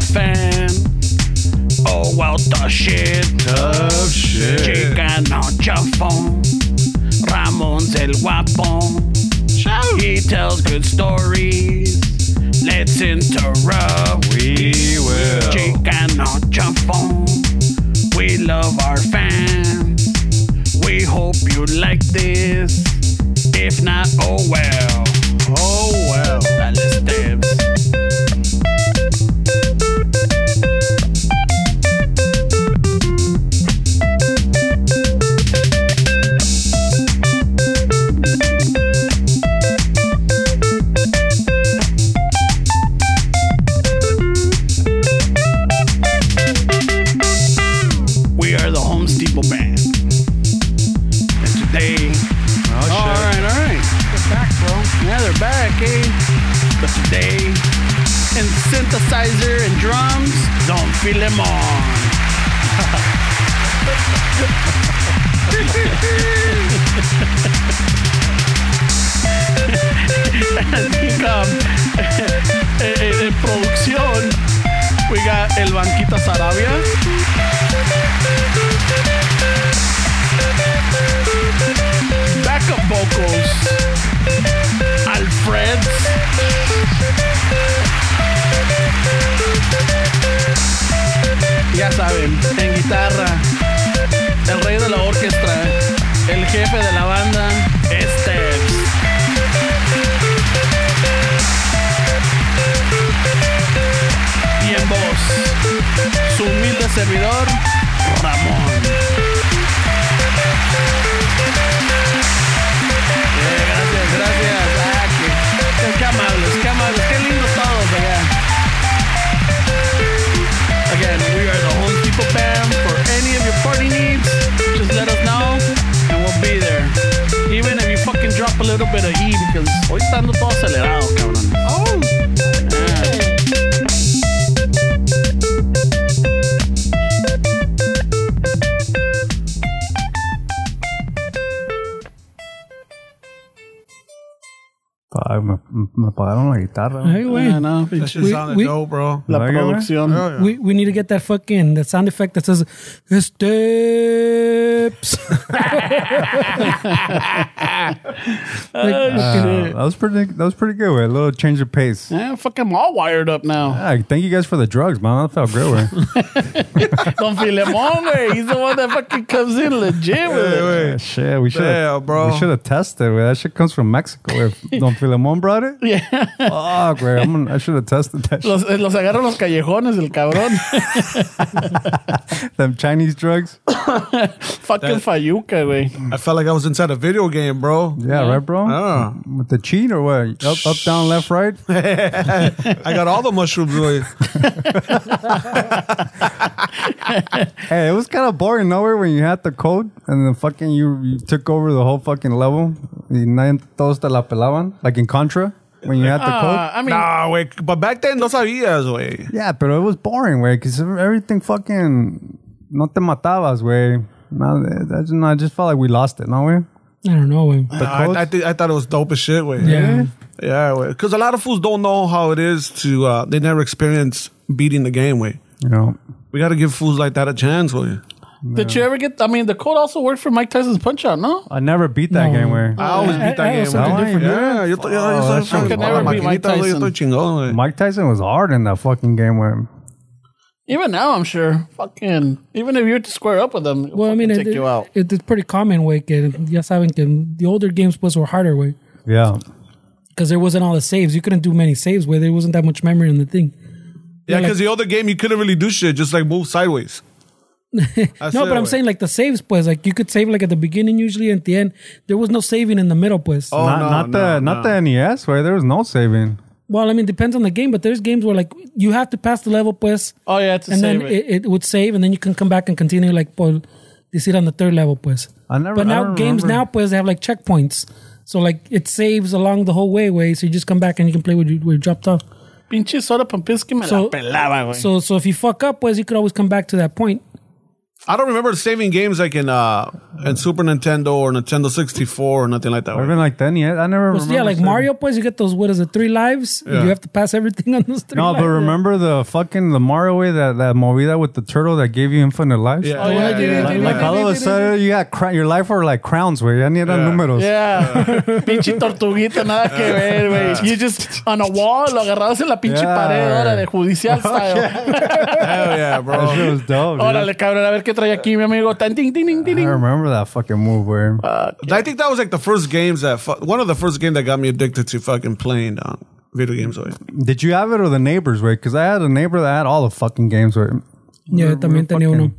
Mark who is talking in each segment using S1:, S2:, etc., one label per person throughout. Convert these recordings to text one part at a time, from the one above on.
S1: fan. Oh, well, the shit.
S2: Oh, shit.
S1: Chicano Chafón. Ramon's el guapo. He tells good stories. Let's interrupt.
S2: We will.
S1: Chicano Chafón. We love our fans. We hope you like this. If not, oh well.
S2: Oh, well.
S1: Dale, Steps. We are the Home Steeple Band. And today.
S2: Oh, shit.
S1: all right, all right.
S3: Get back, bro.
S1: Yeah, they're back, eh? But today, in synthesizer and drums, Don Filemon. En eh, producción, we got El Banquita Sarabia. backup vocals. Alfred. Ya saben, en guitarra, el rey de la orquesta, el jefe de la banda, Steps. Y en voz, su humilde servidor, Ramón. Gracias, gracias. Ah, qué, qué amables, qué amables, qué lindo todos allá. Again, we are the Home People Band. For any of your party needs, just let us know and we'll be there. Even if you fucking drop a little bit of E because hoy está andando todo acelerado, cabrón.
S3: Oh,
S2: Pa- Me, me pagaron la guitarra.
S3: hey, wait.
S1: Ah, no,
S4: That
S1: pinche-
S4: shit
S3: We-
S4: sounded
S3: we-
S4: dope, bro.
S1: La
S2: ¿Verdad que, güey?
S1: producción.
S4: Hell yeah.
S3: We, we need to get that fucking that sound effect that says steps. Like,
S2: Uh, that was pretty. That was pretty good. Way. A little change of pace.
S1: Yeah, fucking I'm all wired up now.
S2: Ah, thank you guys for the drugs, man. That felt great. Way.
S1: Don Filemon, güey. He's the one that fucking comes in legit with it.
S2: Yeah, shit, we should.
S4: Damn, bro.
S2: We should have tested. Way. That shit comes from Mexico. Way. Don Filemon brought it.
S1: Yeah.
S2: Fuck, way. I'm gonna, I should have tested that. Shit.
S1: Los, los agarra en los callejones, el cabrón.
S2: Them Chinese drugs.
S1: Fucking Fayuca, güey.
S4: I felt like I was inside a video game, bro.
S2: Yeah, right, bro.
S4: Ah.
S2: With the cheat or what? Up, up, down, left, right.
S4: I got all the mushrooms. Like,
S2: Hey, it was kind of boring nowhere when you had the code and then fucking you, you took over the whole fucking level. Y nadie todos te la pelaban. Like in Contra, when you had the
S1: Uh,
S4: Ah.
S2: code.
S1: I mean,
S4: nah, way. But back then, no sabías, way.
S2: Yeah, pero it was boring, way, because everything fucking no te matabas, way. No, that's not, I just felt like we lost it, no, way.
S3: I don't know. man.
S2: The
S4: I,
S2: codes?
S4: I, think I thought it was dope as shit, way.
S3: Yeah.
S4: Yeah, way. Because a lot of fools don't know how it is to, uh, they never experience beating the game, way.
S2: you know.
S4: We got to give fools like that a chance, way.
S1: did you ever get? I mean, the code also worked for Mike Tyson's Punch Out, no?
S2: I never beat that
S3: No.
S2: game, way.
S4: I always beat that
S3: I- I
S4: game,
S3: also
S4: way.
S2: did different.
S4: Yeah, yo, to- yo,
S2: Oh,
S4: yo
S2: that shit
S4: soy
S2: was
S4: fucking
S1: hard.
S4: maquinita,
S1: Mike
S4: güey, yo estoy chingón, güey.
S2: Mike Tyson was hard in that fucking game, way.
S1: Even now, I'm sure. Fucking, even if you were to square up with them,
S3: Well, I mean,
S1: take
S3: it,
S1: you out.
S3: it- it's pretty common way. Que ya saben que the older games pues were harder way
S2: Yeah.
S3: because there wasn't all the saves. You couldn't do many saves where there wasn't that much memory in the thing.
S4: Yeah,
S3: like-
S4: because the other game, you couldn't really do shit, just like move sideways. That's
S3: no,
S4: it,
S3: but
S4: way.
S3: I'm saying like the saves pues like you could save like at the beginning usually at the end there was no saving in the middle pues.
S4: Oh,
S2: not
S4: no,
S2: not the
S4: no,
S2: not
S4: no.
S2: the NES, way. There was no saving.
S3: Well, I mean, depends on the game, but there's games where like you have to pass the level pues.
S1: Oh, yeah, to
S3: and then
S1: save
S3: it. It, would save, and then you can come back and continue like por decir on the third level pues.
S2: I never-
S3: but
S2: I
S3: now
S2: don't
S3: games
S2: remember.
S3: now pues they have like checkpoints, so like it saves along the whole way way, so you just come back and you can play where you where you dropped off.
S1: Pinche soda pampiski me
S3: So-
S1: la pelaba, güey.
S3: So so if you fuck up pues you could always come back to that point.
S4: I don't remember saving games like in uh in Super Nintendo or Nintendo 64 or nothing like that.
S2: Or even like then yet. I never
S3: Well,
S2: remember.
S3: yeah, like
S2: seeing-
S3: Mario, pues you get those what is it, three lives?
S4: Yeah.
S3: You have to pass everything on those three.
S2: No,
S3: lives.
S2: but remember the fucking the Mario way that that movida with the turtle that gave you infinite lives.
S4: Yeah.
S1: Oh, yeah,
S4: yeah,
S1: yeah,
S4: yeah.
S1: yeah,
S2: Like
S1: yeah.
S2: all of a sudden you got cra- your life were like crowns, where I need yeah.
S4: Yeah.
S2: números.
S1: Yeah, pinche tortuguita, nada que ver, güey. You just on a wall, lo agarrabas en la pinche
S2: Yeah.
S1: pared, órale, judicial style.
S4: Hell yeah,
S2: That shit
S4: bro.
S2: was dope. dude.
S1: Órale, cabrón, a ver qué trae aquí, mi amigo. Tan, ting, ting, ting, ting,
S2: I
S1: ting.
S2: remember that fucking move, where
S4: I think that was like the first games that fu- one of the first games that got me addicted to fucking playing uh, video games. Like.
S2: did you have it or the neighbors way? Because I had a neighbor that had all the fucking games where.
S3: yeah, también tenía uno.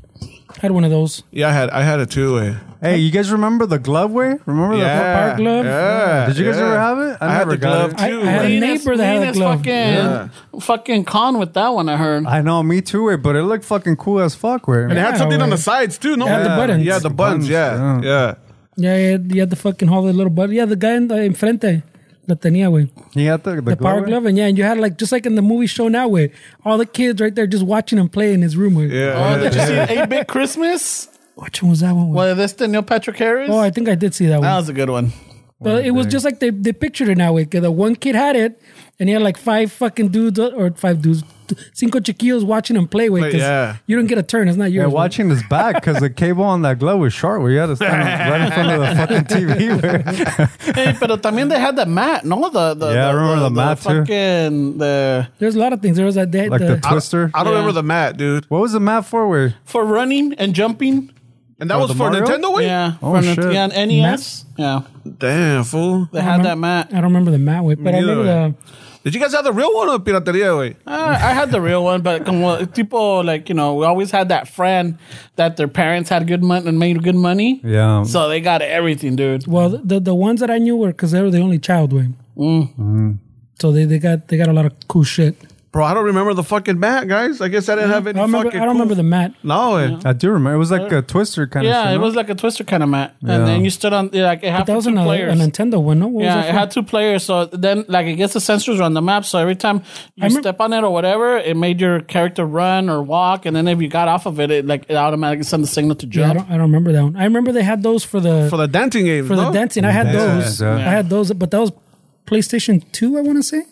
S3: Had one of those.
S4: Yeah, I had I had it too. Eh?
S2: Hey, you guys remember the glove way? Remember
S4: Yeah,
S3: Park Glove?
S4: yeah,
S2: Did you guys
S4: yeah.
S2: ever have it?
S4: I,
S2: I
S4: had
S2: never
S4: the
S2: got
S4: glove
S2: it.
S4: too.
S3: I had
S4: eh?
S3: a
S1: Lean is-
S3: neighbor that had
S1: Lean
S3: a
S1: is
S3: glove.
S1: Fucking, fucking con with that one, I heard.
S2: the. I know, me too, way, but it looked fucking cool as fuck, where.
S4: And it had
S3: Yeah,
S4: something on
S3: well,
S4: the sides too. No,
S3: it had the buttons.
S4: Yeah, the buttons.
S2: buttons,
S4: Yeah, yeah.
S3: Yeah, yeah, you had the fucking all the little button. Yeah, the guy in the enfrente la tenía, güey.
S2: He had the, the,
S3: The power
S2: glove.
S3: glove, and yeah, and you had like just like in the movie show now, where all the kids right there just watching him play in his room. Where,
S4: Yeah.
S1: Oh, did you see 8 Bit Christmas?
S3: Which one was that one? Where?
S1: Well, this the Neil Patrick Harris?
S3: Oh, I think I did see that one.
S1: that was a good one.
S3: But it was just like they, they pictured it now. Like the one kid had it, and he had like five fucking dudes or five dudes, cinco chiquillos watching him play. Wait,
S4: But
S3: because
S4: yeah.
S3: you don't get a turn. It's not
S2: Yeah,
S3: yours. watch.
S2: watching his back because the cable on that glove was short. We had to stand up right in front of the fucking TV. where-
S1: Hey, pero también they had the mat, no? The, the,
S2: Yeah, I
S1: the,
S2: remember the mat, too.
S1: fucking, The,
S3: There's a lot of things. There was that. They, had
S2: like the
S3: the,
S2: twister.
S4: I don't
S1: Yeah.
S4: remember the mat, dude.
S2: what was the map for? Where
S1: for running and jumping.
S4: And that
S2: Oh,
S4: was
S2: the
S4: for
S2: Mario?
S4: Nintendo. Wait,
S1: Yeah.
S2: Oh,
S1: for an-
S2: shit.
S1: Yeah, an NES. Yeah.
S4: damn fool.
S1: They had that mat.
S3: I don't remember the mat way, but I
S4: neither,
S3: remember the.
S4: Did you guys have the real one or pirateria? Wait,
S1: Uh, I had the real one, but como, tipo, like, you know, we always had that friend that their parents had good money and made good money.
S2: Yeah.
S1: So they got everything, dude.
S3: Well, the the ones that I knew were because they were the only child way.
S1: Mm.
S3: So they, they got they got a lot of cool shit.
S4: bro, I don't remember the fucking mat, guys. I guess I didn't have any
S3: I remember. I
S4: fucking.
S3: don't remember the mat.
S4: cool- No, eh.
S2: I do remember. It was like a twister kind of.
S1: Yeah,
S2: shit,
S1: it
S2: no?
S1: was like a twister kind of mat. And
S2: Yeah.
S1: then you stood on, yeah, like, it had
S3: That was
S1: two
S3: an,
S2: uh,
S3: uh, a,
S1: players.
S3: Nintendo one. No, what
S1: yeah,
S3: was
S1: it
S3: that
S1: had two players. So then, like, it gets the sensors on the map. So every time you
S3: remem-
S1: step on it or whatever, it made your character run or walk. And then if you got off of it, it like it automatically sent the signal to
S3: yeah, I
S1: jump.
S3: don't, I don't remember that one. I remember they had those for the
S4: for the dancing game.
S3: for the dancing. I had
S2: Dances,
S3: those.
S2: yeah.
S3: I had those, but that was PlayStation Two. I want to say.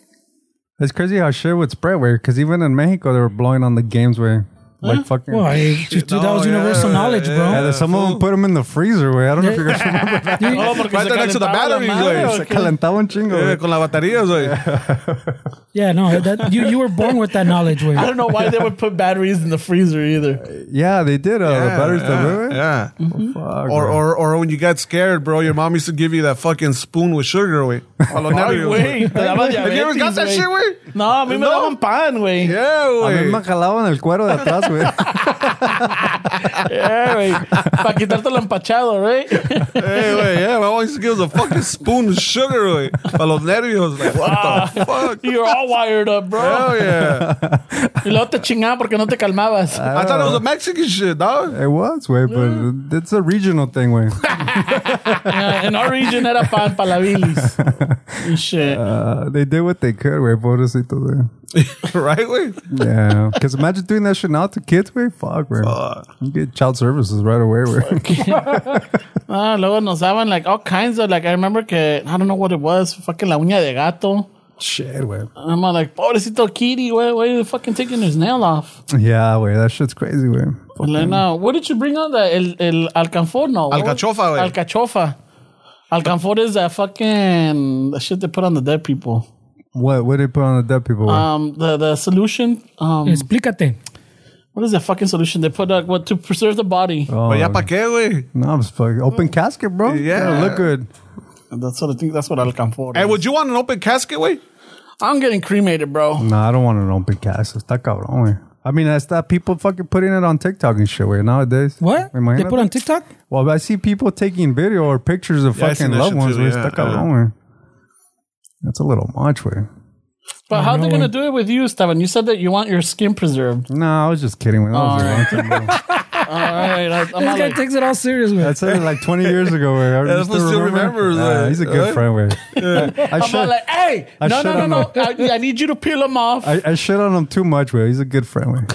S2: It's crazy how shit would spread where because even in Mexico they were blowing on the games where like fucking.
S3: Well, I, dude, that was
S4: No, yeah,
S3: universal knowledge, bro.
S2: yeah, that some of them put them in the freezer way. I don't know if you guys remember.
S1: Oh, porque
S4: Right
S1: se
S4: there next to the
S1: calentaba la
S4: batteries, güey.
S1: madre,
S2: Se
S1: okay.
S2: calentaba un chingo.
S4: Yeah,
S2: güey.
S4: con la baterías, güey.
S3: Yeah, no, that, you you were born with that knowledge, way.
S1: I don't know why they would put batteries in the freezer either.
S2: Yeah, they did. Uh, the batteries
S4: yeah,
S2: that were-
S4: yeah. Mm-hmm.
S2: Fuck,
S4: Or,
S2: bro.
S4: or or when you got scared, bro, your mom used to give you that fucking spoon with sugar, wait.
S1: Ay, güey, te daba
S4: Have you ever
S1: diabetes,
S4: got that
S1: güey.
S4: shit, wait?
S1: No, a mí me
S4: No.
S1: daban pan, güey. Yeah,
S4: Yeah,
S2: A mí me
S4: wait.
S2: jalaban el cuero de atrás, güey.
S1: güey. Para quitarte el empachado, right?
S4: Hey, wait, yeah, my mom used to give us a fucking spoon of sugar, wait. Para los nervios, like, what the fuck?
S1: You're all wired up, bro.
S4: Hell yeah.
S1: Y luego te chingaban porque no te calmabas.
S4: I thought it was a Mexican shit, dog.
S2: It was, way, but it's a regional thing, way.
S1: Yeah, in our region era pan para la bilis. And
S4: Ah.
S1: shit.
S2: Uh, they did what they could, way, pobrecito, güey.
S4: right, wait?
S2: Yeah, because imagine doing that shit now to kids, way. Fuck, way. You get child services right away, way.
S1: Ah, luego nos daban like all kinds of like I remember que I don't know what it was, fucking la uña de gato.
S2: Shit, way.
S1: And I'm all like, pobrecito kitty, why, why are you fucking taking his nail off?
S2: Yeah, way. That shit's crazy, way.
S1: And then, uh, what did you bring on the el, el alcanfor? No, what was-
S4: Alcachofa, güey.
S1: Alcachofa. Alcanfor is that fucking the shit they put on the dead people.
S2: What? What did they put on the dead people?
S4: Uh,
S2: güey?
S1: Um, the the solution. Um,
S3: Explícate.
S1: what is that fucking solution they put? Uh, what to preserve the body?
S2: Oh,
S4: But ya pa' qué, güey?
S2: no, I'm just fucking open casket, bro.
S4: Yeah.
S2: That'll look good.
S1: That's what I think. That's what alcanfor.
S4: Hey,
S1: is.
S4: would you want an open casket, wait?
S1: I'm getting cremated,
S4: Mm.
S1: bro.
S2: No, I don't want an open casket. Está cabrón, güey. I mean, that's that people fucking putting it on TikTok and shit, way. Nowadays,
S3: What they
S2: Imagínate.
S3: put on TikTok?
S2: Well, I see people taking video or pictures of
S4: Yeah, I seen
S2: fucking
S4: that
S2: loved
S4: shit
S2: ones.
S4: too,
S2: Too,
S4: yeah,
S2: stuck out
S4: yeah.
S2: long That's a little much, way.
S1: But how are they
S3: no,
S1: gonna
S3: güey.
S1: do it with you, Steven? You said that you want your skin preserved.
S2: No, I was just kidding. That was a long time ago.
S5: All right, I, I'm
S3: This
S5: not
S3: guy
S5: like,
S3: takes it all serious, man.
S2: That's it, like 20 years ago. Where I
S4: That's what still remembers,
S2: Nah,
S4: uh,
S2: he's a
S4: right?
S2: good friend. Where I
S5: I'm not
S2: should,
S5: like, hey,
S2: I
S5: no,
S2: shut
S5: no, no,
S2: him
S5: no.
S2: up.
S5: I, I need you to peel them off.
S2: I, I shit on him too much. Where he's a good friend. Where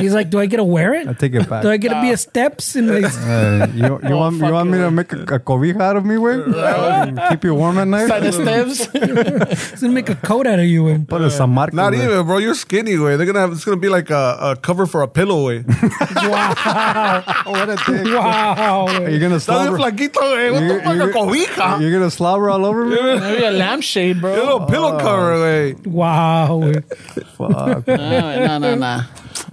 S3: He's like, do I get to wear it?
S2: I take it back.
S3: do I get to be a steps in my
S2: Uh, you you
S5: Oh,
S2: want you
S5: fuck
S2: want
S5: you,
S2: me to
S5: man.
S2: make a, a cobija out of me, way? Keep you warm at
S5: Side
S2: night.
S5: of steps.
S3: It's gonna make a coat out of you. And
S2: Put a San Marcos,
S4: Not
S2: güey.
S4: even, bro. You're skinny, way. They're gonna have. It's gonna be like a, a cover for a pillow, way.
S2: Oh, what a dick.
S3: wow, güey.
S2: You're gonna
S4: Dale
S2: slobber.
S4: flaquito, way. What the
S2: You're-
S4: fuck, a
S2: you're-
S4: cobija?
S2: You're gonna slobber all over me.
S5: Maybe a lampshade,
S4: A
S5: bro.
S4: little
S2: Oh.
S4: pillow cover, way.
S3: wow. güey.
S2: Fuck.
S5: All right, no, no, no.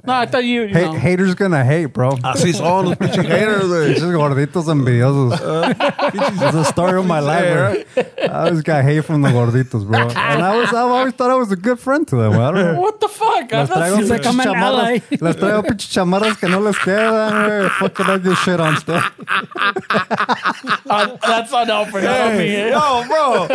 S5: No, I thought you, you
S2: Hate-
S5: know.
S2: haters gonna hate, bro.
S4: Así son los pinches haters,
S2: Pinches
S4: way.
S2: gorditos envidiosos.
S4: Uh,
S2: It's the story of my life. bro. I always got hate from the gorditos, bro. And I was, I've always thought I was a good friend to them. güey. I don't know.
S5: What the fuck? I
S2: Las
S5: thought
S2: traigo
S5: you
S3: He's like,
S2: pinches
S3: I'm an ally.
S2: chamarras, las traigo pinches chamarras que no les quedan, güey. Fucking I get shit on stuff.
S5: uh, that's not Alfred. Not on me.
S4: Hey, yo, bro.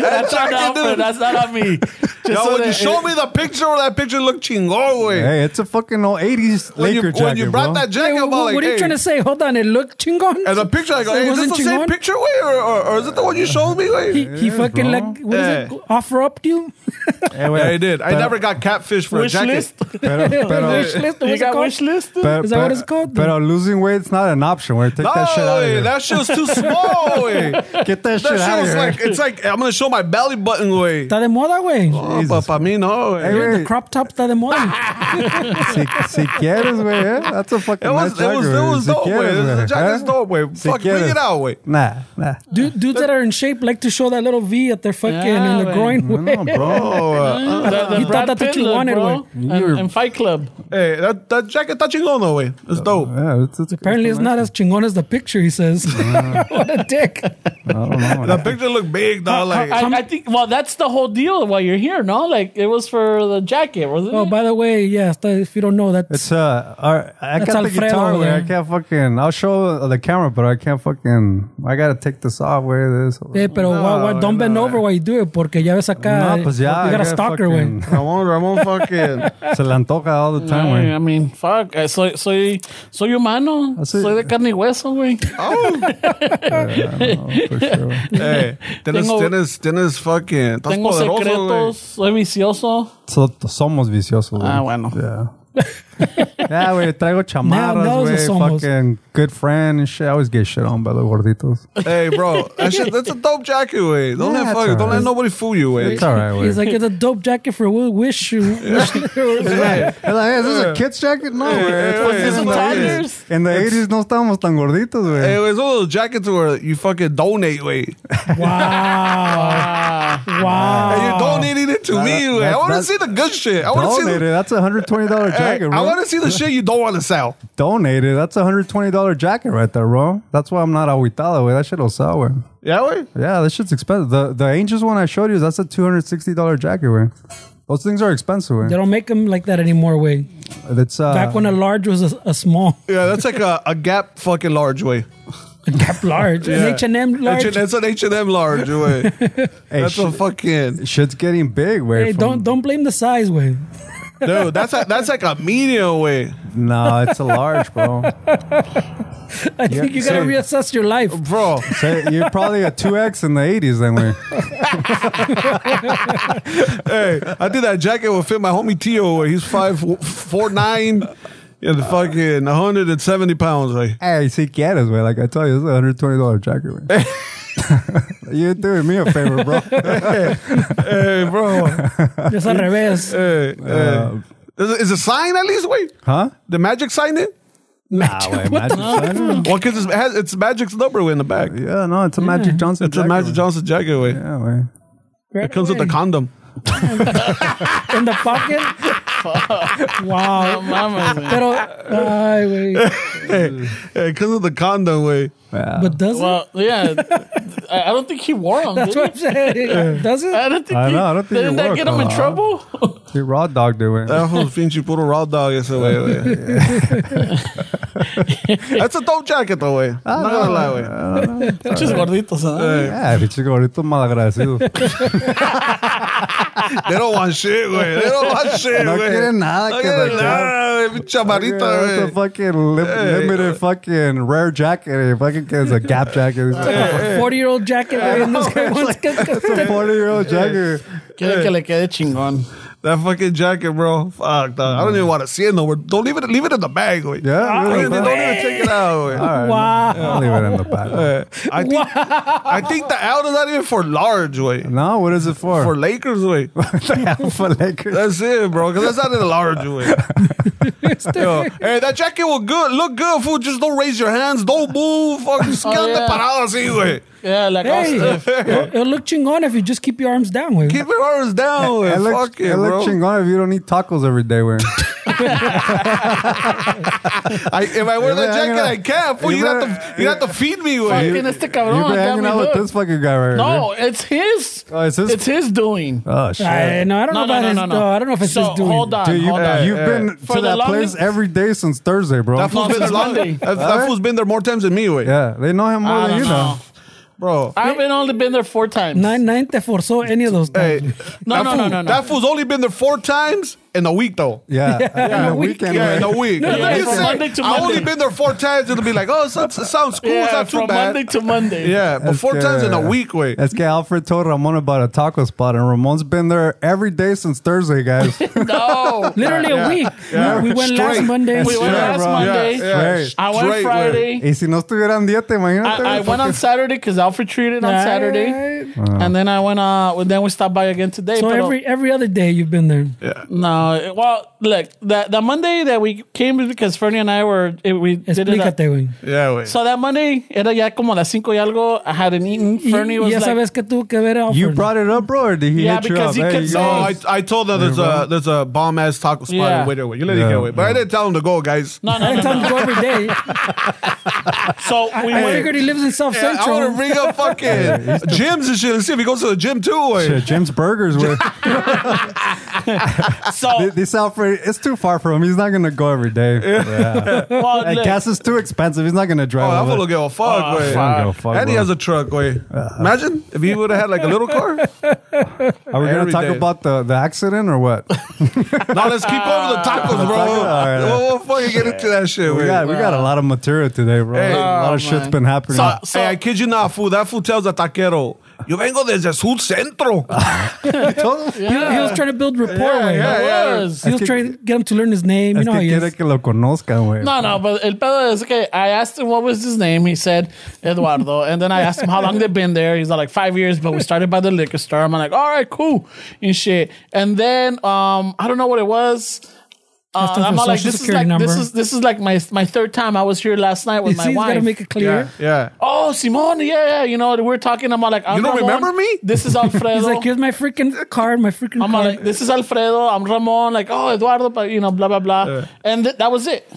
S5: That's not
S4: Fucking
S5: Alfred.
S4: dude.
S5: That's not on me. Just
S4: Yo,
S5: so
S4: when you
S5: that
S4: show
S5: it-
S4: me the picture, that picture looked chingón, way.
S2: Hey, it's a fucking old 80s
S4: when you,
S2: Laker jacket,
S4: when you brought
S2: bro.
S4: that
S3: Hey,
S4: jacket,
S3: wha-
S4: I'm
S3: what,
S4: like,
S3: are you
S4: hey.
S3: trying to say? Hold on, it looked chingon.
S4: And the picture, I go,
S3: So it
S4: hey, is this
S3: wasn't
S4: the same
S3: chingon?
S4: picture, way, or, or, or is it the one you showed me,
S3: He,
S4: way?
S3: he fucking
S2: bro.
S3: like what is
S4: Yeah.
S3: it? Offer up to you?
S2: Hey, Eh, güey,
S4: Yeah, I did. I
S2: pero-
S4: never got catfish for a
S5: wish
S4: jacket.
S5: list.
S2: pero- pero-
S3: wish list.
S5: You
S3: What's it
S5: got
S3: called?
S5: wish list? dude?
S2: But,
S3: Is that what it's called?
S2: But losing weight's not an option. We're take
S4: No,
S2: that shit out of
S4: way,
S2: here.
S4: that shit was too small, way. That
S2: Get that,
S4: shit
S2: shit out of
S4: was
S2: here.
S4: like, it's like, I'm gonna show my belly button, way.
S3: Está de moda, güey.
S4: Oh, but for me, no, way.
S2: Hey, wait.
S3: The crop top está de moda.
S2: si, si quieres, güey. Eh? That's a fucking
S4: It was,
S2: nice
S4: it
S2: jacket.
S4: was, it
S2: güey.
S4: was
S2: si
S4: dope, way.
S2: quieres, güey.
S4: The jacket's
S2: Eh?
S4: dope, way.
S2: Si
S4: Fuck, bring
S2: quieres.
S4: it out, way.
S2: Nah, nah.
S3: Dude, dudes that are in shape like to show that little V at their fucking
S5: Yeah,
S3: in the
S5: güey.
S3: groin. güey.
S2: No, bro.
S4: Oh, uh,
S5: The, the
S3: You
S5: Brad
S3: thought that
S5: Pitt
S3: you
S5: look,
S3: wanted,
S5: bro. And,
S2: You're-
S5: and Fight Club.
S4: hey, that, that jacket, that chingono, way. It's dope.
S2: Yeah, it's, it's
S3: Apparently, it's not as chingon as the picture. He says, "What a dick."
S2: I don't know.
S4: The picture looked big, dog. Like,
S5: I, I think. Well, that's the whole deal. While you're here, no, like it was for the jacket, wasn't
S3: Oh,
S5: it?
S3: by the way, yeah. está- If you don't know, that's
S2: It's uh, our, I
S3: That's
S2: got the
S3: Alfredo
S2: guitar. Where I
S3: there.
S2: can't fucking. I'll show the camera, but I can't fucking. I gotta take this off. Where this?
S3: Hey, Eh, pero why- why-
S4: No,
S3: don't bend
S4: no, eh.
S3: over while you do it, porque ya ves acá.
S2: No, pues ya.
S3: you got a stalker, güey.
S2: fucking-
S4: Ramon, Ramon fucking.
S2: Se le antoja all the time,
S5: Ay, I
S2: güey.
S5: mean, fuck. I soy, soy, soy humano.
S2: Así-
S5: Soy de carne y hueso, güey.
S2: For
S4: oh,
S2: sure.
S4: Hey, tienes,
S5: Tengo-
S4: tienes, tienes fucking. Estás
S5: Tengo
S4: poderoso,
S5: secretos.
S4: güey.
S5: Soy vicioso.
S2: So, somos viciosos, güey.
S5: Ah, bueno.
S2: Yeah. yeah, güey, traigo
S3: Now
S2: chamarras,
S3: those are
S2: güey.
S3: somos.
S2: Fucking good friend and shit. I always get shit on by the gorditos.
S4: Hey, bro, that shit, that's a dope jacket, güey. Don't
S2: Yeah,
S4: let
S2: it's
S4: fuck, don't let
S2: alright.
S4: nobody fool you, güey.
S2: It's all right,
S3: He's
S2: güey.
S3: like, it's a dope jacket for Will Wish. wish
S4: Hey,
S2: They're like, hey, is this a kid's jacket? No,
S4: Hey,
S2: güey. It's
S4: hey,
S2: fucking
S4: hey,
S2: in the
S5: hey.
S2: 80s. In the 80s no estábamos tan gorditos,
S4: hey,
S2: güey.
S4: it's all those jackets where you fucking donate, güey.
S3: wow.
S5: Ah,
S3: Wow.
S4: And you're donating it to me,
S2: Oh. that-
S4: güey. I
S2: that-
S4: want to
S2: that-
S4: see the good shit. I want to see.
S2: Donated.
S4: The,
S2: That's a $120
S4: hey,
S2: jacket,
S4: I
S2: bro.
S4: want to see the shit you don't want to sell.
S2: Donated. That's a $120 jacket right there, bro. That's why I'm not aguitado, güey. That shit will sell, güey.
S4: Yeah, güey.
S2: Yeah, that shit's expensive. The the Angels one I showed you, that's a $260 jacket, güey. Those things are expensive,
S3: They
S2: güey.
S3: don't make them like that anymore, way.
S2: That's uh,
S3: Back when a
S4: Uh-huh.
S3: large was a, a small,
S4: Yeah, that's like a, a gap fucking large, way.
S3: a Gap large,
S4: Yeah.
S3: an H and M large.
S4: That's an H and M large, way.
S2: hey,
S4: That's a
S2: shit-
S4: fucking
S2: shit's getting big, way.
S3: Hey, don't don't blame the size, way.
S4: dude. That's a, that's like a medium, way.
S2: No, it's a large, bro.
S3: I think you
S4: so-
S3: gotta reassess your life.
S4: bro.
S2: So you're probably a two X in the eighties, then we.
S4: Hey, I think that jacket will fit my homie Tio. Where he's five four nine and fucking 170 pounds. Like,
S2: Hey, see, Canada's way. Like I tell you, this is a hundred twenty dollar jacket. Way. you're doing me a favor, bro.
S4: hey, bro.
S3: It's al revés.
S4: Hey,
S2: Uh,
S4: hey. Is, it- is a sign at least? Wait,
S2: Huh?
S4: the magic sign it?
S2: Nah, way, Magic Johnson.
S4: Well, because it's, it has- it's magic's number in the back.
S2: Yeah, no, it's a Magic Johnson.
S4: It's a Magic Johnson jacket. Wait,
S2: Yeah, way.
S3: Right
S4: it comes with
S3: away.
S4: the condom.
S3: in the pocket. wow.
S5: mama, güey.
S3: Pero, ay, güey.
S4: Hey, it comes with the condom. Wait,
S2: Yeah.
S3: But does it?
S5: Well, yeah. I, I don't think he wore them.
S3: That's what I'm saying. Does it?
S5: I don't think.
S2: I
S5: he,
S2: know, I don't think
S5: didn't
S2: he
S5: that
S2: wore
S5: get him in
S2: 'em, huh?
S5: trouble?
S2: You're raw dog, dude. Way.
S4: that was Finchy put a raw dog. Ese way, way. That's a dope jacket, though. Way, I'm
S2: Ah,
S4: not gonna lie. Way.
S5: Muchos gorditos, ¿ah? ¿no?
S2: Yeah, bitch, gorditos malagradecidos.
S4: They don't want shit, güey. They don't want shit,
S2: No
S4: güey.
S2: quieren nada
S4: No
S2: que
S4: quieren
S2: de acá.
S4: nada, güey. Chamarrita,
S2: Yeah,
S4: güey.
S2: it's a fucking lim-
S4: Hey.
S2: limited fucking rare jacket. and It fucking it's a Gap jacket. It's like
S3: a 40 year old jacket. güey, and this guy wants-
S2: a forty year old jacket.
S1: Quiere que le quede chingón.
S4: That fucking jacket, bro. Fuck, dog. I don't even want to see it no more. Don't leave it. Leave it in the bag, güey.
S2: Mm. Yeah,
S4: Don't
S2: really
S4: even, don't
S2: bad.
S4: even take it out, güey.
S2: All right,
S3: Wow.
S2: I'll leave it in the back.
S4: I think I think the out is not even for large, way.
S2: No, what is it for?
S4: For Lakers, way.
S2: for Lakers.
S4: That's it, bro. Cause that's not in a large way. Yo, hey, that jacket will good look good, fool. Just don't raise your hands. Don't move. Fucking skeleton
S1: Oh, yeah.
S4: parado así, güey.
S1: Yeah, like all
S3: Hey,
S1: stiff.
S3: it'll, it'll look chingón if you just keep your arms down, güey.
S4: Keep your arms down,
S2: It
S4: güey.
S2: looks,
S4: Fuck it,
S2: it looks
S4: bro.
S2: chingon if you don't eat tacos every day. Where
S4: I, if I wear
S2: You
S4: that
S2: better hang
S4: jacket,
S2: out.
S4: I can't, fool.
S2: You
S4: You'd have
S2: better-
S4: to, you'd have to feed me,
S1: Fucking
S4: güey.
S1: este
S2: you
S1: cabrón
S2: been
S1: acá
S2: hanging
S1: me
S2: out with
S1: hooked.
S2: this fucking guy right
S1: No, it's his.
S2: Oh, it's his-
S1: It's his doing.
S2: here. Oh shit.
S3: I, no, I
S1: No,
S3: don't know
S1: no, no,
S3: about his,
S1: no, no.
S3: no, I don't know if it's
S1: so,
S3: his doing.
S1: Hold on,
S2: Dude, you,
S1: hold on.
S2: you've been
S1: For
S2: to
S1: the
S2: that place
S1: longest-
S2: every day since Thursday, bro.
S4: That fool's
S1: No,
S4: been
S1: since
S4: long.
S1: Monday.
S4: That, that fool's been there more times than me, güey.
S2: yeah, they know him more
S1: I
S2: than you
S1: don't
S2: know.
S1: know.
S4: bro.
S1: I've been only been there four times.
S3: Nine, nine te forzó any of those
S4: Hey,
S3: times.
S1: No,
S4: that
S1: no,
S4: fool,
S1: no, no, no.
S4: That fool's only been there four times in a week, though.
S2: Yeah, yeah.
S3: a week.
S2: weekend.
S4: Yeah, in
S2: where-
S4: a week.
S1: No,
S4: Like
S1: no,
S4: you
S1: from
S4: said,
S1: Monday to
S4: I only
S1: Monday.
S4: been there four times. It'll be like, oh, so, so- sounds cool.
S1: Yeah,
S4: it's not too
S1: from
S4: bad.
S1: Monday to Monday.
S4: yeah, but
S2: That's
S4: four times in a
S2: good.
S4: week, wait.
S2: That's que Alfred told Ramon about a taco spot, and Ramon's been there every day since Thursday, guys.
S1: No.
S3: Literally a week. We we went last
S4: Straight.
S3: Monday.
S1: We went
S2: Yeah,
S1: last
S2: bro.
S1: Monday.
S4: Yeah, yeah.
S2: Right.
S1: I went
S4: Straight,
S1: Friday.
S2: y si no estuviera en dieta, imagínate.
S1: I, I went on Saturday because Alfred treated on Saturday,
S3: Right.
S1: and then I went. Uh, well, then we stopped by again today.
S3: So
S1: but, uh,
S3: every every other day you've been there.
S4: Yeah.
S1: no, well, look, the the Monday that we came because Fernie and I were eh, we did it.
S3: Explícate,
S1: at-
S3: güey.
S4: Yeah, wait.
S1: So that Monday era ya como las cinco y algo. I hadn't eaten.
S3: Y,
S1: Fernie
S3: y
S1: was
S3: ya
S1: like,
S3: sabes que tuvo que ver a
S2: You
S3: Alfred.
S2: brought it up, bro, or did he
S1: Yeah,
S2: hit you
S1: because
S2: up?
S1: he
S2: Hey,
S1: could
S2: you
S1: say-
S4: No,
S2: guys-
S4: Oh, I, I told her there's a there's a bomb ass taco spot
S1: Yeah.
S4: in Witterway. You let it
S2: Yeah,
S4: get away, but I didn't tell him to go, guys.
S1: no,
S3: I
S1: no, no,
S3: tell him
S1: no.
S3: to go every day.
S1: So we
S3: I
S1: went.
S3: figured he lives in South
S4: Yeah, I
S3: Central.
S4: want to ring up fucking gyms and shit and see if he goes to the gym too. Wait.
S2: Shit, Jim's Burgers. With
S1: So
S2: this Alfred, it's too far from him. He's not gonna go every day. Yeah.
S1: well,
S2: That
S1: look,
S2: gas is too expensive. He's not gonna
S4: Oh,
S2: drive.
S4: that
S2: all
S4: fool
S2: that.
S4: give a fuck,
S1: Oh,
S4: wait.
S2: I don't give a fuck,
S4: and he
S2: bro. Uh,
S4: has a truck, wait. Imagine if he would have had like a little car.
S2: Are we gonna
S4: every
S2: talk
S4: day.
S2: about the, the accident or what?
S4: Now let's keep over the tacos, bro.
S2: All right.
S4: We'll, we'll fucking get into that shit,
S2: we
S4: wait.
S2: got we got a lot of material today, bro.
S4: Hey.
S2: a lot
S1: Oh,
S2: of shit's
S1: man.
S2: been happening.
S1: So-
S4: hey, I kid you not, fool. That fool tells the taquero, yo vengo desde Sur Centro.
S3: He, he was trying to build rapport
S4: Yeah,
S3: with him.
S4: yeah, yeah.
S1: was.
S3: He was
S2: que-
S3: trying to get him to learn his name. You
S2: Es
S3: know how
S2: que
S3: he
S2: quiere
S3: is.
S2: que lo conozcan, güey.
S1: No, no, but El Pedo is okay. I asked him what was his name. He said Eduardo. and then I asked him how long they've been there. He's like five years, but we started by the liquor store. I'm like, all right, cool. And shit. And then um, I don't know what it was. Uh,
S3: Asked him for
S1: I'm not like
S3: social
S1: this is like
S3: security
S1: this
S3: number.
S1: is this is like my my third time I was here last night with
S3: You
S1: my
S3: see, he's got to
S1: wife.
S3: make it clear.
S4: yeah.
S1: oh, Simone, yeah, yeah. You know, we're talking. I'm like, I'm
S4: You don't
S1: Ramon.
S4: remember me?
S1: This is Alfredo.
S3: He's like, here's my freaking card, my freaking
S1: I'm
S3: card.
S1: like, this is Alfredo. I'm Ramon. Like, oh, Eduardo, but you know, blah blah blah. And th- that was it.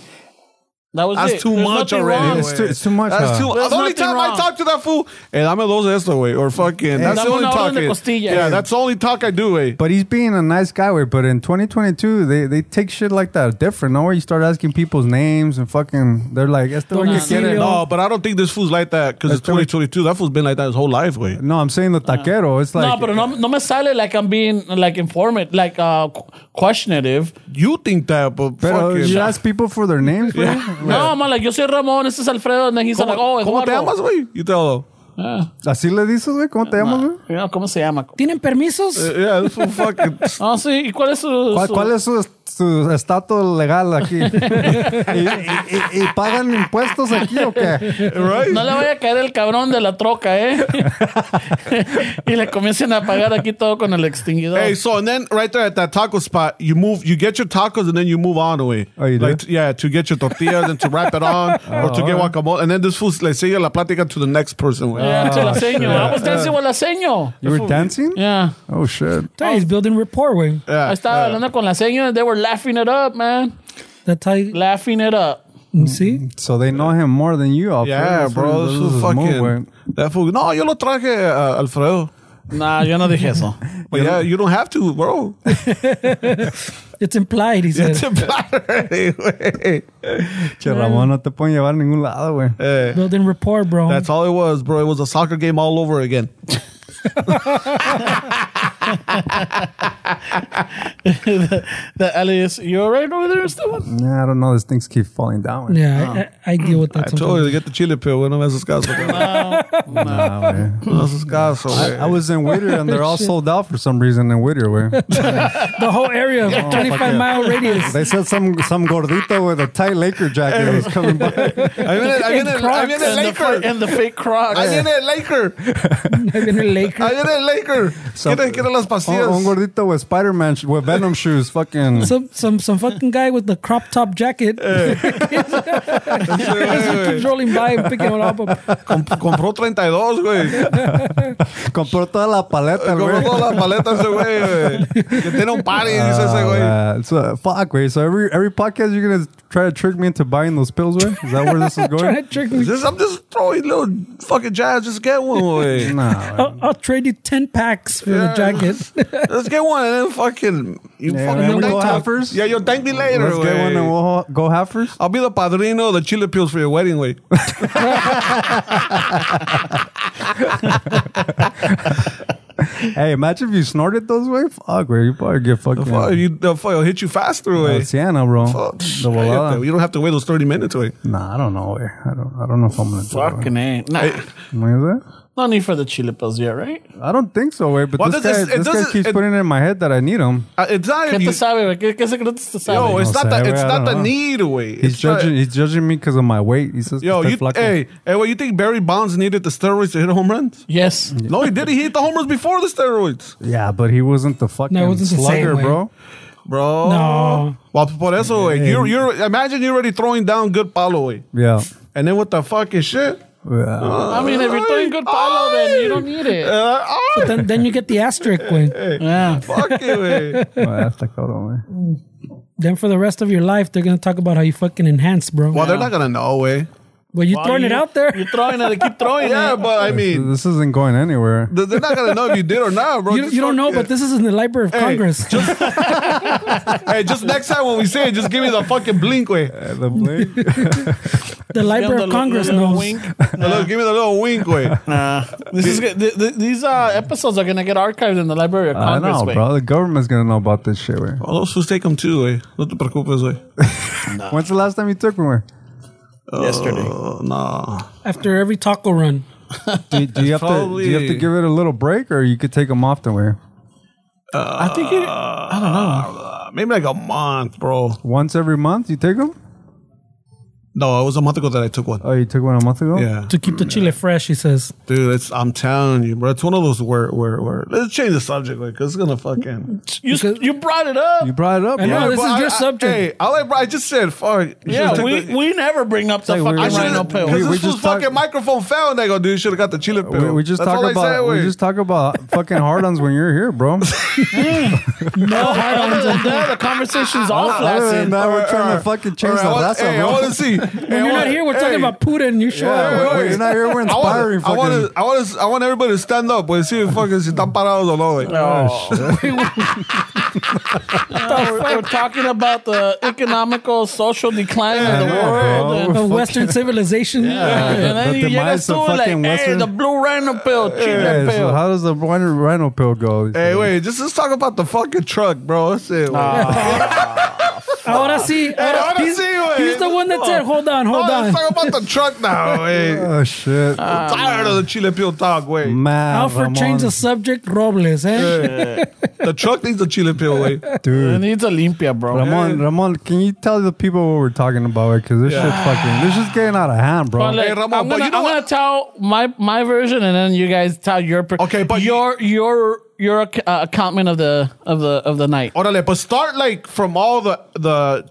S1: That was
S4: That's
S1: it.
S4: too
S1: There's
S4: much
S1: nothing
S4: already.
S1: wrong.
S2: It's too- it's too much,
S4: That's
S2: huh?
S4: too.
S1: There's
S4: the only
S1: nothing
S4: time I
S1: wrong.
S4: talk to that fool, hey, dame dos de esto, güey, or fucking. That's
S1: dame
S4: the only
S1: una
S4: talk.
S1: orden de
S4: eh.
S1: costillas.
S4: Yeah, that's the only talk I do, eh? güey.
S2: But he's being a nice guy, way. But in 2022, they, they take shit like that different. No, where you start asking people's names and fucking, they're like, "Esto
S3: Don't
S2: no,
S3: you
S2: que
S3: see
S2: quiere."
S3: it?
S2: No,
S4: No, but I don't think this fool's like that because it's
S2: That's the way-
S4: 2022. That fool's been like that his whole life, güey.
S2: no, I'm saying the taquero. It's like,
S1: Ah. no, pero no, no me sale like I'm being like informative, like uh, qu- questionative.
S4: You think that, but
S2: Pero
S4: fucking.
S2: you ask people for their names, güey?
S1: No, I'm like, yo soy Ramón, este es Alfredo, and then he's like, oh,
S4: ¿Cómo te llamas,
S1: Eduardo.
S4: güey? You tell him.
S2: Así le dices, güey. ¿Cómo te llamas, güey?
S1: You know, ¿Cómo se llama?
S3: ¿Tienen permisos?
S1: Uh,
S4: Yeah, this fool fucking.
S1: No, sí, ¿y cuál es su...?
S2: ¿Cuál,
S1: su-
S2: cuál es su, su estatus legal aquí? ¿Y, y- y- y pagan impuestos aquí o qué?
S4: Right?
S1: No le vaya a caer el cabrón de la troca, ¿eh? y le comiencen a pagar aquí todo con el extinguidor.
S4: Hey, so and then right there at that taco spot, you move, you get your tacos, and then you move on away.
S2: Oh, you Oh, do?
S4: like, Yeah, to get your tortillas and to wrap it on, or to get guacamole, and then this fool's like sigue la plática to the next person. güey.
S1: yeah, Ah, pues, to la seño. I was dancing with la seño.
S2: You were dancing?
S1: Yeah.
S2: Oh, shit.
S3: Hey, he's building rapport, way.
S4: Yeah,
S1: I estaba hablando con la seño and they were laughing it up, man.
S3: That's how you
S1: Laughing it up.
S4: Mm-hmm.
S3: see.
S2: So they know him more than you, Alfred.
S4: Yeah,
S2: That's
S4: bro,
S2: what-
S4: this fool
S2: this is his move,
S4: fucking.
S2: güey.
S4: that fool. No, yo lo traje, uh, Alfredo.
S1: Nah, yo no dije eso.
S4: But yeah, you don't have to, bro.
S3: It's implied, he said.
S4: It's a platter anyway.
S2: Che, Ramón, no te pueden llevar a ningún lado, güey.
S3: building rapport, bro.
S4: That's all it was, bro. It was a soccer game all over again.
S1: the, the alias, you all right over there, Esteban?
S2: Yeah, I don't know. These things keep falling down.
S3: Yeah, I, I, I deal with that.
S4: Oh. I told you to
S3: sometimes.
S4: get the chili pill, güey. No me haces caso, güey.
S2: Nah, man.
S4: No me haces caso,
S2: I,
S4: güey.
S2: I was in Whittier and they're all sold out for some reason in Whittier. Where
S3: The whole area, of 25 mile radius.
S2: they said some some gordito with a tight Laker jacket was coming by.
S4: I viene, I viene, I viene
S1: And
S4: el
S1: the, fa-
S4: Laker.
S1: and the fake crocs.
S4: I viene el Laker.
S3: I've been in
S4: I
S3: Laker.
S4: viene el Laker.
S2: So-
S4: Quiere, quiere las
S2: Un, un
S4: pastillas.
S2: gordito with Spider Man with Venom shoes. Fucking
S3: Some some some fucking guy with the crop top jacket
S4: Sí, güey.
S3: rolling by and picking it up.
S4: Comp- Compró 32, güey.
S2: compró toda la paleta, el
S4: Compró
S2: güey.
S4: todas las paletas ese güey, güey. Que tiene un party, dice ese
S2: Oh,
S4: güey.
S2: man. so fuck, wait. So every every podcast you're gonna try to trick me into buying those pills, way? Is that where this is
S3: Trying to
S2: going?
S3: trick me.
S4: Just, I'm just throwing little fucking jabs. Just get one, güey.
S2: nah,
S3: I'll, I'll trade you 10 packs for
S4: Yeah.
S3: the jacket.
S4: Let's get one and then fucking. You
S2: Yeah,
S4: fucking
S2: man, we
S4: thank
S2: go
S4: me.
S2: heifers.
S4: Yeah, you'll thank me later.
S2: let's get
S4: güey.
S2: one and we'll ho- go heifers.
S4: I'll be the padrino of the chili pills for your wedding, güey.
S2: Hey, imagine if you snorted those way. Fuck, where you probably get fucking.
S4: Fuck, you, the fuck, it'll hit you faster,
S2: Oh,
S4: güey.
S2: Sienna, bro.
S4: Fuck,
S2: The volada.
S4: You don't have to wait those 30 minutes, güey.
S2: Nah, I don't know. Way. I don't. I don't know if I'm gonna do it.
S1: Fucking A. Nah,
S2: wey. What is that?
S1: no need for the chili pills yet, right?
S2: I don't think so, way. But
S4: Well,
S2: this,
S4: this is-
S2: guy,
S4: it
S2: this guy
S4: doesn't-
S2: keeps
S4: it-
S2: putting it in my head that I need him.
S4: Uh, It's not
S1: ¿Qué
S4: if
S1: te
S4: you,
S1: sabe, güey? ¿Qué, qué secretos te sabe?
S4: Yo,
S2: No
S4: it's not
S2: sé,
S4: that.
S2: güey,
S4: It's
S2: I
S4: not
S2: don't
S4: the
S2: know.
S4: need, güey.
S2: He's
S4: It's not-
S2: judging. he's judging me because of my weight. He says,
S4: Yo,
S2: "Estoy
S4: you,
S2: flaco."
S4: hey, hey, well, you think Barry Bonds needed the steroids to hit home runs?
S1: yes.
S4: No, he did. He hit the home runs before the steroids,
S2: Yeah, but he wasn't the fucking
S3: wasn't the same
S2: slugger,
S3: way.
S2: bro.
S4: bro.
S3: No.
S4: Well, por eso, güey. You're, you're, imagine you're already throwing down good palo, güey.
S2: Yeah.
S4: And then with the fucking shit.
S2: yeah.
S1: I mean, if you're doing good palo, then you don't need it.
S4: Uh, ay,
S3: then, then you get the asterisk one.
S1: Yeah.
S4: fuck eh. it, güey.
S2: Well, that's the code on there.
S3: Then for the rest of your life, they're going to talk about how you fucking enhance, bro.
S4: Well, they're not gonna know, eh. güey.
S3: Well, you
S1: Why
S3: throwing it
S1: you-
S3: out there.
S1: You're throwing it. Keep throwing
S4: Yeah,
S1: it.
S4: but I mean,
S2: This isn't going anywhere.
S4: th- they're not gonna know if you did or not, bro.
S3: You,
S4: Just
S3: you don't know,
S4: fuck
S3: but
S4: it.
S3: this is in the Library of Congress.
S4: Hey, just next time when we say it, just give me the fucking blink, eh. güey.
S2: The blink.
S3: the Library of Congress knows.
S4: The little- Give me the little wink, eh. güey.
S1: This is good. th- th- these uh, episodes are gonna get archived in the Library of
S2: I
S1: Congress.
S2: know,
S1: way.
S2: bro. The government's gonna know about this shit. Where?
S4: All those who's take them too, güey. No te preocupes, eh. güey. Ah.
S2: When's the last time you took one? Where?
S1: Yesterday.
S4: Uh, nah.
S3: After every taco run,
S2: Do, do you have to? Do you have to
S4: probably-
S2: give it a little break, or you could take them off to wear
S1: I think it, I don't know.
S4: Uh, Maybe like a month, bro.
S2: once every month? You take them?
S4: No, it was a month ago that I took one.
S2: Oh, you took one a month ago.
S4: Yeah,
S3: to keep the chile fresh, he says.
S4: dude, it's I'm telling you, bro. It's one of those where where where. Let's change the subject, like, cause it's gonna fucking.
S2: Oh,
S1: You you brought it up.
S2: You brought it up.
S3: I know,
S2: bro.
S3: this is
S4: But I-
S3: your
S4: I-
S3: subject.
S4: Hey, I like, bro. I just said, fuck. you should've
S1: yeah,
S4: took
S1: we,
S4: the-
S1: we never bring up the
S2: Like, we-
S1: fucking
S2: I
S4: should've-
S1: rhino pill.
S4: Cause
S2: We- we
S4: this was
S2: just talk-
S4: fucking microphone fell, and I go, dude, you should have got the chili pill.
S2: We, we just
S4: That's all
S2: talk
S4: I
S2: about
S4: said,
S2: we
S4: wait.
S2: just talk about fucking hard-ons when you're here, bro.
S1: No, other than that, the conversation's all
S2: Other than
S1: flaccid.
S2: that, we're
S4: Alright,
S2: trying to
S4: alright.
S2: fucking change
S4: Alright, I
S2: the
S4: want-
S2: last
S4: Hey, I want to
S2: one.
S4: see.
S3: When you're not here, we're talking about Putin. You show
S4: Yeah,
S3: up.
S4: wait,
S2: You're not here. We're
S4: I want,
S2: inspiring.
S4: I want,
S2: fucking-
S4: to, I want, to, I want everybody to stand up. We'll see if fucking si están parados o no. güey.
S2: Oh.
S1: No, we're, we're talking about the economical, social decline of the
S2: Yeah,
S1: world.
S2: bro.
S1: And,
S3: Of Western civilization.
S1: and then
S2: the
S1: you get
S2: demise
S1: us to
S2: of
S1: like,
S2: fucking
S1: hey,
S2: Western-
S1: the blue rhino pill, chile
S2: Yeah,
S1: pill.
S2: so how does the rhino, rhino pill go?
S4: Hey, wait, just let's talk about the fucking truck, bro. That's it. Nah,
S2: Oh.
S3: Ahora sí.
S4: Hey,
S3: ahora-
S4: ahora
S3: he's,
S4: sí, güey.
S3: he's the one that said, hold on, hold
S4: let's
S3: on.
S4: talk Oh, about the truck now. Wait.
S2: Oh shit,
S4: I'm tired of the chile peel talk. Wait,
S2: man.
S3: Alfred
S2: Ramon.
S3: changed the subject, Robles, eh?
S4: the truck needs a chile peel. Wait,
S1: It
S2: dude.
S1: needs Olympia, bro.
S2: Ramon, Ramon, can you tell the people what we're talking about? Because this shit fucking, this is getting out of hand, bro.
S1: But like,
S4: Hey, Ramon,
S1: I'm,
S4: but
S1: gonna,
S4: you know
S1: I'm gonna
S4: what?
S1: tell my my version, and then you guys tell your per-
S4: Okay, but you-
S1: your your your ac- uh, accountment of the of the of the night.
S4: orale, but start like from all the the.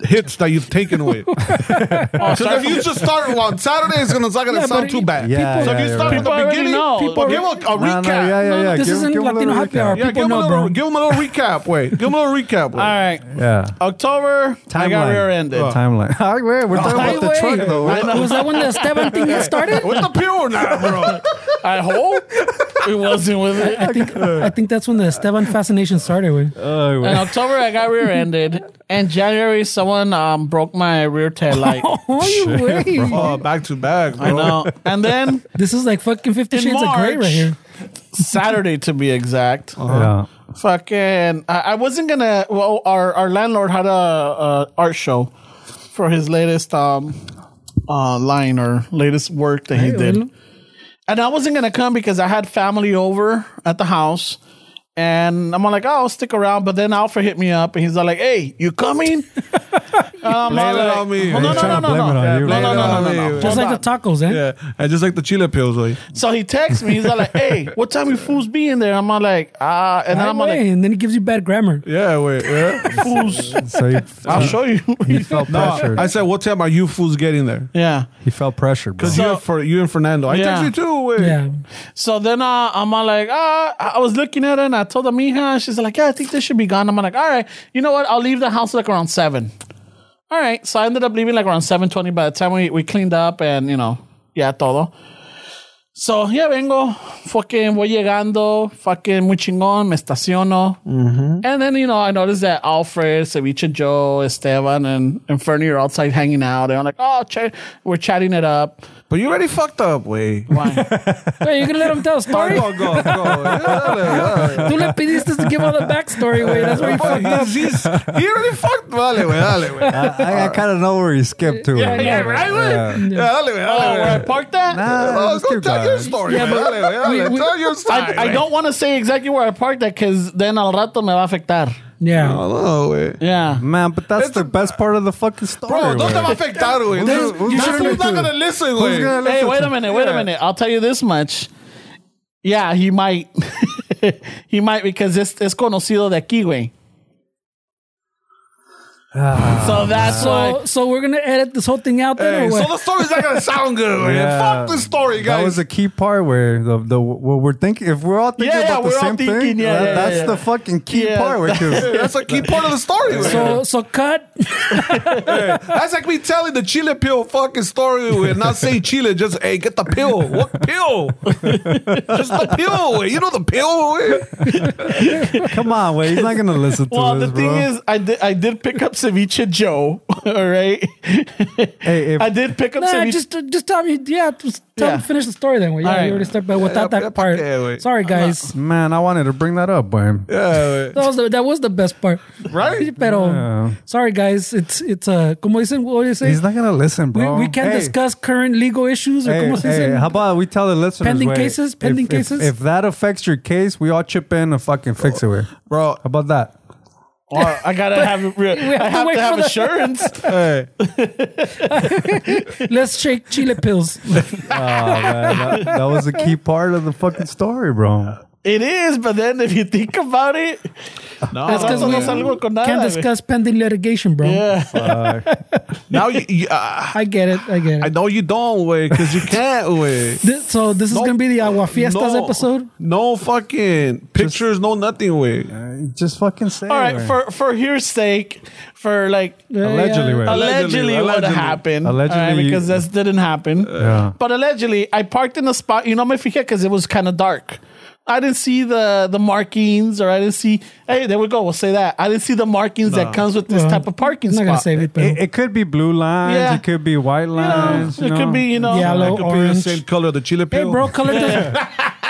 S4: Hits that you've taken away. Because if you just start on Saturday, it's gonna, it's not gonna
S3: Yeah, but
S4: sound too
S3: it-
S4: bad.
S2: Yeah,
S4: so
S2: yeah,
S4: if you
S2: you're
S4: start
S2: right.
S4: from the
S1: People already
S4: beginning,
S1: know. People
S4: people give a, a
S2: No,
S4: recap.
S2: no, yeah, yeah, yeah.
S3: this
S2: give,
S3: isn't
S2: give him a
S3: Latino
S2: little
S3: happy
S2: recap.
S3: hour.
S4: Yeah, give him,
S3: People
S4: a
S3: know,
S4: little,
S3: bro.
S4: give him a little recap. Wait, give him a little recap. Wait.
S1: All right,
S2: Yeah,
S1: October. I got
S2: Timeline.
S1: rear-ended.
S2: timeline. All right, we're talking about the
S3: Highway.
S2: truck though.
S1: I know.
S3: Was that when the Esteban thing got started?
S4: With the peel now, bro.
S1: I hope it wasn't with it.
S3: I think, I think that's when the Esteban fascination started. With.
S2: Oh,
S1: In
S2: wait.
S1: October, I got rear-ended. And January, someone um, broke my rear tail light.
S3: Oh, you wait.
S4: oh, back to back, bro.
S1: I know. And then
S3: This is like fucking Fifty
S1: In
S3: Shades of Grey
S1: March.
S3: right here.
S1: Saturday to be exact.
S2: Yeah.
S1: Fucking, I, I wasn't gonna. Well, our our landlord had a, a art show for his latest um uh line or latest work that he
S3: Hey,
S1: did,
S3: bueno.
S1: and I wasn't gonna come because I had family over at the house. And I'm like, oh, I'll stick around. But then Alfred hit me up and he's all like, hey, you coming? I'm
S4: Blame
S1: all
S4: it
S1: like,
S4: on me.
S1: "Oh, No,
S4: You're
S1: no, no,
S2: trying to
S1: no,
S2: blame
S1: no.
S2: it on
S1: Yeah, No,
S2: you,
S1: no, no,
S2: right?
S1: no, no, no.
S3: Just
S1: Hold
S3: like
S1: on.
S3: the tacos, eh?
S4: Yeah, and just like the chile pills, like
S1: So he texts me. He's all like, "Hey, what time you fools be in there?" I'm all like, "Ah," and then
S3: Right
S1: I'm all
S3: way,
S1: like,
S3: and then he gives you bad grammar.
S4: yeah, wait, yeah.
S1: "Fools,
S2: So he,
S1: I'll show you."
S2: he felt pressured.
S4: I said, what time are you fools getting there?
S1: yeah.
S2: he felt pressured, bro.
S4: Because
S1: So-
S4: you and Fer- you and Fernando, I
S1: Yeah.
S4: text you too. Wait.
S3: Yeah.
S1: So then uh, I'm all like, "Ah," I I was looking at her and I told her, "Mija," and she's like, "Yeah, I think this should be gone." I'm like, "All right, you know what? I'll leave the house like around seven. All right. So I ended up leaving like around seven twenty. By the time we we cleaned up and you know, yeah, todo. So ya vengo, fucking voy llegando, fucking muy chingón, me estaciono. And then, you know, I noticed that Alfred, Ceviche Joe, Esteban, and, and Fernie are outside hanging out. And I'm like, oh, ch- we're chatting it up.
S4: But you already fucked up. Wait.
S1: Why?
S3: Wait, you gonna let him tell a story?
S4: go, go, go.
S3: Tú le pediste to give all the backstory, way. That's why you fucked up.
S4: he's, he's, he already fucked. Dale, güey, dale, güey.
S2: I, I, I kind of know where he skipped to.
S1: yeah, yeah, right?
S4: Yeah, dale, güey,
S1: Oh,
S4: dale,
S1: where I
S4: güey.
S1: parked that?
S2: Nah,
S4: Oh,
S2: just
S4: go
S2: Uh, keep
S4: tell
S2: going.
S4: your story.
S3: Yeah,
S4: Yeah,
S3: but
S4: dale, güey,
S3: we-
S4: dale.
S3: we-
S4: Tell your story.
S1: I, I don't want to say exactly where I parked that because then al rato me va a afectar.
S3: Yeah.
S4: Oh, güey.
S1: Yeah.
S2: Man, but that's the best part of the fucking story.
S4: Bro, no
S2: güey.
S4: te va a afectar, güey.
S2: Who's- who's
S4: This
S2: listening
S4: fool's not
S2: to
S4: gonna
S2: it?
S4: listen,
S2: Who's
S4: güey.
S2: gonna
S1: Hey,
S2: listen
S1: wait
S2: to
S1: a minute, wait a
S4: Yeah.
S1: minute. I'll tell you this much. Yeah, he might. he might because it's es conocido de aquí, güey.
S2: Ah,
S1: so that's why.
S3: So, so we're gonna edit this whole thing out then,
S4: Hey,
S3: or
S4: so
S3: what?
S4: the story's not gonna sound good, man.
S2: Yeah.
S4: Fuck the story, guys.
S2: That was a key part where the the what we're thinking. If we're all thinking
S1: Yeah, yeah,
S2: about the
S1: we're all
S2: same
S1: thinking,
S2: thing,
S1: yeah,
S2: that-
S1: yeah,
S2: that's
S1: yeah.
S2: the fucking key
S1: Yeah.
S2: part. Where 'cause-
S4: That's a key part of the story. man.
S3: So, so cut.
S4: That's like me telling the Chile pill fucking story and not say Chile, just hey, get the pill. What pill? just the pill. Wait. You know the pill. eh? Wait.
S2: come on, wait, he's not gonna listen to
S1: Well, the
S2: this,
S1: thing
S2: bro.
S1: is, I did I did pick up Ceviche Joe. All right,
S2: Hey, if-
S1: I did pick up
S3: Nah,
S1: Ceviche.
S3: just just tell me. Yeah, just tell
S1: Yeah.
S3: me finish the story then. Way. Yeah,
S1: All right.
S3: you already started by without
S4: yeah,
S3: that
S4: yeah,
S3: part.
S4: yeah, wait.
S3: Sorry, guys.
S2: man, I wanted to bring that up, but
S4: Yeah, eh.
S3: That was the, that was the best part.
S4: Right?
S3: Pero, sorry, guys. It's it's uh, como dicen, what do you say?
S2: he's not gonna listen,
S3: We,
S2: bro.
S3: we can't
S2: Hey,
S3: discuss current legal issues or
S2: Hey,
S3: como se
S2: hey,
S3: dice.
S2: how about we tell the listeners?
S3: Pending
S2: wait,
S3: cases,
S2: if-
S3: pending
S2: if-
S3: cases.
S2: If that affects your case, we all chip in and fucking fix it. Way. How
S4: bro.
S2: about that?
S1: Or Oh, I gotta have re-
S3: have
S1: I
S3: to
S1: have to,
S3: wait
S1: have
S3: for the-
S1: insurance.
S3: Let's shake chile pills.
S2: that, that was a key part of the fucking story, bro.
S1: it is, but then if you think about it, no,
S3: That's because we can't discuss pending litigation, bro.
S4: Now you, you uh,
S3: I get it. I get it.
S4: I know you don't wait because you can't wait.
S3: Thi- so this is
S4: No.
S3: gonna be the agua fiestas episode.
S4: No fucking pictures, no nothing. eh. Wait.
S2: Just fucking say.
S1: All
S2: it,
S1: right,
S2: way.
S1: for for your sake, for like
S2: allegedly,
S3: Yeah.
S1: allegedly,
S2: way.
S4: Allegedly,
S1: what
S4: allegedly.
S1: happened.
S2: Allegedly,
S1: all right,
S2: you-
S1: because that didn't happen.
S2: Yeah.
S1: But allegedly, I parked in a spot. You know, me fijé because it was kind of dark. I didn't see the the markings, or I didn't see. Hey, there we go. We'll say that I didn't see the markings that comes with this
S3: Well,
S1: type of parking
S3: I'm not
S1: spot.
S3: gonna save it, but
S2: It, it could be blue lines.
S1: Yeah.
S2: It could be white
S1: You know,
S2: lines.
S1: it
S2: you know?
S1: could be you know
S3: Yellow,
S4: Could be the
S3: orange.
S4: same color of the chili pill.
S3: Hey, bro, color doesn't.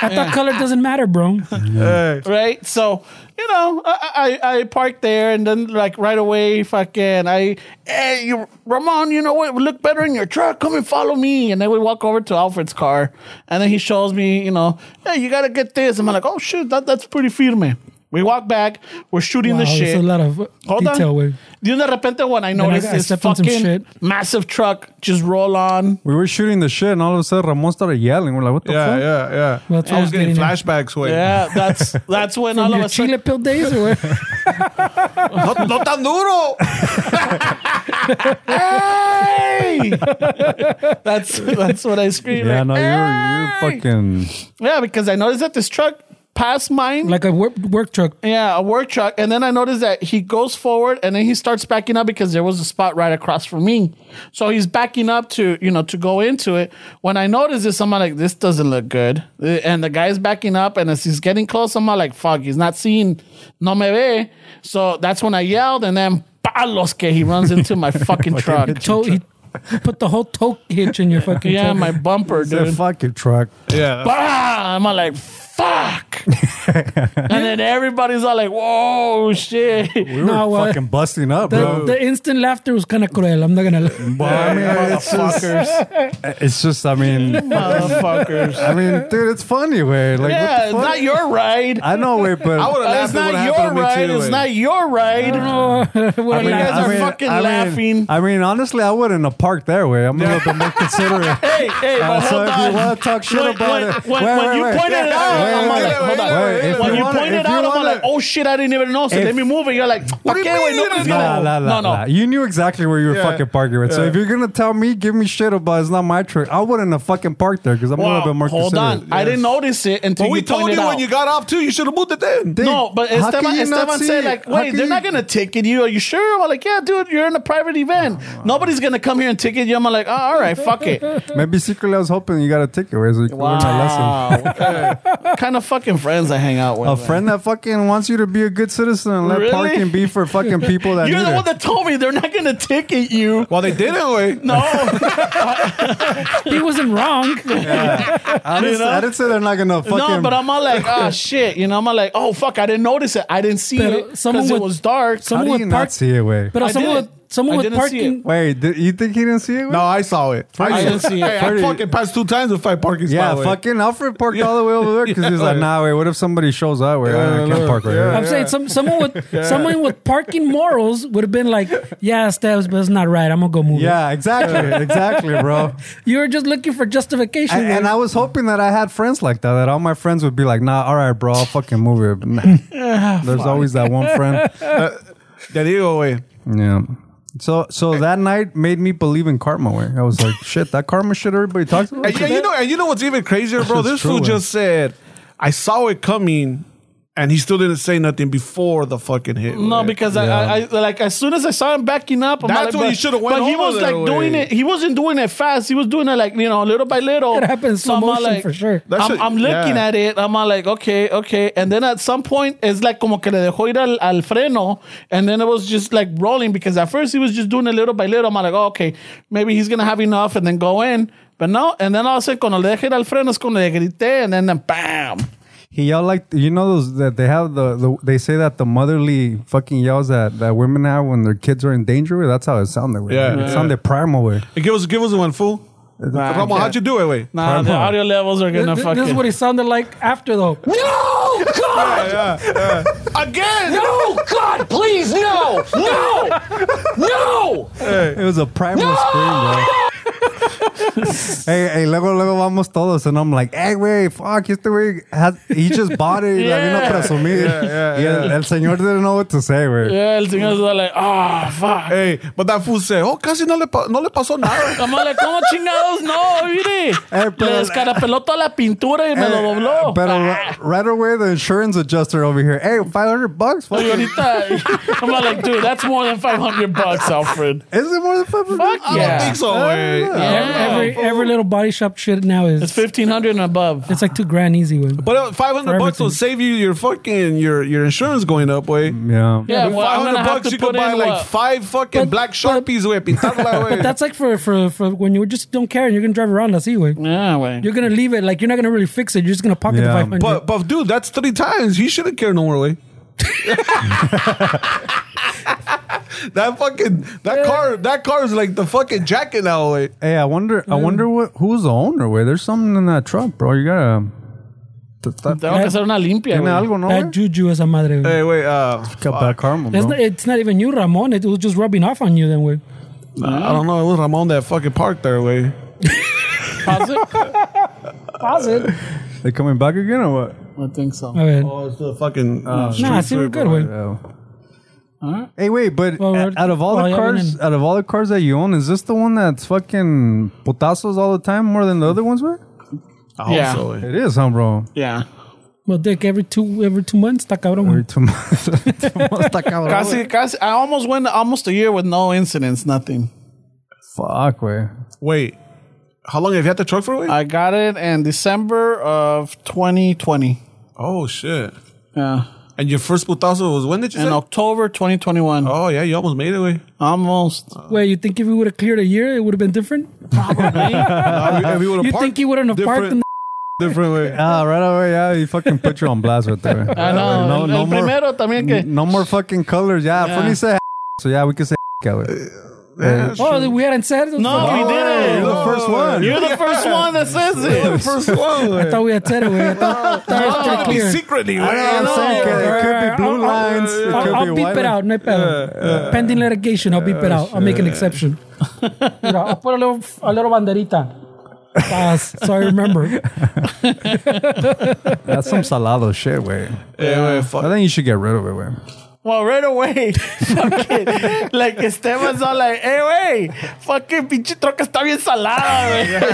S3: I thought color doesn't matter, bro.
S4: Hey.
S1: right? So you know, I, I I parked there, and then like right away, fucking, I hey, you, Ramon, you know what? would look better in your truck. Come and follow me. And then we walk over to Alfred's car, and then he shows me, you know, hey, you gotta get this. And I'm like, oh shoot, that, that's pretty firme. We walk back. We're shooting
S3: Wow,
S1: the shit.
S3: there's a lot of
S1: Hold
S3: detail.
S1: on.
S3: Way.
S1: Then de repente when I
S3: I-
S1: noticed
S3: I
S1: this
S3: stepped on some
S1: fucking
S3: shit.
S1: massive truck just roll on.
S2: We were shooting the shit, and all of a sudden Ramon started yelling. We're like, "What the
S4: Yeah,
S2: fuck?"
S4: yeah, yeah.
S3: Well, that's
S4: I
S3: what
S4: was
S3: I'm
S4: getting
S3: getting at.
S4: flashbacks. eh. Wait.
S1: Yeah, that's that's when all of
S3: Your
S1: a sudden
S3: chile pill days or what?
S4: No, no tan duro.
S1: hey! that's that's what I screamed.
S2: Yeah,
S1: like, "Ah!"
S2: no, you're
S1: "Hey!"
S2: you're fucking.
S1: Yeah, because I noticed that this truck passed mine.
S3: like a work, work truck.
S1: yeah, a work truck, and then I noticed that he goes forward and then he starts backing up because there was a spot right across from me. So he's backing up to you know to go into it. When I noticed this, I'm like, this doesn't look good. Uh, And the guy's backing up, and as he's getting close, I'm like, fuck, he's not seeing. No me ve. So that's when I yelled, and then palos que he runs into my fucking truck.
S3: Toe, he put the whole toe hitch in your fucking
S1: Yeah,
S3: truck.
S1: my bumper,
S2: Dude.
S1: dude.
S2: Fuck your truck.
S4: Yeah.
S1: Bah! I'm all like, fuck! fuck. and then everybody's all like, whoa, shit.
S2: We were
S3: No,
S1: uh,
S3: well,
S2: fucking busting up,
S3: The,
S2: bro.
S3: the instant laughter was kind of cruel. I'm not gonna lie.
S2: Well, I mean, it's just, it's just, I mean,
S1: Motherfuckers.
S2: I mean, dude, it's funny, way. Like,
S1: Yeah,
S2: yeah,
S1: it's not your ride. Uh,
S2: I know, way, but
S4: I would have
S1: It's
S4: laughed at what
S1: not your
S4: happened to me
S1: ride.
S4: too.
S1: It's
S4: eh.
S1: not your ride.
S3: What
S1: mean,
S3: a laugh.
S1: guys are fucking laughing.
S2: I mean, honestly, I wouldn't have parked there, way. I'm a little bit more considerate. Uh,
S1: Hey, hey, but
S2: so
S1: hold
S2: if you
S1: on.
S2: want to talk shit
S1: When-
S2: about
S1: when-
S2: it,
S1: when-
S2: wait,
S1: when
S2: wait,
S1: you
S2: wait.
S1: pointed it out,
S2: Wait,
S1: I'm
S2: wait,
S1: like,
S2: wait,
S1: hold on.
S2: wait, if
S1: When you
S2: wanna-
S1: pointed
S2: if
S1: it out, I'm
S2: wanna-
S1: like, oh shit, I didn't even know. So
S2: If-
S1: let me move it. You're like,
S4: do you
S1: okay, wait,
S4: mean you
S1: nobody's
S4: didn't
S1: gonna.
S2: Nah, nah,
S1: No,
S2: nah, nah.
S1: no.
S2: You knew exactly where you were
S4: Yeah.
S2: fucking parking, right? So
S4: Yeah.
S2: if you're gonna tell me, give me shit about it's not my truck, I wouldn't have fucking parked there because I'm a
S1: Wow,
S2: little bit more
S1: hold on.
S2: considerate.
S1: I didn't notice it until
S4: But we
S1: you
S4: told
S1: pointed
S4: you
S1: out.
S4: when you got off too. You should have moved it then.
S2: Dude,
S1: No, but
S2: how
S1: Esteban,
S2: can you not
S1: Esteban
S2: see
S1: said,
S2: it?
S1: like,
S2: How
S1: wait,
S2: can
S1: they're
S2: you-
S1: not going to ticket you. Are you sure? I'm like, yeah, dude, you're in a private event.
S2: Oh,
S1: Nobody's going to come here and ticket you. I'm like, oh, all right, fuck it.
S2: Maybe secretly I was hoping you got a ticket, right? So you could learn that lesson.
S1: Wow. what kind of- what kind of fucking friends I hang out with.
S2: A
S1: man?
S2: friend that fucking wants you to be a good citizen and let
S1: Really?
S2: parking be for fucking people that
S1: You're
S2: need
S1: the
S2: it.
S1: one that told me they're not going to ticket you.
S4: Well, they eh. did it. Wait.
S1: No.
S3: he wasn't wrong.
S2: I, didn't,
S1: you know?
S2: I didn't say they're not gonna fucking.
S1: no, but I'm all like, oh, shit. You know, I'm all like, oh, fuck, I didn't notice it. I didn't see
S3: Pero
S1: it
S3: someone
S1: because it
S3: would-
S1: was dark.
S2: How
S3: Someone
S2: do you
S3: with
S2: not
S3: park,
S2: see it? Wait,
S3: but
S1: I
S3: someone
S1: didn't.
S3: with someone
S1: I
S3: with
S1: didn't see it.
S3: parking.
S2: wait, did, you think he didn't see it? Wait?
S4: No, I saw it.
S1: I didn't see
S4: Hey,
S1: it.
S4: I
S2: Pretty-
S4: fucking passed two times with five parking
S2: Yeah,
S4: spots.
S2: fucking Alfred parked all the way over there because he's like, nah, wait, what if somebody shows up? Wait, I can't park right
S4: yeah.
S2: here.
S3: I'm saying some someone with someone with parking morals would have been like, yeah, steps, but it's not right. I'm gonna go move. it."
S2: Yeah, exactly, exactly, bro.
S3: you were just looking for justification.
S2: And,
S3: man.
S2: and I was hoping that I had friends like that. That all my friends would be like, "Nah, all right, bro, I'll fucking move it." But nah. There's always that one friend.
S4: Te digo, güey.
S2: Yeah. So, so that night made me believe in karma. Way I was like, "Shit, that karma shit everybody talks about."
S4: And, yeah, you know, and you know what's even crazier, bro?
S2: That's
S4: this
S2: true,
S4: fool
S2: eh?
S4: just said, I saw it coming, and he still didn't say nothing before the fucking hit.
S1: No,
S4: güey.
S1: because I, I, I, like, as soon as I saw him backing up, I'm
S4: That's
S1: like,
S4: when
S1: but-
S4: you should've went
S1: But he
S4: over
S1: was
S4: there,
S1: like doing
S4: güey.
S1: it. He wasn't doing it fast. He was doing it like you know, little by little.
S3: It happens
S1: So
S3: slow
S1: I'm all
S3: motion for sure.
S4: That
S1: I'm,
S4: shit-
S1: I'm looking
S4: yeah.
S1: at it. I'm all like, okay, okay. And then at some point, it's like como que le dejó ir al, al freno, and then it was just like rolling because at first he was just doing it little by little. I'm all like, oh, okay, maybe he's gonna have enough and then go in. But no, and then all of a sudden, cuando le dejé ir al freno, es cuando le grité, and then, then bam.
S2: He yelled like you know those that they have the, the they say that the motherly fucking yells that, that women have when their kids are in danger. That's how it sounded. Way.
S4: Yeah,
S2: it
S4: yeah.
S2: sounded primal. Way.
S4: Hey, give us, give us one, fool. Ramo,
S1: okay.
S4: how'd you do it, wait?
S1: Nah, the
S2: Karma.
S1: audio levels are gonna
S3: Th-
S1: fucking.
S3: this is what it sounded like after though.
S6: No, God!
S4: Again!
S6: No, God, please, no! No! No!
S2: It was a primal scream, bro. hey, hey, luego, luego vamos todos. And I'm like, hey, güey, fuck, este güey, has- he just bought it. Yeah. La vino a
S1: Yeah.
S2: presumir. Y el, el señor didn't know what to say, güey.
S1: yeah, el señor was all like, ah, fuck.
S4: Hey, but that fool said, oh, casi no le, pa- no le pasó nada.
S1: I'm like, ¿cómo chingados? No, mire.
S2: Eh, pero-
S1: Le descarapeló toda la pintura y me
S4: Eh,
S1: lo dobló.
S2: But
S1: Ah.
S2: Eh, right away, the insurance adjuster over here, hey, 500 bucks? Fuck
S1: Y
S2: it.
S1: ahorita, I'm like, dude, that's more than 500 bucks, Alfred.
S2: Is it more than 500 bucks?
S1: Fuck yeah.
S4: I think so,
S2: I
S4: güey.
S2: don't know.
S1: Yeah.
S3: E-, Every every little body shop shit now is
S1: It's
S3: it's,
S1: 1500 and above.
S3: like two grand easy one.
S4: But uh, 500
S3: For
S4: bucks will
S3: everything.
S4: save you your fucking, your, your insurance going up, way.
S2: Yeah.
S1: Yeah, well, I'm
S4: 500
S1: gonna have
S4: bucks,
S1: to
S4: you could
S1: put
S4: buy
S1: in
S4: like
S1: what?
S4: five fucking
S3: But-
S4: black
S3: but-
S4: sharpies, güey. Pintarla, güey.
S3: But that's like for for for when you just don't care and you're gonna drive around that way.
S1: Yeah, güey.
S3: You're gonna leave it like you're not gonna really fix it. You're just gonna pocket
S2: Yeah,
S3: the five hundred.
S4: But, but dude, that's three times. He shouldn't care no more, way. that fucking that car that car is like the fucking jacket now, way.
S2: Hey, I wonder,
S3: Mm.
S2: I wonder what who's the owner, way. There's something in that truck, bro. You gotta. t- t-
S1: Tengo
S4: eh,
S1: que hacer una limpia,
S2: Tiene
S1: güey.
S2: algo, no?
S3: Bad
S2: güey?
S3: juju esa madre. güey.
S4: Hey, wait, uh,
S2: Got that karma,
S3: That's
S2: bro.
S3: not, it's not even you, Ramon. It was just rubbing off on you then, way.
S4: I don't know. It was Ramon that fucking parked there, way.
S1: Pause it?
S2: They coming back again or what?
S1: I think so.
S3: A ver.
S4: Oh, it's the fucking. Uh,
S3: Nah, Ah, see, we're good, way.
S2: Hey, wait, but
S3: Well,
S2: a- out of all
S3: well,
S2: the
S3: yeah,
S2: cars,
S3: vienen.
S2: out of all the cars that you own, is this the one that's fucking putazos all the time more than the other ones were?
S4: I hope
S1: Yeah.
S4: so, way.
S2: It is, huh, bro?
S1: Yeah.
S3: Well, Dick, every two every two months, está cabrón. güey.
S2: Every two months- two months está cabrón,
S1: Casi,
S2: güey.
S1: casi. I almost went almost a year with no incidents, nothing.
S2: Fuck, way.
S4: Wait, how long have you had the truck for, way?
S1: I got it in December of 2020.
S4: Oh shit!
S1: Yeah.
S4: And your first putazo was when did you
S1: In
S4: say?
S1: October 2021.
S4: Oh yeah, you almost made it, way.
S1: Almost.
S3: Wait, you think if we would have cleared a year, it would have been different?
S1: Probably.
S4: If you would've
S3: You
S4: parked
S3: think he wouldn't have parked
S4: different-
S3: in
S2: different way. Ah, right away. Yeah, you fucking put you on blast right there.
S1: I know.
S2: No,
S1: Ah, el,
S2: no
S1: el
S2: more-
S1: primero también que.
S2: No more fucking colors. Yeah,
S1: Yeah.
S2: Funny said. So yeah, we can say. Kelly. Eh,
S3: Oh, we hadn't said it? Oh.
S1: No, we
S2: You're
S1: didn't.
S2: the first one.
S1: You're the first one that says it.
S4: First one.
S3: I thought we had said it. We I thought, thought it was
S4: Trying to be
S3: clear.
S4: secretly.
S2: I know
S4: man.
S2: what I'm saying.
S3: no,
S2: It could
S3: no,
S2: be blue
S3: I'll-
S2: lines. It
S3: I'll,
S2: could
S3: I'll
S2: be
S3: beep
S2: white
S3: it
S2: lines.
S3: out. No hay pedo. Pending litigation, I'll beep it out. I'll make an exception. Mira, I'll put a little, a little banderita. Paz, so I remember.
S2: That's some salado shit, way.
S4: Yeah, yeah, fuck.
S2: I think you should get rid of it, way.
S1: Well, right away, fucking, like Esteban's all like, hey, wey, fucking pinche troca está bien salada, wey. and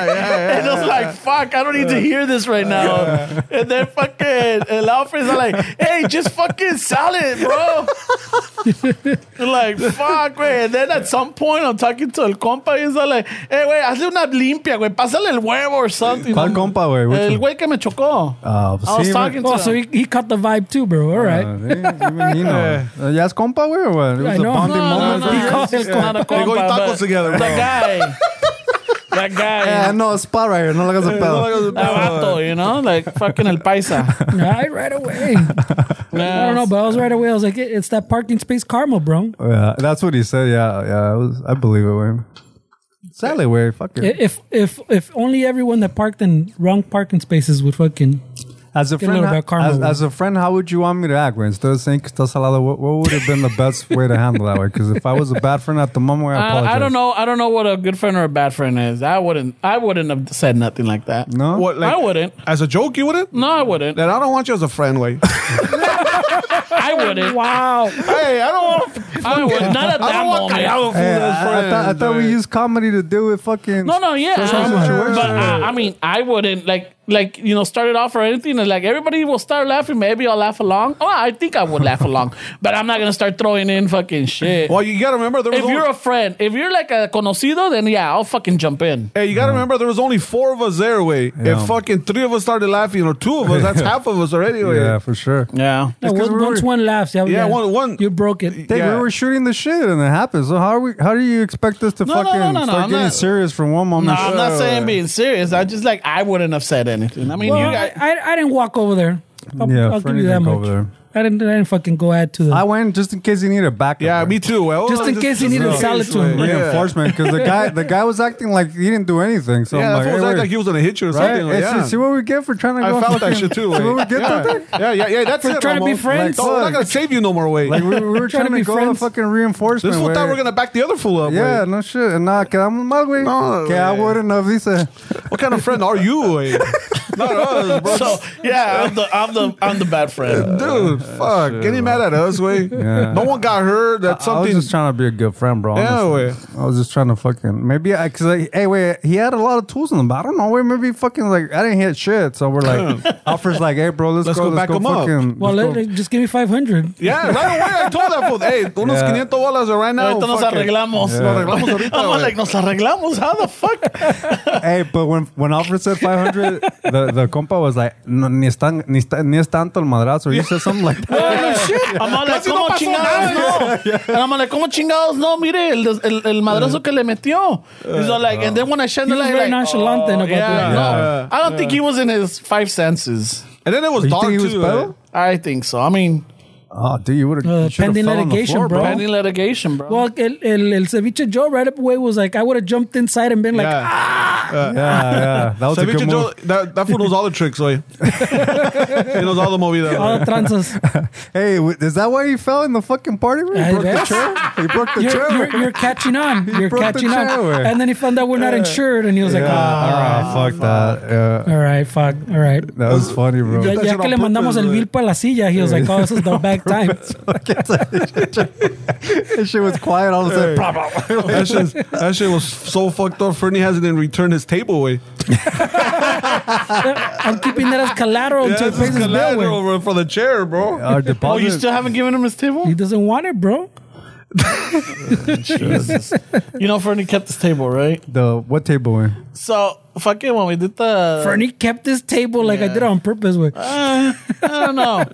S1: I was like, fuck, I don't need to hear this right now. And then fucking, and Alfred's all like, hey, just fucking sell it, bro. You're like, fuck, wey. And then at some point, I'm talking to El Compa, he's all like, hey, wey, hazle una limpia, wey, pásale el huevo or something.
S2: ¿Cuál compa, güey? Which
S1: El
S2: one?
S1: güey que me chocó.
S2: Ah, pues
S1: I was
S2: sí,
S1: talking to
S3: Oh, so
S1: him.
S3: he, he caught the vibe too, bro.
S2: güey.
S3: All right.
S2: Ah, sí, even he knows. Uh, ¿Ya es compa, güey, o what? It was
S3: I
S2: a
S3: know.
S2: bonding
S3: No, no,
S2: moment.
S3: no,
S2: for you
S3: no.
S2: guys?
S1: Because it's not a
S4: They go eat
S1: compa,
S4: tacos
S1: but
S4: together,
S1: That
S4: bro.
S1: guy. that guy.
S2: Yeah, I know a spot right here. Eh, No le hagas el
S4: No, like,
S2: pedo.
S1: that vato, you know? Like fucking El Paisa.
S3: All right, right away. I don't know, but I was right away. I was like, "It- it's that parking space Carmel, bro.
S2: Yeah, that's what he said. Yeah, yeah, I, was, I believe it, güey. Sally, güey, fuck it.
S3: I- If if if only everyone that parked in wrong parking spaces would fucking
S2: As a
S3: Get a
S2: friend,
S3: little
S2: how-
S3: bit of karma,
S2: as,
S3: güey.
S2: as a friend, how would you want me to act? Güey? Instead of saying que estás salado, what, what would have been the best way to handle that? Because if I was a bad friend at the moment, I apologize.
S1: I, I don't know. I don't know what a good friend or a bad friend is. I wouldn't. I wouldn't have said nothing like that.
S2: No,
S4: What, like,
S1: I wouldn't.
S4: As a joke, you wouldn't?
S1: No, I wouldn't.
S4: Then I don't want you as a friend, way.
S1: I wouldn't.
S3: wow.
S4: hey, I don't want.
S1: I would not at
S4: I
S1: that
S4: don't want
S1: moment.
S4: callado fool
S2: Hey,
S4: as
S2: I, I
S4: friends.
S2: thought, I thought we
S4: man.
S2: used comedy to deal with fucking.
S1: No, no, yeah.
S2: Social
S1: I-
S2: situation.
S1: but I, I mean, I wouldn't like like you know start it off or anything. And like everybody will start laughing. Maybe I'll laugh along. Oh, I think I would laugh along, but I'm not gonna start throwing in fucking shit.
S4: Well, you gotta remember there was
S1: if
S4: only,
S1: you're a friend, if you're like a conocido, then yeah, I'll fucking jump in.
S4: hey, you gotta remember there was only four of us there, way.
S2: Yeah.
S4: If fucking three of us started laughing or two of us, that's half of us already, way.
S2: Yeah, for sure.
S1: Yeah.
S3: No,
S2: 'cause
S3: once,
S2: we were-
S3: once one laughs, yeah,
S4: Yeah, one- one-
S3: you broke it.
S2: Hey,
S4: Yeah.
S2: we were shooting the shit and it happened. So how are we? How do you expect us to
S1: No, no,
S2: fucking
S1: no, no, no,
S2: start
S1: I'm
S2: getting
S1: not-
S2: serious from one moment?
S1: No,
S2: to
S1: I'm not
S2: another?
S1: saying being serious. I just like I wouldn't have said anything. I mean,
S3: Well,
S1: you guys,
S3: I, I I didn't walk over there. I'll,
S2: Yeah,
S3: I'll give
S2: Fernie
S3: you that
S2: didn't go
S3: much.
S2: over there.
S3: I didn't I didn't fucking go add to the.
S2: I went just in case you need a backup.
S4: Yeah,
S2: right?
S4: me too. Well,
S3: Just in case you need a
S4: in
S3: salad
S4: case,
S3: to him.
S4: way. Yeah.
S2: reinforcement because the guy the guy was acting like he didn't do anything. So
S4: Yeah,
S2: I'm
S4: that
S2: like,
S4: fool
S2: hey,
S4: was acting
S2: wait.
S4: like he was gonna hit you or
S2: Right?
S4: something. Like,
S2: It's-
S4: yeah.
S2: See what we get for trying to
S4: I
S2: go
S4: felt that
S2: fucking-
S4: shit too.
S2: See what we
S4: Way.
S2: get
S4: yeah.
S2: that day?
S4: yeah, yeah, yeah. That's it.
S3: trying to
S4: Ramon.
S3: be friends?
S4: Like, no, we're not gonna save you no more, way.
S2: Like we, we were trying,
S3: to
S2: to,
S3: be
S2: go
S3: friends.
S2: to fucking
S4: this
S2: reinforcement.
S4: fool thought
S2: güey.
S4: we we're gonna back the other fool up.
S2: yeah,
S4: way.
S2: no shit. Nah, quedamos mal, güey.
S4: No,
S2: que I
S4: güey.
S2: wouldn't have, dice.
S4: What kind of friend are you, way? Not us, bro.
S1: so yeah, I'm the I'm the I'm the bad friend.
S4: Dude, fuck. Getting mad at us, way. No one got hurt. That's
S2: I was
S4: something.
S2: just trying to be a good friend, bro.
S4: Yeah,
S2: honestly.
S4: güey.
S2: I was just trying to fucking maybe I because like, hey, wait, he had a lot of tools in him, but I don't know. Wait, maybe fucking like I didn't hit shit, so we're like, Alfred's like, hey, bro, let's,
S4: Let's
S2: go,
S4: go
S2: let's
S4: back
S2: go
S4: him up.
S2: fucking.
S3: well,
S2: let's
S3: let,
S2: go-
S3: let- just give me five hundred.
S4: yeah, right away I told that fool, hey, unos
S2: Yeah.
S4: 500 bolas right now.
S1: Ahorita nos
S4: fucking-
S1: arreglamos.
S4: Nos arreglamos ahorita,
S1: I'm
S4: güey.
S1: like nos arreglamos. How the fuck?
S2: hey, but when when Alfred said 500, the, the compa was like, no, ni, están, ni, está, ni es tanto el madrazo. You said something like that.
S1: I'm all like,
S4: Casi no
S1: ¿cómo
S4: pasó
S1: chingados no? And I'm like, ¿cómo chingados no? Mire, el, des- el, el madrazo que le metió. He's all like, and then when I shed the
S3: He was
S1: light,
S3: very
S1: like, oh,
S3: nonchalant then about
S1: yeah,
S3: that.
S1: no.
S4: Yeah.
S1: I don't think he was in his five senses.
S4: And then it was
S2: You
S4: dark,
S2: think he was
S4: too. eh?
S2: better?
S1: I think so. I mean,
S2: Oh, dude, you would have.
S3: Uh, pending litigation, bro.
S1: pending litigation, bro.
S3: Well, el, el, el ceviche Joe right away was like, I would have jumped inside and been like,
S4: Yeah.
S3: ah,
S2: Yeah, yeah. That was a
S4: Ceviche
S2: good
S4: Joe,
S2: move.
S4: that, that fool knows all the tricks, way. he knows all the movida.
S3: all
S4: güey.
S3: "Oh, tranzas.
S2: Hey, w- is that why you fell in the fucking party room?
S3: I
S2: He broke the
S3: bet.
S2: chair. He broke the
S3: You're,
S2: chair.
S3: you're, you're catching on. You're
S2: broke the
S3: catching
S2: chair,
S3: on.
S2: güey.
S3: And then he found out we're not insured, and he was like, ah,
S2: Ah, fuck that. Yeah,
S3: all right, fuck, all right.
S2: that was funny, bro.
S3: Ya,
S4: That's
S3: ya
S4: on
S3: que le
S4: purpose,
S3: mandamos el
S4: güey.
S3: bill para la silla, he was like, oh, this is the back time.
S2: That shit was quiet all of a sudden. Pop, pop.
S4: that, shit, that shit was so fucked up. Fernie hasn't even returned his table, way.
S3: I'm keeping that as collateral
S4: Yeah,
S3: until
S4: this
S3: he pays
S4: is
S3: his bill.
S4: collateral
S3: güey.
S4: over for the chair, bro.
S2: Our
S1: oh, you
S2: deposit.
S1: still haven't given him his table?
S3: He doesn't want it, bro.
S1: Jesus. you know, Fernie kept his table, right?
S2: the what table? Win?
S1: So fucking when we did the
S3: Fernie kept this table like I did it on purpose. With
S4: Ah,
S1: I don't know.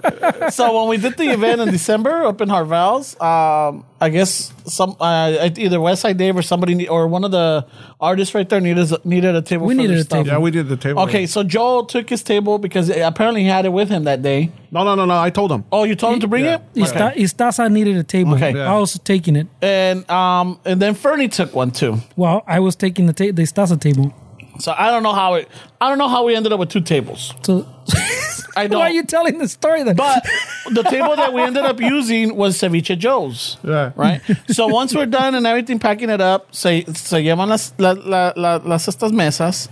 S1: so when we did the event in December up in Harvell's, um, I guess some uh, either Westside Dave or somebody ne- or one of the artists right there needed needed a table.
S3: We
S1: for their
S3: needed a
S1: stuff.
S3: table.
S4: Yeah, we did the table.
S1: Okay, so Joel took his table because apparently he had it with him that day.
S4: No, no, no, no. I told him.
S1: Oh, you told him to bring it?
S3: Ista- Istasa needed a table.
S1: Okay.
S3: I was taking it.
S1: And um and then Fernie took one too.
S3: Well, I was taking the ta- the Istasa table.
S1: So I don't know how it I don't know how we ended up with two tables.
S3: So
S1: I don't
S3: why are you telling the story then?
S1: But the table that we ended up using was Ceviche Joe's.
S4: Yeah.
S1: Right? So once we're done and everything, packing it up, se, se llevan las, la, la, la, las estas mesas.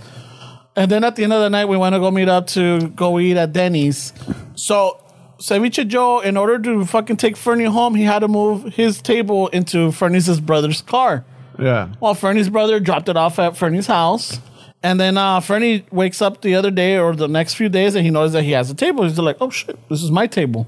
S1: And then at the end of the night, we want to go meet up to go eat at Denny's. So Ceviche Joe, in order to fucking take Fernie home, he had to move his table into Fernie's brother's car.
S4: Yeah.
S1: Well, Fernie's brother dropped it off at Fernie's house. And then uh, Fernie wakes up the other day or the next few days and he notices that he has a table. He's like, oh shit, this is my table.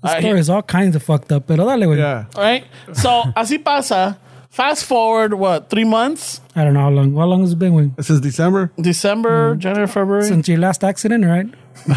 S3: the
S1: Uh,
S3: story
S1: he-
S3: is all kinds of fucked up. Pero dale, güey.
S4: Yeah.
S1: right? So, así pasa. Fast forward, what, three months?
S3: I don't know how long. How long has it been, güey?
S4: This is December.
S1: December,
S2: Mm.
S1: January, February.
S3: Since your last accident, right?
S1: my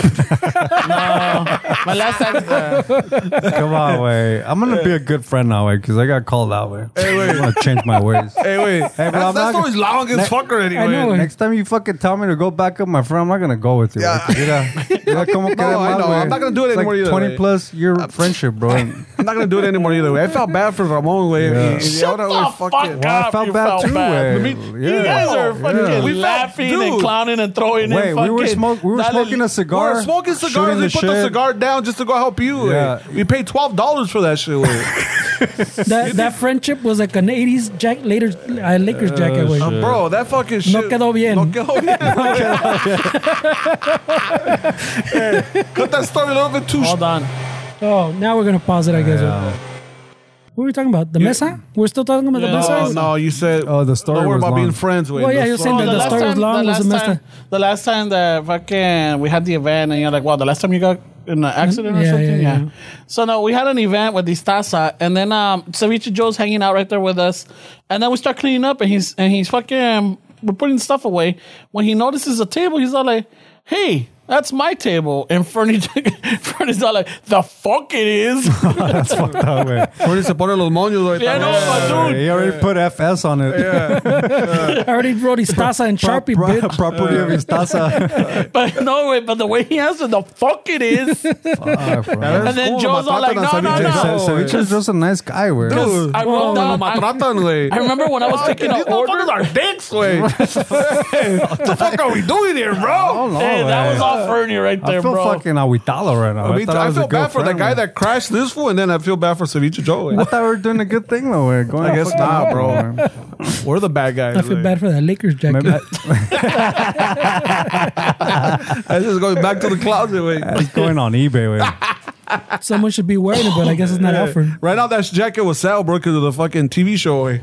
S1: last time.
S2: Come on, way. I'm gonna be a good friend now, way, because I got called out, way. Hey,
S4: wait.
S2: I'm gonna change my ways.
S4: Hey, wait.
S2: but I'm
S4: that's
S2: not
S4: that's always long as fuck already.
S3: I know.
S4: man.
S2: Next time you fucking tell me to go back up my friend, I'm not gonna go with you.
S4: Yeah.
S2: Yeah. Mira, mira como
S4: No, I
S2: queda mal,
S4: know.
S2: güey.
S4: I'm not gonna do it
S2: It's
S4: anymore
S2: like
S4: either,
S2: 20
S4: güey.
S2: plus year friendship, bro.
S4: I'm not gonna do it anymore either. Way. I felt bad for Ramon. Way.
S2: Yeah.
S4: He- he-
S1: Shut
S4: I
S1: the
S4: don't know,
S1: fuck
S4: fucking-
S2: Well, I
S1: up,
S2: felt
S1: you
S2: bad too,
S1: bad.
S2: way.
S1: I mean,
S2: Yeah.
S1: You guys are
S4: Yeah.
S1: fucking
S4: We felt-
S1: laughing and
S4: dude.
S1: clowning and throwing
S2: Wait,
S1: in
S2: we
S1: fucking.
S2: were smoke. We were
S1: Dale-
S2: smoking a cigar.
S4: We're smoking cigars.
S2: shooting
S4: We put the
S2: shit.
S4: cigar down just to go help you. way.
S2: Yeah.
S4: We paid twelve dollars for that shit. Way.
S3: That that friendship was like an '80s jack later uh, Lakers jacket, güey.
S4: Uh, bro, that fucking shit.
S3: quedó bien.
S4: No quedó bien. Hey, cut that story a little bit too
S1: Hold
S4: short.
S1: on.
S3: Oh, now we're gonna pause it, I guess.
S2: Yeah.
S3: What were we talking about? The mesa? We're still talking about the mesa?
S4: No, no, you said.
S2: Oh, the story
S4: Don't worry
S2: was
S4: about
S2: long.
S4: being friends. Way.
S3: Well, yeah,
S4: The
S3: you're
S4: story-
S3: saying that the
S1: last
S3: story was
S1: time-
S3: long
S1: the
S3: was a
S1: last
S3: mess.
S1: time- The last time that fucking we had the event, and you're like, "Wow, the last time you got in an accident or
S3: Yeah,
S1: something."
S3: yeah,
S1: Yeah,
S3: yeah.
S1: So no, we had an event with Istasa, and then um, Ceviche Joe's hanging out right there with us, and then we start cleaning up, and he's and he's fucking we're putting stuff away. When he notices a table, he's all like, "Hey." That's my table, and Fernie, Fernie's all like, "The fuck it is."
S2: That's fucked up, way.
S4: Fernie se pone los moños right
S1: Yeah, I know,
S4: there.
S1: but dude,
S2: Oh, He already put FS on it.
S3: I already wrote Istasa and
S2: Pro-
S3: Sharpie,
S2: pro-
S3: bitch.
S2: property of Istasa.
S1: but no way. But the way he answered, "The fuck it is,"
S2: Fuck, Ah, bro.
S1: and then
S4: cool,
S1: Joe's all like,
S4: Matata
S1: "No, no,
S4: Ceviche
S1: no."
S4: says-
S2: Ceviche is just a nice guy, güey.
S1: Because I
S4: Oh,
S1: wrote
S4: no,
S1: down. I-
S4: maltratan, way.
S1: I remember when I was taking an
S4: These
S1: order.
S4: motherfuckers are dicks, way. What the fuck are we doing here, bro?
S2: don't know,
S1: Hey, that
S2: güey.
S1: was all Fernie right there,
S2: I feel
S1: bro.
S2: fucking aguitado right now.
S4: I, mean,
S2: thought
S4: I
S2: was a
S4: feel
S2: good
S4: bad for the
S2: friend,
S4: guy
S2: güey.
S4: that crashed this fool, and then I feel bad for Ceviche Joe.
S2: I
S4: way.
S2: thought we were doing a good thing though. We're going
S4: I guess
S2: fucking
S4: not,
S2: up,
S4: bro.
S2: man.
S4: We're the bad guys.
S3: I feel
S4: way.
S3: bad for that Lakers jacket.
S2: Maybe
S4: I just going back to the closet. Way.
S2: that's going on eBay. Way.
S3: Someone should be wearing it, but I guess it's not offered.
S4: Right now, that jacket was sale, bro, because of the fucking TV show. Way.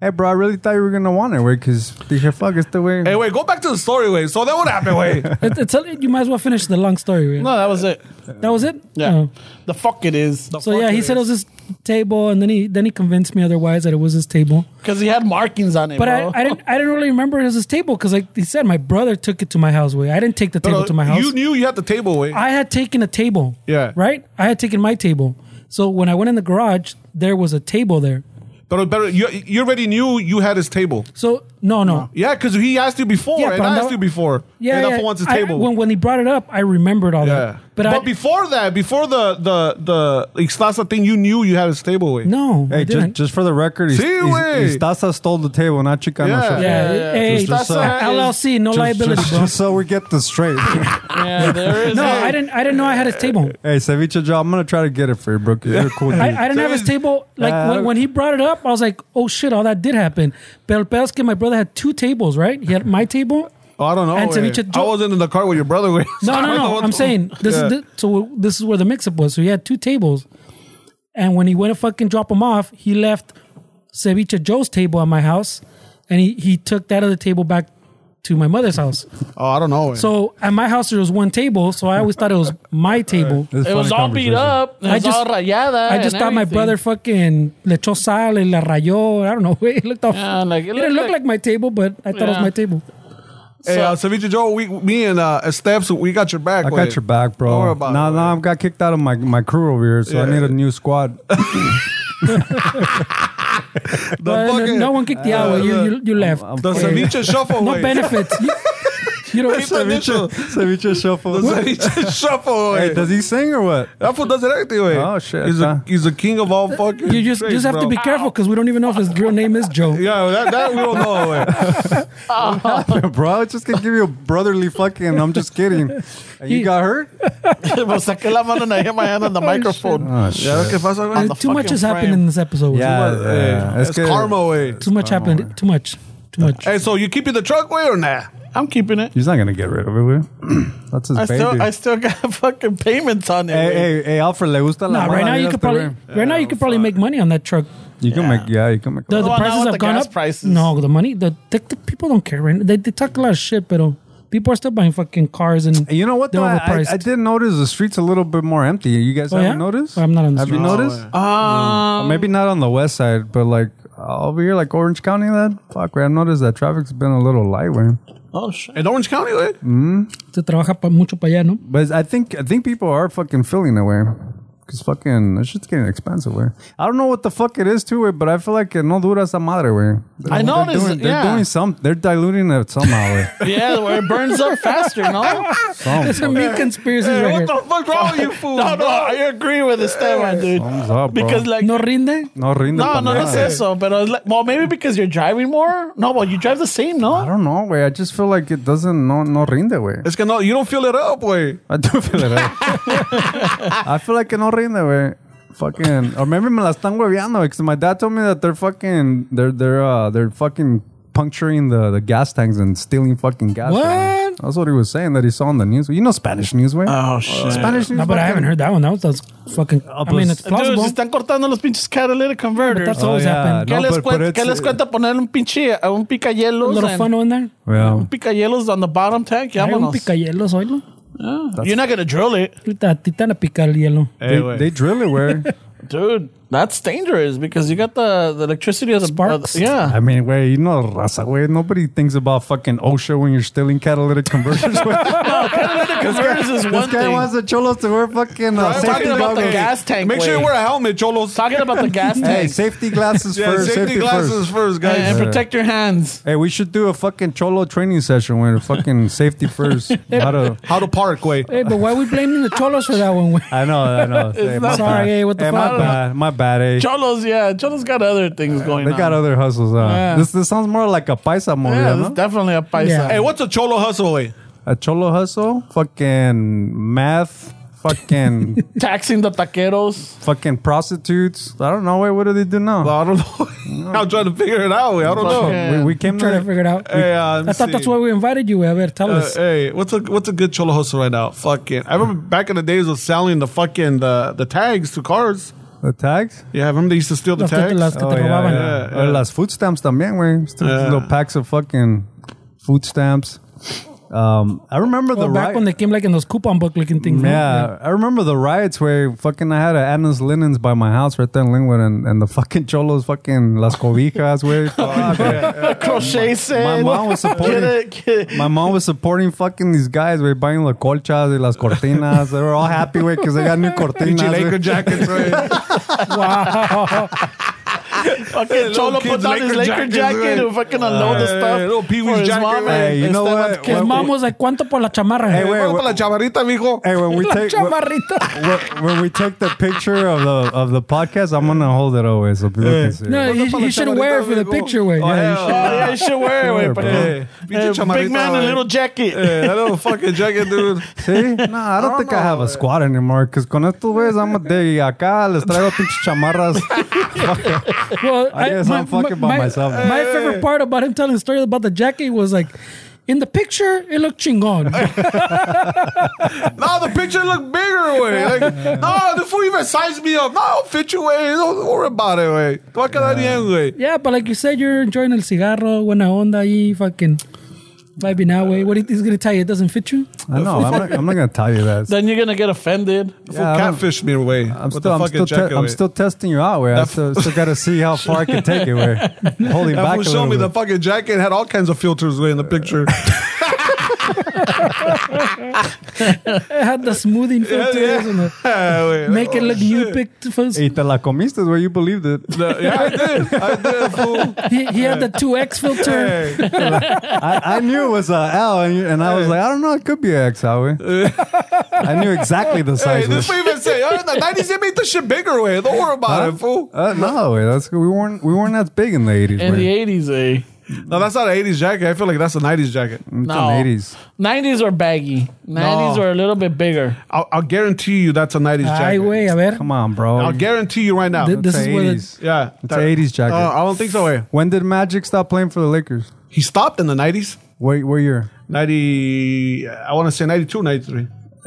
S2: Hey, bro, I really thought you were gonna want it, way, because dije, fuck, it's the way.
S4: Hey, wait, go back to the story. Way. So that would happen. Way.
S3: It, it's a, you might as well finish the long story. Right?
S1: No, that was it.
S3: That was it.
S1: Yeah.
S3: Oh.
S1: The fuck it is.
S3: So yeah, he said it was his table, and then he then he convinced me otherwise that it was his table.
S1: Because he had markings on it,
S3: But I,
S1: bro.
S3: I didn't I didn't really remember it was his table because like he said, my brother took it to my house. Way I didn't take the table to my house.
S4: You knew you had the table. Way.
S3: I had taken a table.
S4: Yeah.
S3: Right. I had taken my table. So when I went in the garage, there was a table there.
S4: But, but you, you already knew you had his table.
S3: So no, no.
S4: Yeah, because he asked you before,
S3: Yeah,
S4: and
S3: but
S4: I
S3: no-
S4: asked you before.
S3: Yeah.
S4: and
S3: yeah.
S4: that wants his
S3: I-
S4: table.
S3: when, when he brought it up, I remembered all
S4: yeah,
S3: that.
S4: but,
S3: But, I
S4: before that, before the the the Ixtasa thing, you knew you had his table. Way.
S3: no. I
S2: Hey, just,
S3: didn't.
S2: just for the record,
S4: Sí, güey.
S2: Istasa stole the table, not Chicano.
S4: Yeah.
S2: Shuffle.
S3: yeah.
S1: yeah,
S3: Hey,
S2: just- just so-
S3: LLC, no
S2: Just,
S3: liability,
S2: just,
S3: bro.
S2: just so we get this straight.
S1: yeah, there is.
S3: no, I didn't. I didn't know I had his table.
S2: hey, Ceviche Joe, I'm gonna try to get it for you, bro. 'cause You're a cool dude.
S3: I, I didn't have his table. Like
S2: Uh,
S3: when, when he brought it up, I was like, "Oh shit, all that did happen." Pero el pedo es que my brother had two tables, right? He had my table.
S4: Oh, I don't know.
S2: eh.
S3: And
S4: way.
S3: ceviche-
S4: I wasn't in the car with your brother. Way.
S3: No, no, no. I'm saying this
S4: oh, Yeah.
S3: is the, so. This is where the mix-up was. So he had two tables, and when he went to fucking drop them off, he left Ceviche Joe's table at my house, and he he took that other table back to my mother's house.
S4: Oh, I don't know. Way.
S3: So at my house there was one table, so I always thought it was my table.
S2: This is
S1: It
S2: a
S1: was
S2: funny
S1: all beat
S2: conversation.
S1: up. It
S3: I
S1: was
S3: just-
S1: all rayada.
S3: I just
S1: and
S3: thought my
S1: everything.
S3: brother fucking le echó sal y la rayó. I don't know. It looked off.
S1: Yeah, like, it
S3: it, didn't
S1: looked
S3: look
S1: like-
S3: like my table, but I thought it was
S1: Yeah.
S3: my table.
S4: Hey, uh, Ceviche Joe, we, me and uh, Steps, we got your back.
S2: I got your back, bro.
S4: Don't worry about
S2: nah,
S4: it.
S2: nah, I got kicked out of my, my crew over here, so I
S4: Yeah.
S2: need a new squad.
S4: The
S3: Well, no-
S4: fucking-
S3: no one kicked you out.
S4: uh,
S3: you, you, you left.
S4: the Ceviche Shuffle.
S3: no
S4: way.
S3: benefits. You, you don't.
S4: Keep the initial.
S2: Ceviche shuffle.
S4: The Ceviche Shuffle.
S2: Hey,
S4: way.
S2: does he sing or what?
S4: That fool does it everything. way.
S2: Oh, shit,
S4: He's
S2: huh?
S4: a he's a king of all fucking.
S3: You just, you just
S4: trades,
S3: have to
S4: bro.
S3: be careful because we don't even know if his real name is Joe.
S4: Yeah, that, that we don't know. way.
S2: bro, I just gonna give you a brotherly fucking. I'm just kidding. And you got hurt?
S1: But saqué la mano and I hit my hand on the microphone.
S2: Oh, shit.
S4: Yeah, ¿qué pasa, güey?
S1: the
S3: Uh, Too much
S1: fucking
S3: has happened
S1: frame.
S3: in this episode.
S2: Yeah,
S4: Hey,
S2: yeah.
S4: It's
S2: que-
S4: karma, way.
S3: Too much happened. Too much. Too much.
S4: Oh, Hey, so you keeping the truck, way or nah?
S1: I'm keeping it.
S2: He's not gonna get rid of it, will you? That's his
S1: I
S2: baby.
S1: still, I still got fucking payments on it.
S2: hey,
S1: güey.
S2: hey, hey, Alfred, le gusta la
S3: Nah,
S2: mala
S3: right now you
S2: vida
S3: could
S2: este
S3: probably
S2: güey.
S3: right now you could probably make money on that truck.
S2: You can make, yeah, you can make.
S3: The, the
S1: Well, now
S3: prices
S1: with
S3: have
S1: the
S3: gone
S1: gas
S3: up.
S1: prices.
S3: No, the money. The, the, the people don't care. Right? They they talk a lot of shit, but people are still buying fucking cars and.
S2: And you know what?
S3: They're
S2: Though? I, I,
S3: overpriced.
S2: I did notice the street's a little bit more empty. You guys
S3: Oh,
S2: haven't
S3: yeah?
S2: noticed?
S3: I'm not on the
S2: Have you
S3: streets.
S2: noticed?
S1: Ah,
S2: Uh, Maybe not on the west side, but like over here, like Orange County, that fuck. Right, I've noticed that traffic's been a little light, way.
S1: oh shit.
S4: In Orange County, way.
S2: Mm.
S3: Se trabaja pa, mucho para allá, no?
S2: But I think I think people are fucking feeling that way. Cause fucking that shit's getting expensive, way. I don't know what the fuck it is to it, but I feel like eh, no dura esa madre, way.
S1: I noticed,
S2: They're doing, they're
S1: yeah.
S2: doing some. They're diluting it somehow, way.
S1: Yeah, where it burns up faster, no?
S2: Some.
S3: There's a mean conspiracy
S4: Hey,
S3: right
S4: what
S3: here.
S4: the fuck wrong with you, fool?
S1: No, no, I agree with Esteban, dude.
S2: Thumbs up, bro.
S1: Because like
S3: No rinde.
S2: no, rinde
S1: No,
S2: pa
S1: no,
S2: nada.
S1: no es eso. Pero es like, well, maybe because you're driving more. No, well, you drive the same,
S2: I
S1: no?
S2: don't know, way. I just feel like it doesn't no no rinde, way.
S4: Es que no, you don't fill it up, way.
S2: I do feel it. eh. I feel like que no rinde, güey. Fucking, or maybe me la están hueveando, because my dad told me that they're fucking, they're they're uh, they're fucking puncturing the, the gas tanks and stealing fucking gas.
S3: What?
S2: man. That's what he was saying that he saw on the news. You know Spanish news, way.
S1: Oh, shit.
S2: Spanish news.
S3: No, but I haven't heard that one. That was, that's fucking.
S4: Ah,
S3: I mean, it's
S1: Dude,
S3: plausible.
S1: se están cortando los pinches catalytic converters.
S3: That's always
S2: Oh, yeah.
S3: happened.
S1: ¿Qué,
S2: No,
S1: les
S2: but-
S1: cuenta,
S2: but
S1: ¿Qué
S2: it's- uh,
S1: les cuenta poner un pinche, a un
S3: A
S1: picayelos?
S3: little
S1: and-
S3: funnel in there.
S2: Well,
S1: Picayelos on the bottom tank,
S3: Hay un
S1: vámonos.
S3: picahielo, oílo.
S1: You're not gonna drill it.
S3: Ahorita a ti te van a picar el hielo.
S4: Hey,
S2: they, they drill it, way.
S1: Dude, that's dangerous because you got the, the electricity of the
S3: Sparks.
S1: uh, yeah.
S2: I mean, way, you know, raza, way. Nobody thinks about fucking OSHA when you're stealing catalytic converters. güey.
S1: Converters is
S2: this
S1: one
S2: guy
S1: thing.
S2: wants the cholos to wear fucking uh,
S4: Talking
S2: safety
S1: about the
S2: goggles.
S1: gas tank,
S4: Make sure
S1: way.
S4: you wear a helmet, Cholos.
S1: Talking about the gas
S2: Hey,
S1: tank
S2: safety glasses
S4: yeah,
S2: first.
S4: safety,
S2: first.
S4: glasses first,
S1: and,
S4: guys.
S1: and protect your hands.
S2: Hey, we should do a fucking cholo training session where fucking safety first. How to?
S4: How to park, way.
S3: Hey, but why are we blaming the cholos for that one? güey?
S2: I know, I know. Hey, my
S3: Sorry,
S2: bad.
S3: hey, what the
S2: hey,
S3: fuck?
S2: My bad, my bad. Hey.
S1: Cholos, yeah, Cholos got other things going
S2: They
S1: on.
S2: got other hustles. Huh?
S1: Yeah.
S2: This this sounds more like a paisa movie.
S1: yeah,
S2: huh?
S1: this is definitely a paisa.
S3: Yeah.
S4: Hey, what's a Cholo hustle, way?
S2: a cholo hustle, fucking math, fucking
S1: Taxing the taqueros.
S2: fucking prostitutes. I don't know. Wait, what do they do now?
S4: I don't know. I'm trying to figure it out, way. I don't know.
S1: Fucking-
S2: we, we came
S3: I'm trying to
S2: to.
S3: figure it out.
S4: Hey, uh,
S3: I thought that's why we invited you. güey. A ver, tell
S4: Uh,
S3: us.
S4: hey, what's a what's a good cholo hustle right now? Fucking, I remember back in the days of selling the fucking the, the tags to cars.
S2: the tags.
S4: Yeah, remember they used to steal the
S3: Las que, te-
S4: tags.
S3: las que
S2: Oh,
S3: te
S2: yeah,
S3: robaban.
S2: yeah, Or las food stamps también, güey. Still
S4: Yeah.
S2: Little packs of fucking food stamps. Um, I remember
S3: Well,
S2: the
S3: back
S2: ri-
S3: when they came like in those coupon book looking things. no?
S2: Yeah, I remember the riots where fucking I had a Anna's linens by my house right there in Linwood, and, and the fucking cholos fucking las cobijas, güey. Fuck, güey.
S1: Crochet set.
S2: my mom was supporting.
S1: Get it, get it.
S2: My mom was supporting fucking these guys. We're buying la colchas y las cortinas. They were all happy with because they got new cortinas.
S4: Pinche Laker
S2: güey.
S4: jackets, right?
S1: Fucking Cholo
S4: kids
S1: put on his
S4: Laker
S1: Laker
S4: jackets,
S1: jacket
S4: right?
S1: and fucking unload the
S4: Hey,
S1: stuff.
S4: little Pee Wee's
S1: for his
S4: jacket,
S1: mom
S4: right?
S1: and
S2: Hey, you know
S1: Esteban's
S2: what?
S1: kid.
S3: His
S2: Well,
S3: mom was like, ¿cuánto por la chamarra?
S2: Hey, wait,
S4: Vamos
S2: wait.
S4: pa' la chavarrita, mijo.
S2: Hey, when we
S3: la
S2: take when,
S3: chamarrita.
S2: when- when we take the picture of the of the podcast, I'm gonna hold it always so people can see. it.
S3: No, you, you should wear it for the picture, güey.
S4: Oh,
S3: Yeah, you
S4: hell.
S1: Oh, yeah, you should wear it,
S2: Sure,
S1: wait,
S2: bro.
S1: but-
S4: Hey,
S1: Hey, eh.
S4: pinche
S1: Big
S4: chamarrita,
S1: man in a
S4: güey.
S1: little jacket.
S4: Hey, that little fucking jacket, dude.
S2: See? No, I don't think I have
S4: eh.
S2: a squad anymore. Cause con estos güeyes, I'm a de acá, les traigo pinches chamarras.
S3: should- Well,
S2: I guess I'm fucking by myself.
S3: My favorite part about him telling the story about the jacket was like, in the picture, it looked chingon.
S4: No, the picture looked bigger, way. Like, no, the fool even sized me up. No, I'll fit you, way. Don't worry about it, way. Fuck that bien, güey.
S3: Yeah, but like you said, you're enjoying el cigarro, buena onda, ahí, fucking vibing out, way. What he- he's gonna tell you, it doesn't fit you?
S2: I know. I'm not, I'm not gonna tell you that.
S1: Then you're gonna get offended.
S4: The
S2: Yeah, I
S4: fool catfished me, way.
S2: I'm still, I'm still, te- I'm still testing you out, way. I still, still gotta see how far I can take it, way. Holding
S4: That
S2: back a
S4: fool showed me
S2: little
S4: the
S2: bit.
S4: fucking jacket. Had all kinds of filters, way, in the picture.
S3: It had the smoothing filters and the
S4: Wait,
S3: make it
S4: oh,
S3: look
S4: shit.
S3: you picked first.
S2: Y te la comiste, güey. You believed it.
S4: The- yeah, I did. I did, fool.
S3: He, he had the two X filter.
S4: Hey,
S2: I, I knew it was a L, and, you- and I was
S4: Eh.
S2: like, I don't know. It could be an X, Howie. I knew exactly the
S4: hey,
S2: size. of
S4: Eh. this fool even say, oh, in the 90s, they made this shit bigger, way. Don't worry about it, fool.
S2: Uh, no, wait, that's we weren't we weren't as big in the eighties.
S1: in the eighties, eh?
S4: No, that's not an 80s jacket. I feel like that's a 90s jacket.
S1: No,
S2: eighties.
S1: nineties were baggy. Nineties
S4: No.
S1: were a little bit bigger.
S4: I'll, I'll guarantee you that's a 90s
S3: Ay,
S4: jacket.
S3: güey, a ver.
S2: Come on, bro.
S4: I'll guarantee you right now.
S3: Th- this
S2: It's
S3: is
S2: the
S3: where the-
S2: 80s.
S4: yeah.
S2: It's an 80s jacket.
S4: Uh, I don't think so, way.
S2: when did Magic stop playing for the Lakers?
S4: He stopped in the 90s.
S2: Where where year?
S4: 90, I want to say 92, 93.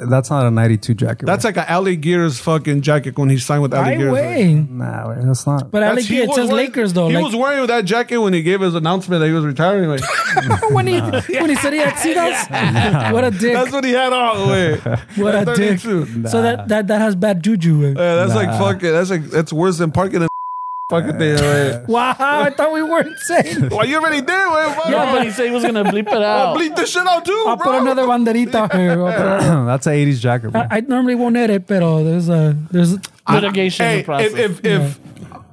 S2: That's not a '92 jacket.
S4: That's
S2: wait.
S4: like an LA Gears fucking jacket when he signed with LA
S3: Ay,
S4: Gears. right?
S3: güey.
S2: nah, wait, that's not.
S3: But I
S4: That's-
S3: like
S4: he
S3: it. It
S4: was
S3: says
S4: wearing-
S3: Lakers though.
S4: He
S3: like
S4: was wearing that jacket when he gave his announcement that he was retiring. Like,
S3: "Oh, when he when he said he had seagulls. What a dick.
S4: that's what he had on. Wait,
S3: What a dick.
S4: 32.
S3: So that, that that has bad juju. güey.
S4: Yeah, that's like fucking. That's like that's worse than parking in fucking thing. Wait.
S3: Wow, I thought we weren't saying.
S4: Well, you already did. Wait, fuck.
S1: Yeah, but he said he was gonna bleep it out.
S4: bleep this shit out too,
S3: I'll
S4: bro.
S3: put another banderita here. I'll put-
S2: that's an '80s jacket. bro.
S3: I, I normally won't edit, pero there's a there's
S1: Litigation is
S4: hey,
S1: a process.
S4: if if, if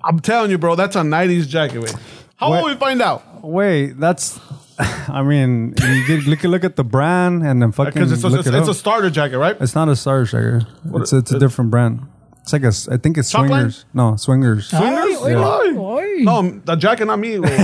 S4: I'm telling you, bro, that's a '90s jacket. Wait, how
S2: What?
S4: will we find out?
S2: Wait, that's. I mean, you could look look at the brand and then fucking
S4: Because it's a,
S2: look
S4: it's,
S2: it
S4: it's a
S2: up.
S4: starter jacket, right?
S2: it's not a Star Jacket. It's it's a different brand. It's like a. s- I think it's
S4: Chalk line?
S2: Swingers. No, Swingers.
S4: Swingers?
S3: Ay,
S4: Why?
S3: ay.
S4: No, I'm- the jacket, not me. Wait.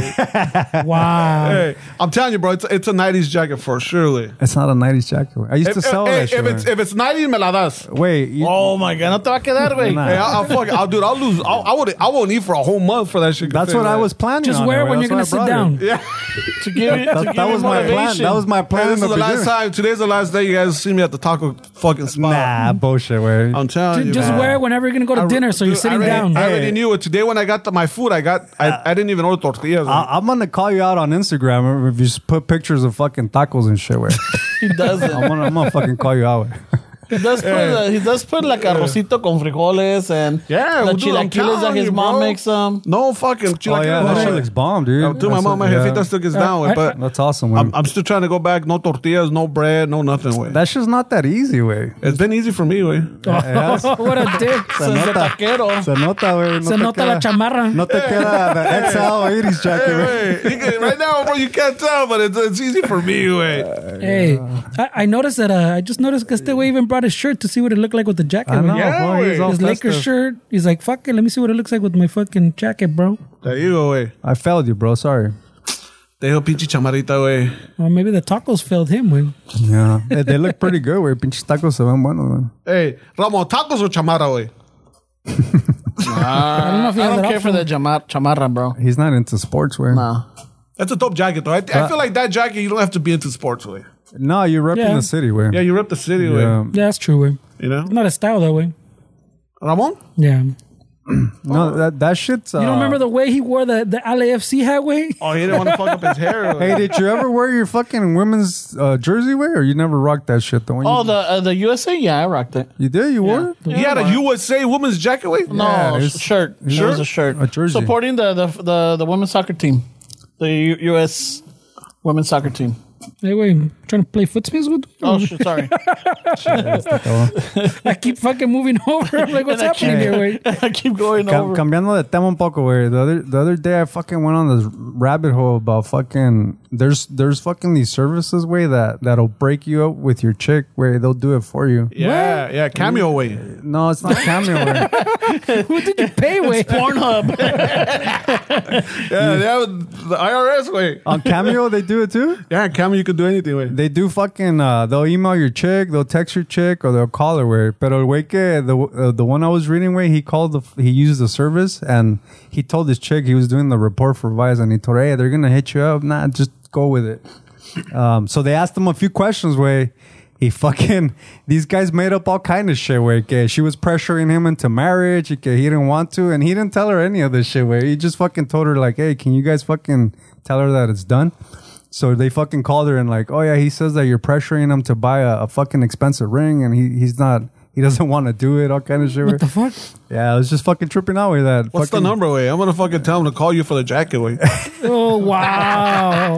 S3: wow.
S4: hey, I'm telling you, bro, it's it's a '90s jacket for surely.
S2: It's not a '90s jacket. wait. I used
S4: If,
S2: to sell
S4: hey,
S2: that shit.
S4: if it's
S2: man.
S4: if it's 90s, me la das.
S2: Wait, you,
S1: oh my god, no te va a quedar, güey.
S2: Nah.
S4: Hey, I'll, I'll fuck it. I'll do it. I'll lose. I'll, I would. I won't eat for a whole month for that shit.
S2: that's what I was planning.
S3: Just
S2: on
S3: wear it
S2: wait,
S3: when you're
S2: that's
S3: gonna
S2: why I
S3: sit
S2: brought it.
S3: down.
S1: To give you, to
S2: That,
S1: give
S2: that
S1: you
S2: was my plan.
S1: motivation.
S2: That was my
S4: Hey,
S2: plan.
S4: this
S2: in
S4: is
S2: the
S4: the last
S2: beginning.
S4: time. Today's the last day you guys see me at the taco fucking spot.
S2: Nah, Ah, bullshit. Wait,
S4: I'm telling
S3: Ju-
S4: you.
S3: Just
S4: man.
S3: wear it whenever you're gonna go to
S4: I re-
S3: dinner, so
S4: dude,
S3: you're sitting
S4: I already-
S3: down.
S4: I already knew it. Today when I got the, my food, I got. I,
S2: Uh,
S4: I didn't even order tortillas.
S2: I, I'm gonna call you out on Instagram if you just put pictures of fucking tacos and shit. Where
S1: He doesn't.
S2: I'm gonna, I'm gonna fucking call you out. wait.
S1: He does put uh, he does put like arrocito con frijoles and
S4: yeah,
S1: the
S4: well, dude, I'm
S1: chilaquiles that
S4: telling
S1: his um.
S4: you,
S1: mom
S4: bro.
S1: makes them.
S4: No fucking
S2: Oh
S4: chilaquiles.
S2: yeah, that shit looks bomb, dude.
S4: Dude, my
S2: That's
S4: mom,
S2: a-
S4: my
S2: yeah.
S4: jefita still gets down,
S3: I-
S4: with, but
S2: That's awesome. Wait.
S4: I'm, I'm still trying to go back. No tortillas, no bread, no nothing. Way
S2: that shit's not that easy, way.
S4: it's been easy for me. Way
S3: what a dick.
S2: Se
S1: Since the
S2: nota.
S1: taquero.
S2: Se nota, wey. No
S3: Se
S2: te
S3: nota la
S2: queda-
S3: chamarra.
S2: No te queda the XL 80s jacket,
S4: Hey,
S2: wey.
S4: wait, you can, right now, bro, you can't tell, but it's, it's easy for me. Way
S3: Hey, I, I noticed that. Uh, I just noticed that Steway even brought his shirt to see what it looked like with the jacket.
S2: I know.
S3: Yeah.
S4: Yeah,
S2: boy, he's
S4: wait.
S2: all
S3: His Lakers
S2: festive.
S3: shirt. He's like, fuck it. Let me see what it looks like with my fucking jacket, bro.
S4: there you go. Way
S2: I failed you, bro. Sorry.
S4: Dejo pinche chamarita, way.
S3: Or maybe the tacos failed him. When
S2: Yeah. they, they look pretty good, wey. Pinches tacos se ven buenos, man.
S4: Hey, Ramon, tacos or chamara, way?
S3: I don't know if he
S1: I
S3: had
S1: don't
S3: that
S1: care for
S3: option.
S1: the chamar- chamarra, bro.
S2: He's not into sports, wey.
S1: Nah.
S4: That's a dope jacket, though. I,
S3: Uh,
S4: I feel like that jacket, you don't have to be into sports, way.
S2: No, you're repping
S3: Yeah.
S2: the city, wey.
S4: Yeah, you rep the city, way.
S2: Yeah.
S3: Yeah, that's true. Way.
S4: You know?
S3: Not a style that way.
S4: Ramon?
S3: Yeah. You
S2: No, that that shit's. uh, You
S1: Uh,
S3: don't remember the way he wore the the LAFC hat way?
S4: Oh, he didn't want to fuck up his hair.
S2: Hey, did you ever wear your fucking women's uh, jersey way, or you never rocked that shit? The one
S1: Oh,
S2: you,
S1: the uh, the USA, yeah, I rocked it.
S2: you did, you wore it?
S4: He had a USA women's jacket, way?
S1: No
S2: Yeah,
S1: Oh, sh-
S2: it's-
S1: shirt. It was a shirt.
S2: A jersey.
S1: Supporting the the, the the women's soccer team, the U- U.S. women's soccer team.
S3: Hey, wait, I'm trying to play footspace with.
S1: Oh, shit, sorry.
S3: I keep fucking moving over. I'm like, what's
S1: And I
S3: happening
S1: keep-
S3: here? Wait,
S1: I keep going
S2: Cam-
S1: over.
S2: cambiando de tema un poco, güey. The other, the other day I fucking went on this rabbit hole about fucking there's there's fucking these services, way that that'll break you up with your chick, where they'll do it for you.
S4: Yeah, yeah, cameo way.
S2: No, it's not cameo. güey.
S3: who did you pay? Wait,
S1: Pornhub.
S4: Yeah, Oh. they have the IRS way.
S2: on cameo they do it too.
S4: Yeah, cameo, you could do anything way.
S2: They do fucking. Uh, they'll email your chick, they'll text your chick, or they'll call her. Where, pero el güey que the uh, the one I was reading, where he called the he used the service and he told his chick he was doing the report for Vice, and he told her, hey, they're gonna hit you up. Nah, just go with it. Um, so they asked him a few questions where he fucking these guys made up all kind of shit where que she was pressuring him into marriage y que he didn't want to and he didn't tell her any of this shit where he just fucking told her like hey can you guys fucking tell her that it's done so they fucking called her and like oh yeah he says that you're pressuring him to buy a, a fucking expensive ring and he, he's not he doesn't want to do it all kind of shit
S3: what the
S2: where-
S3: fuck?
S2: yeah I was just fucking tripping out with that
S4: What's the
S2: Fucking-
S4: number way? I'm gonna fucking tell him to call you for the jacket way.
S3: Oh wow.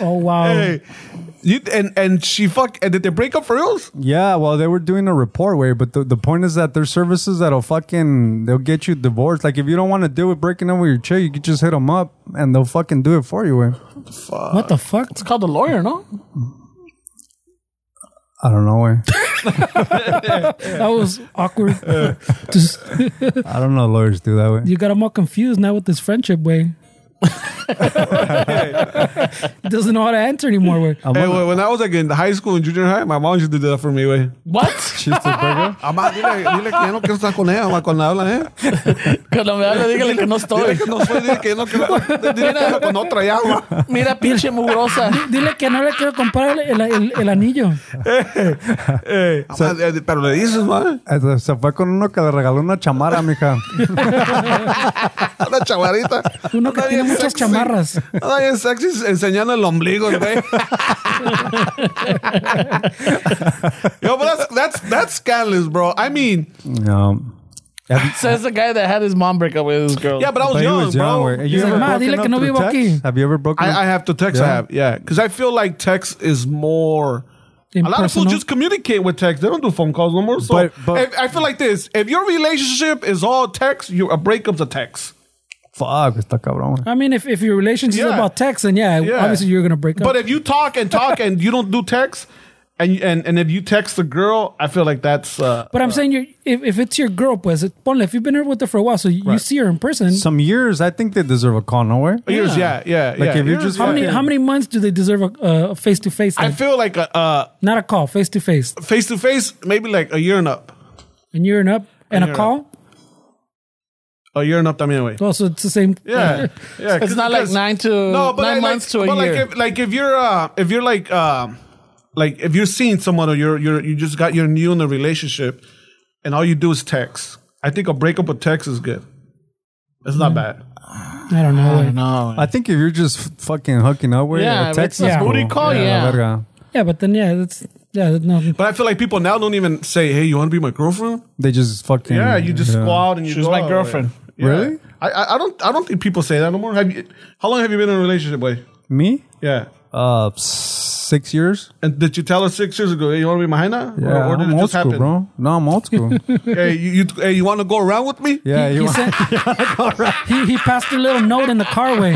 S3: oh wow.
S4: hey, Um, You, and and she fuck and did they break up for reals?
S2: Yeah, well, they were doing a report way, but the, the point is that there's services that'll fucking they'll get you divorced. Like if you don't want to deal with breaking up with your chick, you can just hit them up and they'll fucking do it for you. Way.
S3: What the fuck?
S1: It's called a lawyer, no?
S2: I don't know. Way.
S3: That was awkward. Just,
S2: I don't know. Lawyers do that way.
S3: you got him all confused now with this friendship way. he doesn't know how to answer anymore. Way.
S2: I'm
S4: Hey,
S2: on-
S4: when when I was like in high school and junior high, my mom used to do that for me. Way.
S1: What?
S2: She's the burger.
S4: Mamá, dile, dile que ya no quiero estar con ella, mamá, cuando habla, eh.
S1: Cuando me habla, dígale que no
S4: Dile
S1: estoy.
S4: que no soy, dile que no quiero, dile que ando con otra ya, mamá.
S1: Mira, pinche mugrosa.
S3: Dile que no le quiero comprar el, el- el- el anillo.
S4: Mamá, eh, Pero le dices, mamá,
S2: Se- Se fue con uno que le regaló una chamara, mija.
S4: una chavarita.
S3: Uno que
S4: Anda
S3: tiene
S4: bien
S3: muchas
S4: sexy.
S3: chamarras.
S4: Anda bien sexy enseñando el ombligo, el güey. Yo, but that's, that's, that's scandalous, bro. I mean,
S2: No.
S1: Says the guy that had his mom break up with his girl.
S4: yeah, but I was,
S2: But he
S4: young,
S2: was
S4: bro.
S2: young. güey. Have you
S3: He's
S2: ever
S3: like, "Ma,
S2: broken
S3: dile
S2: up
S3: que no
S2: through
S3: vivo
S2: text?
S3: aquí."
S2: Have you ever broken up?
S4: I, I have to text. I
S2: Yeah.
S4: have, yeah, because I feel like text is more. A lot of people
S3: Impersonal.
S4: just communicate with text. They don't do phone calls no more. So
S2: But- but-
S4: if- I feel like this: if your relationship is all text, your a breakup's a text.
S2: Fuck, está cabrón. güey.
S3: I mean, if, if your relationship is
S4: Yeah.
S3: about text, then yeah,
S4: Yeah.
S3: obviously you're going to break up.
S4: But if you talk and talk and you don't do text, and and and if you text the girl, I feel like that's. Uh,
S3: But I'm saying you if, if it's your girl, pues, it- ponle, if you've been with her for a while, so you, you see her in person,
S2: Some years, I think they deserve a call. No way.
S4: Years, yeah, yeah, yeah.
S2: if you
S4: years,
S2: just-
S3: how many
S2: yeah.
S3: how many months do they deserve a- a face to face?
S4: I feel like a uh,
S3: Not a call, face to face.
S4: face to face, maybe like a year and up,
S3: And you're in up and a
S4: year.
S3: call.
S4: a year and up. I mean, anyway.
S3: Well, so it's the same.
S4: Yeah, yeah.
S1: It's not like nine to nine months to a
S4: but
S1: year.
S4: Like if, like if you're uh, if you're like um, like if you're seeing someone or you're you're you just got you're new in a relationship, and all you do is text. I think a breakup with text is good. It's not
S1: Mm-hmm.
S4: bad.
S3: I don't know.
S1: I know.
S2: I think if you're just f- fucking hooking up with
S1: Yeah,
S2: a
S1: if
S2: text,
S1: it's a
S2: is
S1: booty call,
S2: la
S1: yeah.
S2: verga.
S3: Yeah, but then yeah, that's yeah, no.
S4: But I feel like people now don't even say, "Hey, you want to be my girlfriend?"
S2: They just fucking.
S4: Yeah, you just go out and you.
S1: She's
S4: go
S1: my
S4: out,
S1: girlfriend.
S4: yeah.
S2: Really?
S4: I- I I don't I don't think people say that no more. Have you? How long have you been in a relationship, boy?
S2: Me?
S4: Yeah.
S2: Uh, six years.
S4: And did you tell her six years ago, hey, you want to be my hyena?
S2: Yeah,
S4: Or, or did
S2: I'm
S4: it
S2: old
S4: just
S2: school,
S4: happen?
S2: bro. No, I'm old school.
S4: Hey, you, you, hey, you want to go around with me?
S2: yeah,
S3: he,
S2: you.
S3: he, sent, he he passed a little note in the car way.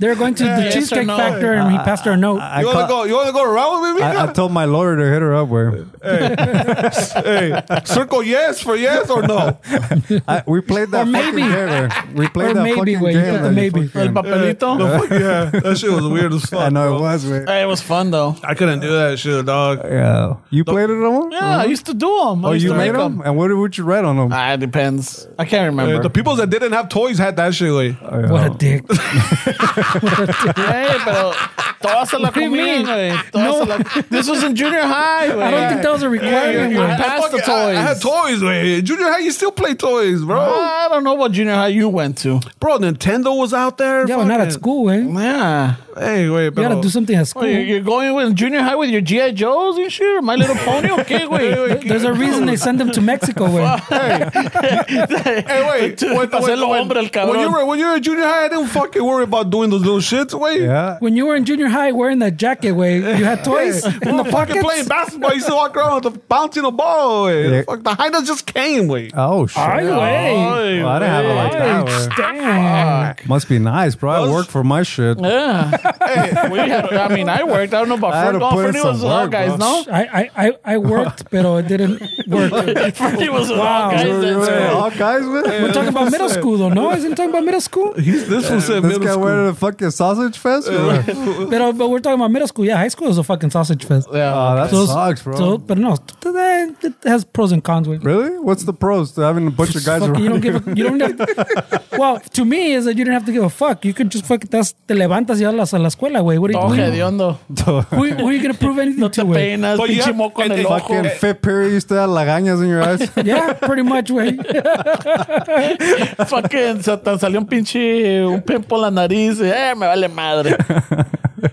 S3: They're going to the
S1: yes or
S3: cheesecake
S1: no.
S3: factory, and he passed her a note.
S2: I,
S4: You want to
S2: ca-
S4: go? You want to go around with me?
S2: I, I told my lawyer to hit her up. Where
S4: Mika? Circle yes for yes or no.
S2: I, we played that
S3: Or
S2: fucking
S3: maybe.
S2: game. where- We played
S3: Or
S2: that
S3: maybe,
S2: fucking
S3: where you put
S2: game.
S3: the
S2: that
S3: maybe.
S2: fucking-
S1: Papelito.
S4: yeah, that shit was weird as fuck.
S2: I know it was. Wait.
S1: Hey, it was fun though.
S4: I couldn't do that shit, dog.
S2: Yeah, you played it on?
S1: Yeah, I used to do them. I
S2: Oh,
S1: used
S2: you
S1: to
S2: made
S1: make
S2: them? And what would you write on them?
S1: Ah, it depends. I can't remember.
S4: The people that didn't have toys had that shit. Like,
S3: what a dick!
S1: Hey, pero todas se la
S3: do you
S1: comían,
S3: mean?
S1: güey. Todas se la- This was in junior high, güey.
S3: I don't think that was a requirement.
S1: yeah,
S3: way.
S1: yeah. Pass the
S4: fucking- I, I had
S1: toys.
S4: toys. Wait, junior high, you still play toys, bro?
S1: I don't know what junior high you went to.
S4: bro, Nintendo was out there.
S3: Yeah, but not at
S4: fucking-
S3: school, way. You
S1: Yeah.
S4: Hey, wait, but
S3: gotta do something at
S1: Well, you're,
S3: school.
S1: you're going with junior high with your GI Joes and shit, or My Little Pony. Okay, wait.
S3: There's a reason they send them to Mexico, eh? way.
S4: Hey, wait.
S1: To
S4: when, when,
S1: hacerlo
S4: when-
S1: hombre el cabrón.
S4: when you were when you were in junior high, I didn't fucking worry about doing those little shits. Wait.
S2: Yeah.
S3: When you were in junior high wearing that jacket, way you had toys in the
S4: Fucking
S3: pockets.
S4: playing basketball, you used to walk around with a bouncing a ball. Wait.
S2: Yeah.
S4: Fuck, the hyena just came. Wait.
S2: Oh shit!
S3: Ay, way.
S2: Well, I didn't have it like that. way.
S3: Damn.
S2: Must be nice, bro. I
S4: Those-
S2: work for my shit.
S1: Yeah. we had, I mean, I worked. I don't know about
S2: I had to
S1: Fernie. Oh,
S2: put in
S1: Fernie was
S2: some
S1: all
S2: work,
S1: guys,
S2: bro.
S1: no?
S3: I, I, I, I worked, pero it didn't work. We're
S1: Fernie was with all
S3: Wow.
S1: guys.
S2: You're-
S1: at
S2: you're
S1: school.
S2: right. All guys, man.
S3: talking about middle school, though, no? Isn't talking about middle school?
S4: He's, this was said
S2: This
S4: middle
S2: guy
S4: school.
S2: went to the fucking sausage fest. or what?
S3: Pero, but we're talking about middle school. Yeah, high school is a fucking sausage fest.
S1: Yeah.
S2: Oh, that
S3: So-
S2: sucks, bro.
S3: So, but no, it has pros and cons. With
S2: really? What's the pros to having a bunch of guys
S3: Fuck,
S2: around?
S3: you don't give a, you don't have, well to me is that you do not have to give a fuck you could just fuck that's te levantas y hablas a la escuela güey what are you
S1: Todo
S3: doing
S1: hediondo.
S3: who, who are you gonna prove anything
S1: No te
S3: to güey
S1: peinas,
S4: But
S1: pinche
S4: yeah,
S1: moco en
S4: and-
S1: el
S4: and-
S1: ojo.
S2: fucking fit period. You still had lagañas in your eyes.
S3: yeah pretty much güey
S1: Fucking, se te salió un pinche, un pimple en la nariz. y, Eh, me vale madre.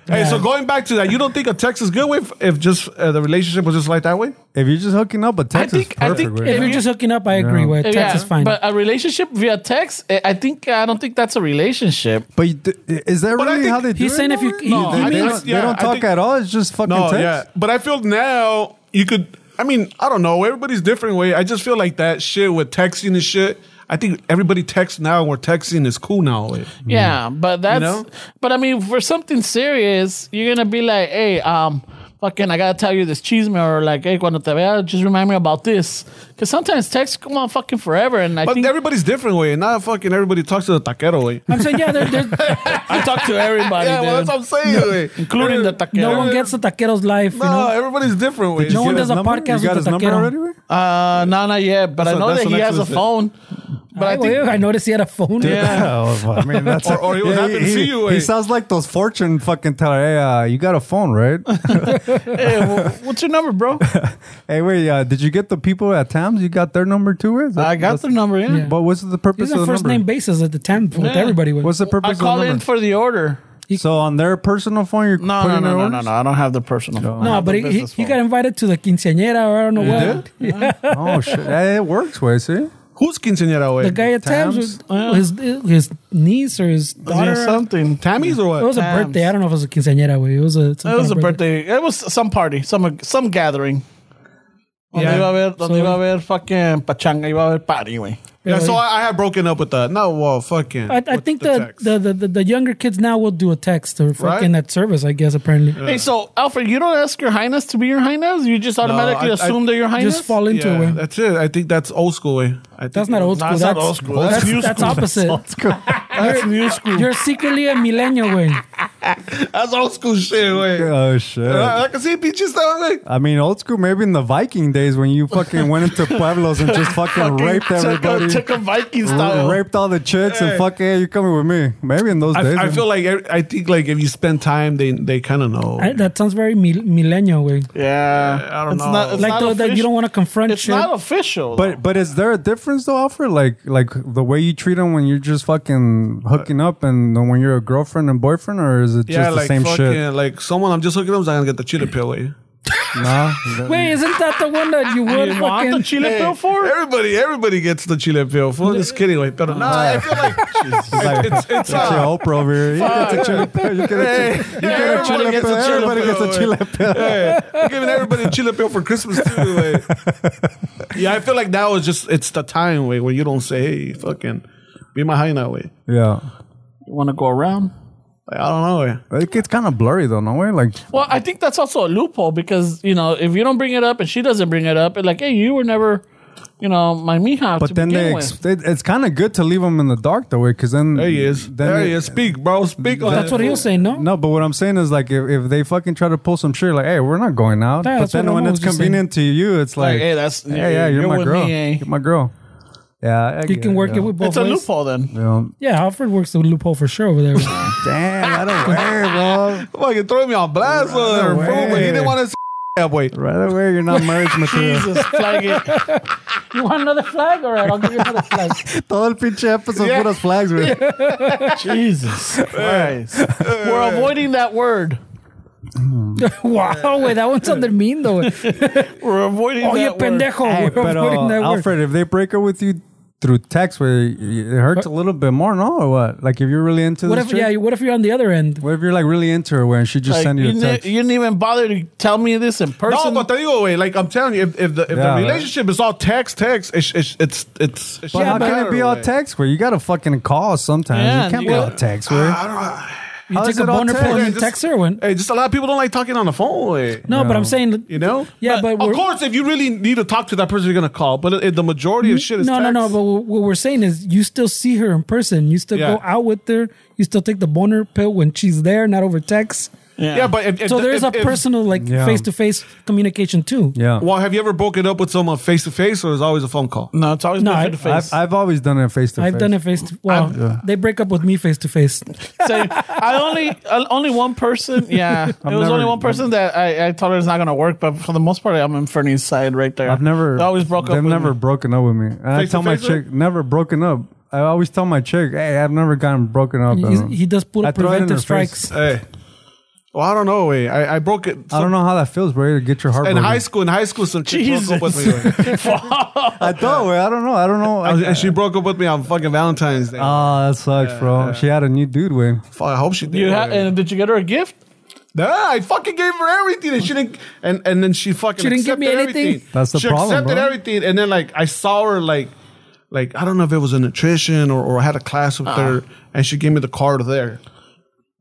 S4: Hey, so going back to that, you don't think a text is good with if just uh, the relationship was just like that way?
S2: If you're just hooking up, a text
S1: think-
S2: is
S1: I
S2: perfect.
S1: think
S2: right?
S3: If you're just hooking up, I agree with
S1: Yeah,
S3: text is fine.
S1: But a relationship via text, eh, I I think I don't think that's a relationship.
S4: Mm-hmm.
S2: But you d- is that
S4: But I
S2: really
S4: think-
S2: how they do
S3: He's
S2: it?
S3: saying
S2: though,
S3: if you-
S2: right?
S3: he- No,
S2: they,
S3: he
S2: they
S4: means-
S2: don't, they
S4: yeah,
S2: don't
S4: I
S2: talk
S4: think-
S2: at all. It's just fucking
S4: No,
S2: text.
S4: yeah. But I feel now you could. I mean, I don't know. Everybody's different way. I just feel like that shit with texting and shit. I think everybody texts now. Where texting is cool now. Like,
S1: Yeah, but that's.
S4: know?
S1: But I mean, for something serious, you're gonna be like, hey, um, fucking, I gotta tell you this chisme, or like, hey, cuando te vea, just remind me about this, because sometimes texts come on fucking forever, and I
S4: But
S1: think
S4: everybody's different way. Not fucking everybody talks to the taquero way.
S3: I'm saying, yeah, there, there,
S1: I talk to everybody,
S4: yeah,
S1: dude,
S4: well, that's what I'm saying. way.
S1: including the taquero.
S3: no one gets the taquero's life.
S4: No,
S3: you know?
S4: everybody's different way.
S3: No
S2: You
S3: one
S2: got
S3: does
S2: his
S3: a
S2: number?
S3: podcast
S2: You got
S3: with
S2: his
S3: a
S2: number
S3: taquero.
S2: already? right?
S1: uh, no, not yet, but I
S4: That's
S1: know
S4: what- that's
S1: that
S4: what
S1: he
S4: next
S1: has a
S4: was it.
S1: phone. But I
S3: I,
S1: think
S3: I noticed he had a phone.
S2: Oh, well, I mean, that's
S4: Or- or he would happen to see you,
S2: He
S4: eh?
S2: sounds like those fortune fucking teller. Hey, uh, you got a phone, right?
S1: Hey, wh- what's your number, bro?
S2: hey, wait, uh, did you get the people at Tams? You got their number too? Is that-
S1: I got
S2: that's-
S1: the number. Yeah,
S2: But what's the purpose
S3: He's
S2: of
S3: a
S2: the
S3: first
S2: number?
S3: name basis at the time with everybody. With.
S2: What's the
S1: I
S2: purpose
S1: call
S2: of the
S1: in
S2: number?
S1: for the order.
S2: so on their personal phone, you're
S1: No, no,
S2: putting
S1: no,
S2: their
S1: no, no,
S2: orders?
S1: no. I don't have the personal. phone. I
S3: no,
S1: have
S3: but
S1: the
S3: he, he,
S1: business
S3: he
S1: phone.
S3: got invited to the quinceañera or I don't know what.
S2: Oh shit, Hey, it works, way see.
S4: Who's quinceañera way?
S3: The guy at Tams,
S2: Tams?
S3: was- his his niece or his daughter.
S1: Yeah, something.
S4: Tammy's or what?
S3: It was a
S1: Tams.
S3: birthday. I don't know if it was a quinceañera. Way. It was a. some
S1: It was
S3: kind
S1: a
S3: of
S1: birthday. It was some party, some some gathering. Donde
S4: Yeah.
S1: iba a haber, donde
S3: So-
S1: iba a haber fucking pachanga, iba a haber party, güey.
S4: yeah, so I, I had broken up with that. No, well, fucking.
S3: I, I
S4: with
S3: think
S4: the
S3: the
S4: text.
S3: the, the, the the younger kids now will do a text or
S4: Right?
S3: fucking that service. I guess apparently
S1: Hey, so Alfred, you don't ask your highness to be your highness. You just automatically
S4: I- I-
S1: assume that your highness.
S3: just fall into
S4: yeah,
S3: it. Way.
S4: that's it. I think that's old school way. I think
S3: That's not old school.
S1: Nah, it's not
S3: that's
S1: old school.
S3: That's,
S1: That's new
S3: that's
S1: school.
S3: opposite.
S1: That's new school.
S3: You're secretly a millennial. Way.
S4: That's old school shit, way.
S2: Oh shit.
S1: Uh,
S4: I, I can see bitches that I'm like,
S2: I mean, old school, maybe in the Viking days when you fucking went into pueblos and just fucking, raped
S1: Took a,
S2: everybody,
S1: took a Viking
S2: ra-
S1: style.
S2: raped all the chicks, and fucking, hey, you coming with me? Maybe in those days. eh?
S4: I, I
S2: man.
S4: feel like I, I think like if you spend time, they they kind of know.
S3: I, that sounds very mil- millennial. Way.
S1: Yeah,
S4: I don't
S1: it's
S4: know.
S1: Not, it's not
S3: Like the, that you
S1: offici-
S3: don't want to confront
S1: It's
S3: shit.
S1: not official.
S2: but but is there a difference though, Alfred? Like like the way you treat them when you're just fucking hooking up, and when you're a girlfriend and boyfriend, or is it
S4: yeah,
S2: just the
S4: like
S2: same
S4: fucking
S2: shit?
S4: like someone I'm just hooking up. I'm gonna get the chili pill way.
S2: Nah.
S3: Wait, isn't that the one that you would
S1: you want the
S3: fucking?
S1: chile pill for? it?
S4: Everybody, everybody gets the chili pill. Fool, just kidding. Wait,
S3: Uh,
S4: but no, I feel like
S2: like,
S4: it's it's
S2: That's
S4: uh,
S2: your Oprah over here. You get to chili pill. You get
S4: Hey,
S2: a chili, you
S4: yeah,
S2: get a chili
S4: everybody gets
S2: pill.
S4: a chili
S2: Everybody gets a
S4: pill,
S2: chili pill.
S4: hey, I'm giving everybody a chili pill for Christmas too. Like. Yeah, I feel like that was just it's the time way where you don't say hey, fucking be my high now way.
S2: Yeah.
S1: You want to go around?
S4: Like, I don't know. Way.
S2: It gets kind of blurry though, no way. Like,
S1: Well, I think that's also a loophole because you know if you don't bring it up and she doesn't bring it up, it's like, hey, you were never, you know, my mija. to
S2: but then
S1: begin
S2: they,
S1: with.
S2: ex- it, it's kind of good to leave them in the dark though, because then
S4: There he is.
S2: Then
S4: there
S2: it-
S4: he is. Speak, bro. Speak. on it.
S3: That's what he was saying, no?
S2: No, but what I'm saying is like if, if they fucking try to pull some shit, like, hey, we're not going out.
S3: Yeah,
S2: but
S3: that's
S2: then
S3: what
S2: when
S3: Ramon
S2: it's
S3: was just saying.
S2: convenient to you, it's like,
S1: Like, hey, that's
S2: yeah, yeah, you're, my
S1: with
S2: girl.
S1: me, eh?
S2: You're my girl. Yeah, I
S3: You
S2: get
S3: can work
S2: yeah.
S3: it with both
S1: It's a
S3: ways.
S1: loophole then.
S2: Yeah.
S3: Yeah, Alfred works the loophole for sure over there.
S2: Damn, right away, bro.
S4: Fucking throw me on blast or
S2: away.
S4: fool, but he didn't want to that way.
S2: Right away, you're not marriage material.
S1: Jesus, flag it.
S3: you want another flag? All right, I'll give you another flag.
S2: Todo el pinche episode put us flags with.
S1: Jesus Christ. We're avoiding that word.
S3: wow, wait, that one sounded mean though. Oye,
S1: We're avoiding that word.
S3: pendejo.
S2: Hey,
S3: we're
S2: but
S3: avoiding
S2: uh,
S3: that word.
S2: Alfred, if they break up with you through text, where it hurts a little bit more, no, or what? Like if you're really into
S3: What
S2: this
S3: if,
S2: chick?
S3: yeah, what if you're on the other end?
S2: what if you're like really into her, where she just
S1: Like,
S2: send you
S1: you,
S2: a
S1: didn't-
S2: text?
S1: you didn't even bother to tell me this in
S4: No,
S1: person.
S4: but there you go. Wait, like I'm telling you, if, if the if
S2: Yeah,
S4: the
S2: right.
S4: relationship is all text, text, it's it's it's it's. it's
S2: But how can it be all text? Where you got to fucking call sometimes.
S1: Yeah,
S2: you can't
S1: you
S2: be
S1: got-
S2: all text. Where
S1: Ah,
S3: You
S2: How
S3: take
S2: is
S3: a
S2: it all
S3: boner
S2: text?
S3: pill and
S2: Yeah,
S3: you
S4: just-
S3: text her one.
S4: Hey, just a lot of people don't like talking on the phone. Wait,
S3: No, but I'm saying,
S4: you know.
S3: yeah, but,
S4: of
S3: we're,
S4: course, if you really need to talk to that person, you're gonna call. But it, the majority of shit is
S3: Mm-hmm. no, no,
S4: text.
S3: no. But wh- what we're saying is, you still see her in person. You still
S4: Yeah.
S3: go out with her. You still take the boner pill when she's there, not over text.
S4: yeah. but if, if
S3: So
S4: the-
S3: there's
S4: if-
S3: a
S4: if-
S3: personal, like
S2: Yeah.
S3: face to face communication too.
S2: yeah.
S4: Well, have you ever broken up with someone face to face, or is always a phone
S3: Mm.
S4: call?
S1: no, it's always
S3: No,
S1: been
S3: I-
S1: face to
S2: I've,
S1: face.
S2: I've always done it face to face.
S3: I've done it face to well. They break up with me face to face.
S1: Same. I only uh, only one person. Yeah, it was
S2: never-
S1: only one person that I, I told her it's not gonna work. But for the most part, I'm in Fernie's side right there.
S2: I've never.
S1: They always broke up.
S2: They've
S1: with
S2: never
S1: me.
S2: broken up with me. And I
S4: Face to
S2: tell my
S4: face,
S2: chick, never broken up. I always tell my chick, hey, I've never gotten broken up.
S3: He's-
S2: And
S3: He does put
S2: I
S3: up
S2: throw it in
S3: preventive
S2: her face.
S3: strikes.
S4: Hey, Well, I don't know, way. I, I broke it.
S2: I don't know how that feels, bro. To get your heart
S4: In
S2: broken.
S4: high school, in high school, some chick broke up with me.
S1: Jesus.
S4: way.
S2: I thought, wait, I don't know. I don't know.
S4: I- and she broke up with me on fucking Valentine's
S3: Uh,
S4: Day.
S2: Ah, that sucks, bro. She had a new dude, way.
S4: Fuck, I hope she did.
S1: You ha-
S4: way.
S1: and did you get her a gift?
S4: Nah, I fucking gave her everything, and she didn't. And, and then she fucking
S3: She didn't give me
S4: accepted
S3: anything?
S2: That's the
S4: she
S2: problem,
S4: accepted
S2: bro.
S4: everything, and then like I saw her like, like I don't know if it was a nutrition or, or I had a class with her, and she gave me the card there,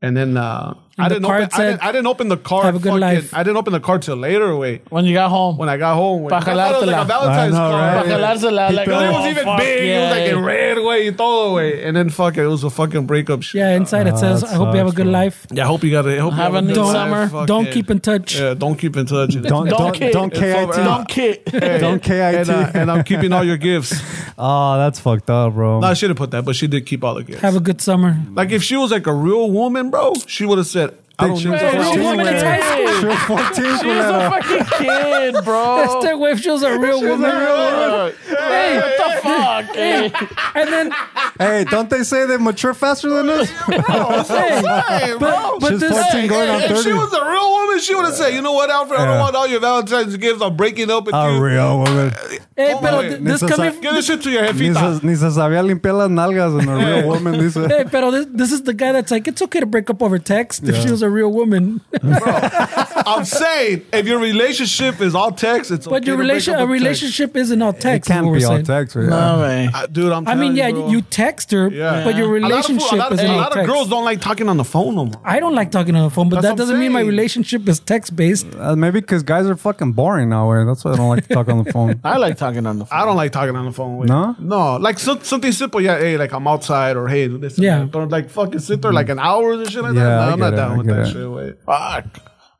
S4: and then uh, I
S3: the
S4: didn't
S3: card
S4: open. I,
S3: said,
S4: didn't, I didn't open the card.
S3: "Have a good
S4: fucking-
S3: life."
S4: I didn't open the card till later. Way
S1: When you got home.
S4: when I got home. Way.
S1: Pa
S4: I thought it was like
S1: jalártela.
S4: a Valentine's
S2: I know,
S4: card.
S2: right?
S1: Pa jalársela, like,
S4: Because it
S1: oh,
S4: was even
S1: fuck,
S4: big.
S1: yeah,
S4: it was like
S1: yeah.
S4: in red way, throw away, and then fuck it, it was a fucking breakup. Shit.
S3: Yeah, inside it says,
S2: that
S3: "I hope you have
S2: Ah,
S3: a
S2: sucks,
S3: good
S2: bro.
S3: life.
S4: Yeah, I hope you got it. I hope you
S1: Have
S4: have
S1: a
S4: a
S1: good
S4: good
S1: Don't-
S4: life. Fuck
S3: Don't
S4: it.
S3: keep in touch."
S4: Yeah, don't keep in touch.
S2: Don't
S1: Don't
S2: don't
S1: kid.
S2: don't
S1: It's over.
S2: KIT.
S1: Don't kid.
S2: Don't
S4: and, uh,
S2: KIT.
S4: and I'm keeping all your gifts.
S2: Oh, that's fucked up, bro.
S4: No, I should have put that, but she did keep all the gifts.
S3: Have a good summer.
S4: like if she was like a real woman, bro, she would have said, "I don't
S2: Think she
S4: need
S2: was
S4: that."
S2: a
S1: Hey,
S2: She
S1: real woman,
S2: was
S1: it's
S2: like-
S1: high school.
S2: She was 14,
S1: She was a
S2: culero.
S1: fucking kid, bro.
S3: Esther Wave shows a real woman.
S1: What the fuck? Hey,
S3: And then,
S2: Hey, don't they say they mature faster than us?
S4: Hey, bro.
S3: but, but
S2: She's
S3: this,
S2: 14 going on
S4: If
S2: 30.
S4: she was a real woman, she would have said, "You know what, Alfred? I don't
S2: Yeah.
S4: want all your Valentine's gifts. I'm breaking up with
S2: A
S4: you.
S2: Ah, real woman.
S3: hey,
S4: Oh,
S3: pero
S4: wait,
S3: th- this
S2: necesar-
S3: coming,
S4: Give this shit to your
S2: Ni
S4: jefita."
S2: se, ni se sabía limpiar las nalgas and a real woman
S3: hey,
S2: dice.
S3: pero this, this is the guy that's like, it's okay to break up over text if she
S2: Yeah.
S3: was a real woman.
S4: I'm saying, if your relationship is all text, it's
S3: but
S4: okay
S3: your
S4: to break
S3: relation,
S4: up
S3: a
S4: with text.
S3: relationship isn't all
S2: It
S3: text. is
S2: can't
S3: what we're
S2: be all
S3: saying.
S2: text, right?
S4: Uh, dude, I'm.
S3: I
S4: telling
S3: mean, yeah,
S4: you,
S3: you,
S4: bro.
S3: you text her,
S4: Yeah.
S3: but your
S4: A lot of fool-
S3: relationship
S4: A lot, of-
S3: isn't
S4: a
S3: all
S4: lot
S3: text.
S4: of girls don't like talking on the phone no more.
S3: I don't like talking on the phone, but
S4: That's
S3: that
S4: what I'm
S3: doesn't mean my
S4: saying.
S3: relationship is text based.
S2: Uh, maybe because guys are fucking boring now. eh? That's why I don't like to talk on the phone.
S1: I like talking on the phone.
S4: I don't like talking on the phone. With.
S2: No?
S4: no, like so, something simple. Yeah, hey, like I'm outside or hey, do this. and
S3: Yeah.
S4: that. but I'm like fucking sit there like an hour and shit like
S2: Yeah,
S4: that. No,
S2: I
S4: I'm not
S2: get it,
S4: down
S2: I
S4: with
S2: get
S4: that
S2: it.
S4: shit. Wait.
S1: Fuck.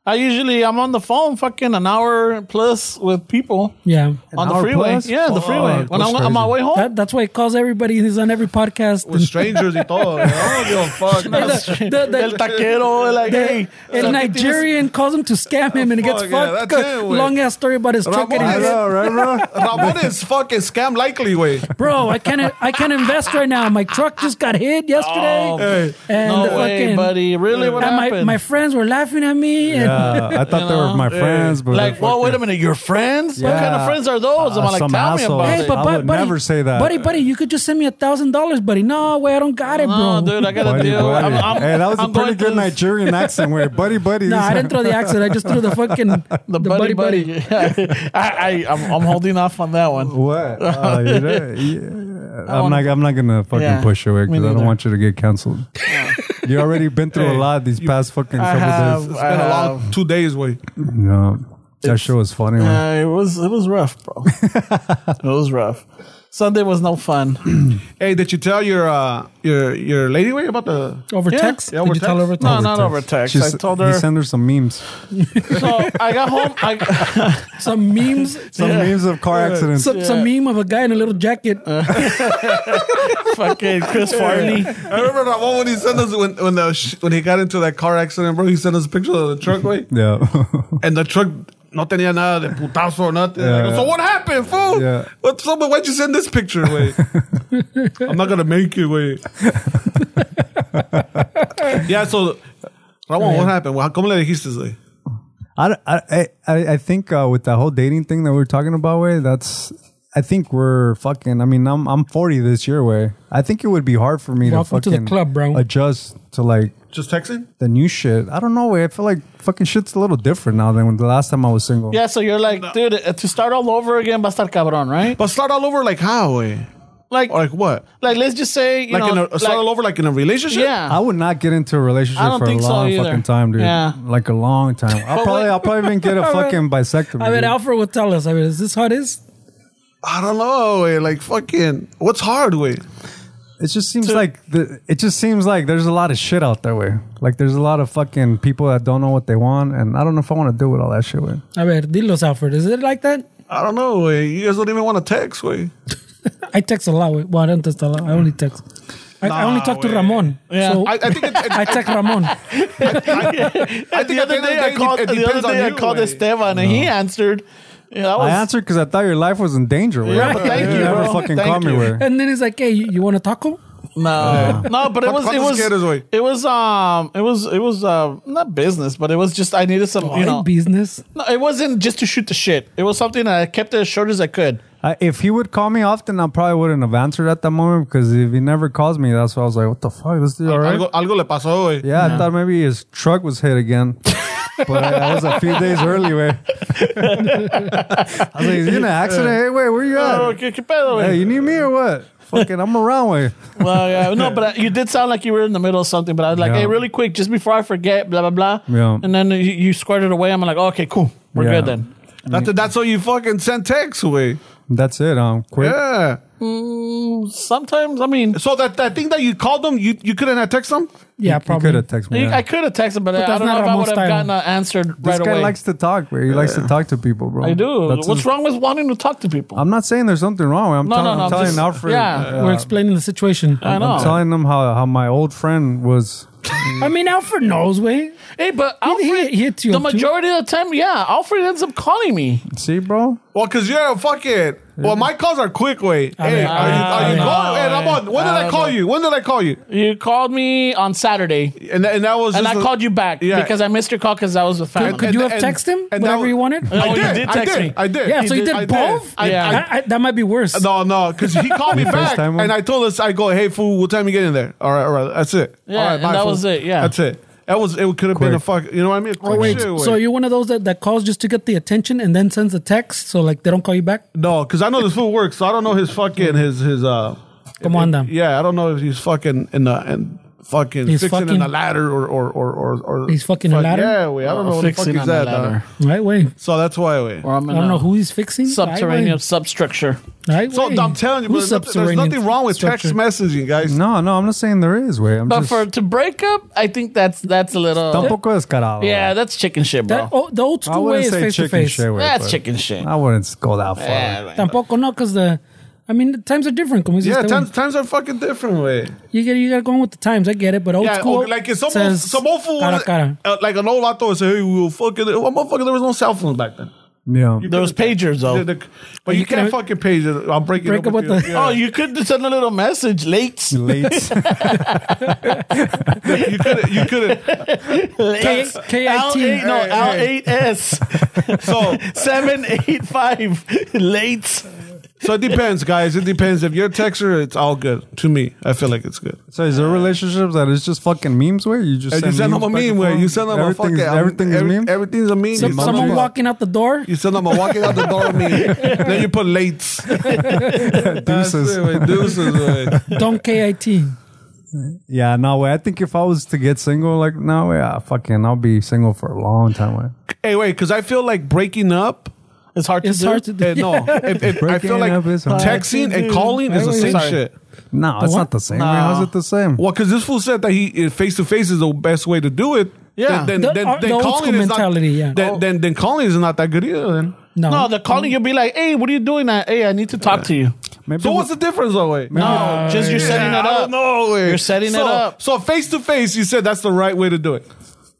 S1: I usually I'm on the phone fucking an hour plus with people
S3: Yeah.
S1: on the
S2: hour
S1: freeway.
S2: plus?
S1: Yeah, the
S2: Fuck,
S1: freeway. When
S2: that's
S1: I'm on my
S2: crazy.
S1: way home.
S3: That, that's why he calls everybody. He's on every podcast.
S4: With strangers y todo. man. I don't give a fuck.
S3: the- the- the-
S1: El taquero, like, hey,
S3: a Nigerian calls him to scam him and he gets
S4: Fuck, yeah,
S3: fucked.
S4: that's it, güey.
S3: Long ass story about his truck getting
S2: I
S4: Ramon.
S3: hit.
S2: know, right, bro?
S4: Ramon is fucking scam likely way.
S3: Bro, I can't I can't invest right now. My truck just got hit
S4: Oh,
S3: yesterday. and
S1: No way,
S3: the fucking,
S1: buddy. Really? What
S3: and my,
S1: happened?
S3: my friends were laughing at me.
S2: Yeah,
S3: And
S2: Uh, I thought they were my friends, but
S1: like, well, wait a minute. Your friends? What
S2: Yeah.
S1: kind of friends are those?
S2: Uh,
S1: I'm like,
S2: some
S1: tell
S2: asshole.
S1: me about
S3: Hey,
S1: it.
S3: but
S2: I
S3: bu-
S2: would
S3: buddy,
S2: never say that.
S3: buddy, buddy, you could just send me a thousand dollars, buddy. No way, I don't got it,
S1: no,
S3: bro.
S1: dude, I gotta
S2: Buddy,
S1: deal.
S2: buddy.
S1: I'm, I'm,
S2: hey, that was
S1: I'm
S2: a
S1: going
S2: pretty
S1: through
S2: good Nigerian accent. Where buddy, buddy.
S3: no, I didn't throw the accent. I just threw the fucking the,
S1: The buddy, buddy. I, I, I'm, I'm holding off on that one.
S2: What? Uh, you know, yeah. I'm not. I'm not gonna fucking
S1: Yeah,
S2: push you away
S1: me
S2: because I don't
S1: neither.
S2: want you to get canceled. you already been through a lot these past fucking
S1: I
S2: couple
S1: have.
S2: days.
S4: It's been a long two days way.
S2: No, that shit was funny. man.
S1: Uh, it was, it was rough, bro. it was rough. Sunday was no fun.
S4: Hey, did you tell your uh, your your lady way about the?
S3: Over
S1: Yeah.
S3: text?
S4: Yeah,
S3: Did
S4: over
S3: you tell
S4: text.
S3: over text?
S1: No, not over text.
S2: She
S1: I
S2: s-
S1: told
S2: He
S1: her.
S2: sent her some memes.
S1: so I got home. I,
S3: Some memes.
S2: Some memes of car accidents.
S3: Some, some meme of a guy in a little jacket.
S1: fucking Chris Farley.
S4: I remember Ramon when he sent us when when the sh- when he got into that car accident, bro. He sent us a picture of the truck way.
S2: yeah.
S4: and the truck no tenía nada de putazo or nothing.
S2: Yeah,
S4: Like,
S2: yeah.
S4: So what happened, fool?
S2: Yeah.
S4: What, so, but why'd you send this picture, way? I'm not gonna make it, way. yeah. So, Ramon, what happened? Well, ¿Cómo le dijiste, güey?
S2: I, I, I, I think uh, with that whole dating thing that we are talking about, way that's. I think we're fucking. I mean, I'm I'm 40 this year, way. I think it would be hard for me to
S3: Welcome to the
S2: fucking
S3: club, bro.
S2: adjust to like
S4: Just texting?
S2: the new shit. I don't know, way. I feel like fucking shit's a little different now than when the last time I was single.
S1: Yeah, so you're like, dude, uh, to start all over again, va a estar cabrón, right?
S4: But start all over like how, way?
S1: Like,
S4: Or like what?
S1: like let's just say, you
S4: Like
S1: know,
S4: in a, start all over like in a relationship?
S1: Yeah.
S2: I would not get into a relationship
S1: I don't
S2: for a
S1: think so
S2: long
S1: either.
S2: fucking time, dude.
S1: Yeah.
S2: Like a long time. I'll probably I'll probably even get a fucking bisectomy.
S3: I mean,
S2: dude.
S3: Alfred would tell us. I mean, is this how it is?
S4: I don't know, way. Like fucking, what's hard, way?
S2: It just seems like the, it just seems like there's a lot of shit out there. Way like there's a lot of fucking people that don't know what they want, and I don't know if I want to deal with all that shit. Way.
S3: I mean, dilos, Alfred. Is it like that?
S4: I don't know, way. You guys don't even want to text, way.
S3: I text a lot. Well, I don't text a lot. I only text. I, I only talk to
S4: way.
S3: Ramon.
S1: Yeah.
S3: So
S4: I, I think it,
S3: I text Ramon.
S4: I think
S1: the
S4: at
S1: other
S4: the end
S1: day
S4: of
S1: I
S4: the
S1: called,
S4: day, it
S1: the
S4: depends
S1: other day
S4: on
S1: I
S4: you,
S1: called
S4: way.
S1: Esteban and he answered. Yeah, that was,
S2: I answered because I thought your life was in danger. Way.
S1: Yeah, but Oh, thank you,
S2: never
S1: bro.
S2: fucking
S1: Thank
S2: called me.
S1: you.
S2: Way.
S3: And then he's like, hey, you, you want a taco?
S1: No, no, but it was
S4: What- what
S1: it
S4: the
S1: was
S4: skaters way?
S1: it was um it was it was uh not business, but it was just I needed some you know
S3: business.
S1: no, it wasn't just to shoot the shit. It was something that I kept it as short as I could.
S2: I, if he would call me often, I probably wouldn't have answered at that moment because if he never calls me, that's why I was like, what the fuck? This dude, all right?
S4: Algo, algo le pasó, güey.
S2: yeah, I thought maybe his truck was hit again. but that was a few days early, way. I was like, is he in an accident? Hey, wait, where you
S1: Oh,
S2: at?
S1: ¿qué- qué pedo, güey?
S2: Hey, you need me or what? Fucking, I'm around, way.
S1: Well, yeah, no, but uh, you did sound like you were in the middle of something. But I was like,
S2: Yeah.
S1: hey, really quick, just before I forget, blah blah blah.
S2: Yeah.
S1: And then you, you squirted away. I'm like, okay, cool, we're
S2: Yeah.
S1: good then.
S4: That's, that's how you fucking send texts, güey.
S2: That's it. Um, quick.
S4: Yeah.
S1: Sometimes, I mean,
S4: So that, that thing that you called them, you, you couldn't have text them?
S3: Yeah,
S2: He
S3: probably.
S2: could have texted me.
S1: you-
S2: yeah.
S1: I could have texted, but, I
S3: that's
S1: don't
S3: not
S1: know if I
S3: Ramon
S1: would have
S3: style.
S1: gotten uh, answered
S2: This
S1: right
S2: guy
S1: away.
S2: likes to talk, where he likes to talk to people, bro.
S1: I do.
S2: That's
S1: What's
S2: his-
S1: wrong with wanting to talk to people?
S2: I'm not saying there's something wrong. I'm,
S1: No,
S2: tell-
S1: no,
S2: I'm
S1: no,
S2: telling
S1: just-
S2: Alfred. uh,
S1: yeah.
S3: We're explaining the situation.
S1: I know.
S2: I'm telling them how, how my old friend was.
S3: I mean, Alfred knows, way.
S1: Hey, but
S3: He- he
S1: Alfred
S3: hits you
S1: The
S3: up too.
S1: majority of the time, yeah, Alfred ends up calling me.
S2: See, bro?
S4: Well, because you're a fucking. Well, my calls are quick, way. Hey,
S3: mean,
S4: are you, are you
S1: I
S4: going?
S1: know,
S4: Hey, Ramon, when did
S1: I
S4: I call
S1: know.
S4: you? When did I call you?
S1: You called me on Saturday,
S4: And, that- and that was.
S1: and I
S4: just a-
S1: called you back
S4: Yeah.
S1: because I missed your call because I was with family.
S3: Could
S4: And-
S3: you have
S4: and-
S3: texted him
S4: and that
S3: whatever
S4: was-
S3: you wanted? Oh,
S1: Oh,
S4: I
S1: you
S4: did.
S1: did
S4: I
S1: text
S4: did.
S1: me.
S4: I did.
S3: yeah, so you did
S4: I
S3: both.
S4: I,
S1: Yeah.
S4: I,
S3: I, I, that might be worse.
S4: no, no, because he called me
S2: You
S4: back,
S2: FaceTime him?
S4: and I told us, I go, "Hey, fool, what time you getting there?" All right, all right, that's it.
S1: Yeah,
S4: all right,
S1: and that was it, yeah.
S4: that's it. That was it. Could have been a fuck. You know what I mean?
S3: Oh, wait.
S4: Shit,
S3: So
S4: wait.
S3: you're one of those that, that calls just to get the attention and then sends a text, so like they don't call you back.
S4: no, because I know this fool works, so I don't know his fucking his his uh.
S3: Come on, then.
S4: Yeah, I don't know if he's fucking in the and fucking
S3: He's
S4: fixing in
S3: fucking-
S4: the ladder or or or or, or
S3: He's fucking a ladder?
S4: Yeah, wait, I don't know what the fuck
S1: fixing
S4: he's
S1: on the
S4: at. Uh,
S1: ladder.
S3: Right way.
S4: so that's why we.
S1: Or I'm
S3: I
S1: in
S3: don't
S1: a
S3: know who he's fixing.
S1: subterranean substructure.
S3: Right
S4: So
S3: way.
S4: I'm telling you,
S3: Who's
S4: there's nothing- there's nothing wrong with text
S3: subterranean
S4: messaging, guys.
S2: No, no, I'm not saying there is, way. I'm
S1: But
S2: just
S1: for to break up, I think that's that's a little.
S2: tampoco descarado.
S1: yeah, that's chicken shit, bro.
S3: That, oh, the old
S2: I
S3: school way
S2: wouldn't
S3: is
S2: say
S3: face to
S2: chicken
S3: face.
S2: shit, way.
S1: that's
S2: but
S1: chicken shit.
S2: I wouldn't go that far.
S1: Yeah, man.
S3: Tampoco no, because the, I mean, the times are different. Como
S4: Yeah,
S3: yeah,
S4: times, times are fucking different, way.
S3: you get you got going with the times. I get it, but old
S4: Yeah,
S3: school
S4: okay, like it's some old,
S3: says
S4: some old fool,
S3: cara a cara.
S4: uh, like an old vato would say, "Hey, we will fucking." Well, motherfucker, there was no cell phones back then.
S2: Yeah.
S1: There was pagers though.
S4: The- the- but you,
S3: Oh. you
S4: can't
S3: can-
S4: fucking page it. I'll break it
S3: Break
S4: up with,
S3: up with
S4: you.
S3: the-
S4: Yeah.
S1: Oh, you could send a little message late.
S2: Late.
S4: you could, you could.
S1: K- L8, no,
S4: Hey,
S1: L8S.
S4: So,
S1: 785 late.
S4: so it depends, guys. It depends. If you're a texter, it's all good to me. I feel like it's good.
S2: so is there relationships that it's just fucking memes where you just
S4: And you send them a
S2: memes back
S4: meme,
S2: and
S4: where
S2: forth?
S4: you send them a
S2: everything's,
S4: fucking um,
S2: everything is
S4: every-
S2: memes.
S4: Everything's a meme.
S3: Some,
S4: You send
S3: someone
S4: them a-
S3: walking out the door.
S4: You send them a walking out the door meme. then you put lates. That's
S2: Deuces.
S4: it, wey. Deuces. wey.
S3: Don't KIT.
S2: yeah, no way. I think if I was to get single, like no way, I fucking I'll be single for a long time. Way.
S4: Hey, wait, because I feel like breaking up.
S1: It's hard to
S3: It's
S1: do.
S3: hard to
S4: eh,
S3: do.
S4: no, if, if, I feel
S2: Breaking
S4: like
S2: up is hard.
S4: texting and calling is the same
S1: Sorry.
S4: shit.
S2: No, it's not the same. way. How's it the same?
S4: Well, because this fool said that he face to face is the best way to do it.
S1: Yeah.
S4: Then,
S3: The-
S4: then,
S3: uh,
S4: then,
S3: the old
S4: calling
S3: school
S4: is
S3: mentality,
S4: not.
S3: yeah.
S4: Then, then, then calling is not that good either. Then.
S3: No,
S1: No, they're calling you, be like, hey, what are you doing? I, hey, I need to talk to you.
S2: Maybe
S4: So what's the difference, though? Wait.
S1: No, just you're setting it
S4: I
S1: up.
S4: don't know. wait.
S1: You're setting it
S4: So-
S1: up.
S4: So face to face, you said that's the right way to do it.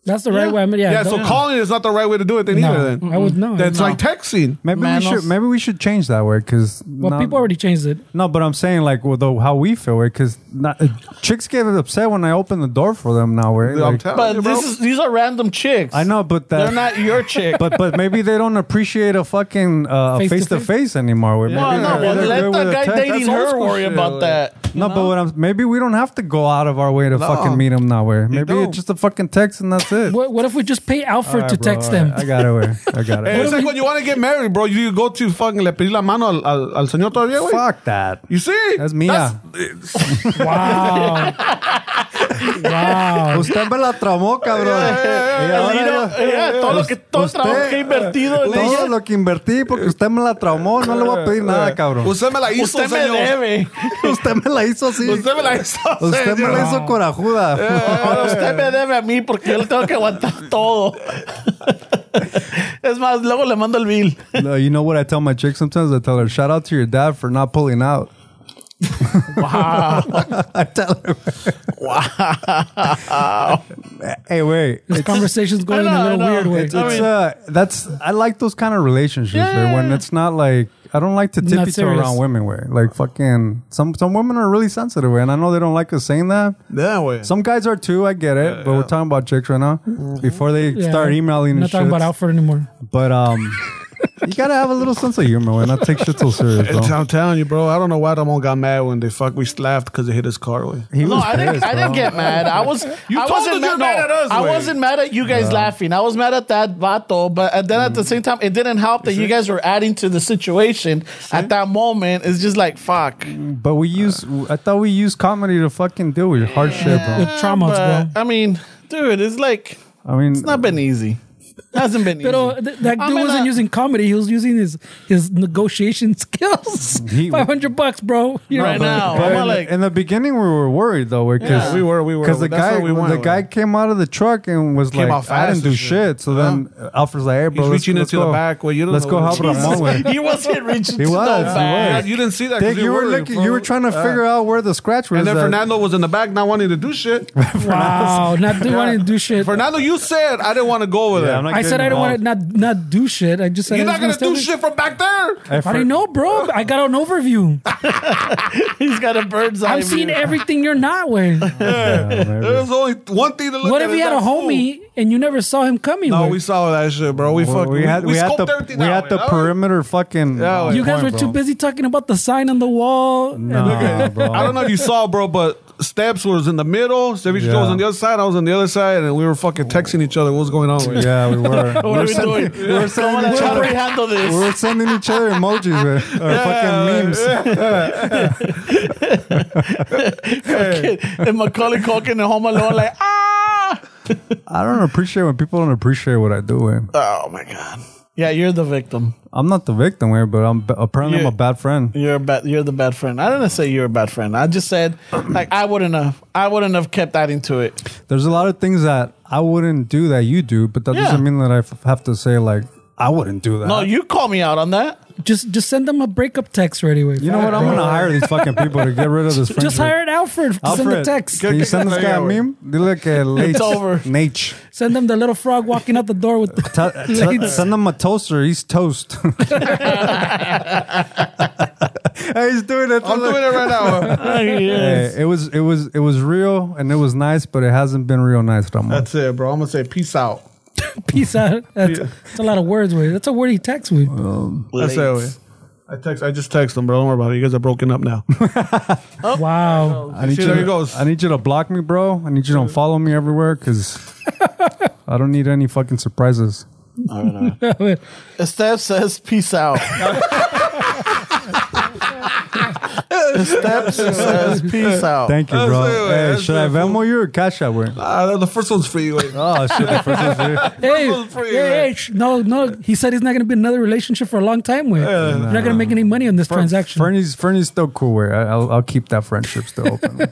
S3: that's the right way. I mean, yeah,
S4: Yeah. so
S3: don't-
S4: calling is not the right way to do it then
S3: No,
S4: either. Then
S3: I would know.
S4: That's like texting.
S2: maybe we
S1: Manos.
S2: should maybe we should change that word because
S3: Well, people already changed it.
S2: No, but I'm saying like well, the, how we feel it because uh, chicks get upset when I open the door for them now. Where
S4: I'm
S2: like,
S4: telling you,
S1: But
S4: bro.
S1: this is these are random chicks.
S2: I know, but that,
S1: They're not your chick.
S2: But but maybe they don't appreciate a fucking uh, face,
S3: Face to
S2: to
S3: face?
S2: face anymore. Where
S1: Well, no,
S2: maybe they're-
S1: well,
S2: they're
S1: let
S2: good
S1: the
S2: with a
S1: guy
S2: text.
S1: dating
S4: That's old
S1: her
S4: school
S1: worry
S4: shit,
S1: about
S4: like-
S1: that.
S2: No, but what I'm maybe we don't have to go out of our way to fucking meet them now. Where maybe
S4: don't.
S2: it's just a fucking text and that's it.
S3: What, what if we just pay Alfred
S2: All
S3: to
S2: right, bro,
S3: text
S2: all right.
S3: them?
S2: I got it. Where I got
S4: Hey,
S2: it.
S4: it's like when you want to get married, bro. You go to fucking le pedí la mano al, al, al señor todavía, güey.
S2: Fuck that.
S4: You see?
S2: That's mía.
S3: Wow. wow.
S2: Usted me la tramó, cabrón. Y ahora
S1: Mira,
S2: yo-
S1: mira, todo lo que todo el
S2: Usted-
S1: trabajo que he invertido en
S2: Todo
S1: ella.
S2: lo que invertí porque usted me la traumó, no le voy a pedir nada, cabrón.
S4: Usted me la hizo,
S1: Usted me
S4: señor.
S1: debe.
S2: Usted me la hizo así.
S4: Usted me la hizo,
S2: Usted me
S4: señor.
S2: la hizo corajuda.
S1: Ahora usted me debe a mí porque yo le tengo que aguantar todo. Es más, luego le mando el bill.
S2: No, you know what I tell my chick sometimes? I tell her, shout out to your dad for not pulling out. Wow. I tell her. Wow. hey, wait.
S3: This conversation's going
S1: I know,
S3: in a
S1: I
S3: little
S1: know.
S3: weird way.
S1: I
S2: It's
S1: mean-
S2: uh, that's I like those kind of relationships where when it's not like I don't like to
S3: Not
S2: tippy toe
S3: serious.
S2: around women. Way like fucking some some women are really sensitive, way, and I know they don't like us saying that.
S4: That way.
S2: Some guys are too. I get it, but we're talking about chicks right now. Before they
S3: Yeah,
S2: start emailing
S3: I'm
S2: and
S3: Not talking
S2: shit.
S3: about Alfred anymore.
S2: But um, you gotta have a little sense of humor when not take shit so serious.
S4: It's-
S2: Bro.
S4: I'm telling you, bro. I don't know why Ramon got mad when they fuck. We laughed because they hit his car. Way.
S2: He
S1: No,
S2: was
S1: I didn't.
S2: pissed,
S1: I didn't
S2: bro.
S1: get mad. I was. I
S4: told
S1: wasn't
S4: us you're
S1: no,
S4: mad at us,
S1: I
S4: Wade.
S1: wasn't mad at you guys laughing. I was mad at that vato, but and then at
S2: Mm.
S1: the same time, it didn't help that you guys were adding to the situation at that moment. It's just like fuck.
S2: But we use. I thought we used comedy to fucking deal with hard shit, bro.
S3: With traumas,
S1: But,
S3: bro.
S1: I mean, dude, it's like
S2: I mean,
S1: it's not been easy. Hasn't been easy.
S3: Pero th- that dude
S1: I'm in
S3: wasn't
S1: a-
S3: using comedy. He was using his his negotiation skills.
S2: He-
S3: Five hundred bucks, bro. You
S1: Right
S3: know,
S1: now,
S2: But
S1: I'm
S2: in,
S1: like,
S2: the, in the beginning, we were worried though, because
S1: Yeah, we
S4: were, we were.
S2: Because the
S4: That's
S2: guy,
S4: what we wanted,
S2: the guy
S4: like-
S2: came out of the truck and was
S4: Came out
S2: like, "I
S4: fast
S2: didn't do
S4: and
S2: shit."
S4: shit.
S2: So then Alfred's like, "Hey, bro, let's,
S4: reaching
S2: let's
S4: into the
S2: go.
S4: back. Well, you don't
S2: let's
S4: know
S2: go
S4: what
S2: help
S4: Jesus.
S2: Ramon." with."
S1: he wasn't reaching.
S2: He
S1: to
S2: was,
S1: the
S2: he
S1: back.
S2: was.
S4: You didn't see that. 'cause
S2: Dick, you were
S4: worried,
S2: looking,
S4: bro.
S2: you were trying to figure out where the scratch was.
S4: And then
S2: at.
S4: Fernando was in the back, not wanting to do shit.
S3: Wow, not do wanting to do shit.
S4: Fernando, you said I didn't want to go with
S2: Yeah, I'm
S4: it.
S2: not
S3: I said
S2: getting
S3: I don't want to
S2: involved.
S3: not not do shit. I just said
S4: You're
S3: I
S4: not gonna
S3: was step
S4: do
S3: in.
S4: shit from back there.
S2: Hey,
S3: I
S2: Fer-
S3: already know, bro. I got an overview.
S1: He's got a bird's eye.
S3: I've seen
S1: view.
S3: everything you're not way.
S2: Yeah, maybe.
S4: There's only one thing to look
S3: What
S4: at.
S3: if he
S4: is
S3: had a
S4: that fool.
S3: homie and you never saw him coming?
S4: No,
S3: Wade?
S4: we saw that shit, bro. We
S2: Well,
S4: fucked.
S2: we had we, had
S4: scoped
S2: the
S4: everything
S2: we
S4: out,
S2: had the
S4: man.
S2: perimeter fucking.
S4: Yeah,
S2: on
S4: wait.
S3: you guys were
S2: point,
S3: too
S2: bro.
S3: busy talking about the sign on the wall.
S2: Nah, bro.
S4: I don't know if you saw, bro, but Stabs was in the middle. Ceviche
S2: Yeah.
S4: Joe was on the other side. I was on the other side, and we were fucking texting each other. What's going on? with you?
S2: Yeah, we were. we
S1: What
S2: were
S1: are we
S2: sending-
S1: doing?
S2: we were sending each
S1: How do
S2: other-
S1: we handle
S2: we
S1: this?
S2: were sending each other emojis, man, or fucking memes.
S1: and Macaulay Culkin and Home Alone, like ah.
S2: I don't appreciate when people don't appreciate what I do. Man.
S1: Oh my god. Yeah, you're the victim.
S2: I'm not the victim here, but I'm apparently
S1: Yeah.
S2: I'm a bad friend.
S1: You're a bad. You're the bad friend. I didn't say you're a bad friend. I just said like I wouldn't have. I wouldn't have kept adding to it.
S2: There's a lot of things that I wouldn't do that you do, but that
S1: Yeah.
S2: doesn't mean that I f- have to say like I wouldn't do that.
S1: No, you call me out on that.
S3: Just just send them a breakup text right away.
S2: You know what? I'm gonna hire these fucking people to get rid of this. Friendship.
S3: Just hired Alfred to send the
S2: Alfred,
S3: text.
S2: Can you send this guy a
S4: Yeah, wait.
S2: meme? Dile que
S1: It's
S2: late-
S1: over.
S2: Nate.
S3: Send them the little frog walking out the door with the
S2: T- t- send him a toaster. He's toast. Hey, he's doing it.
S4: I'm doing it right now.
S2: Hey, it was it was it was real and it was nice, but it hasn't been real nice. Ramon.
S4: That's it, bro. I'm gonna say peace out.
S3: peace out. That's, that's a lot of words, with. That's a word he texts with.
S4: That's it. way. I text. I just text them, bro. Don't worry about it. You guys are broken up now.
S2: Oh.
S3: wow.
S2: I need
S4: See,
S2: you
S4: there
S2: to,
S4: he goes.
S2: I need you to block me, bro. I need you to follow me everywhere because I don't need any fucking surprises.
S1: Steph says peace out. Steph says peace out.
S2: Thank you,
S4: Oh. That's
S2: bro.
S4: it, man.
S2: Hey,
S4: That's
S2: should I
S4: it, fool.
S2: Venmo you or Cash App? where?
S4: Ah, the first one's for you. Wait.
S2: Oh shit, the first one's here.
S3: Hey,
S4: one's free,
S3: yeah,
S4: right?
S3: hey, sh- no, no. He said he's not going to be in another relationship for a long time. With you're not going to make any money on this transaction.
S2: Fernie's Fernie's still cool. Where I, I'll, I'll keep that friendship still open. yeah,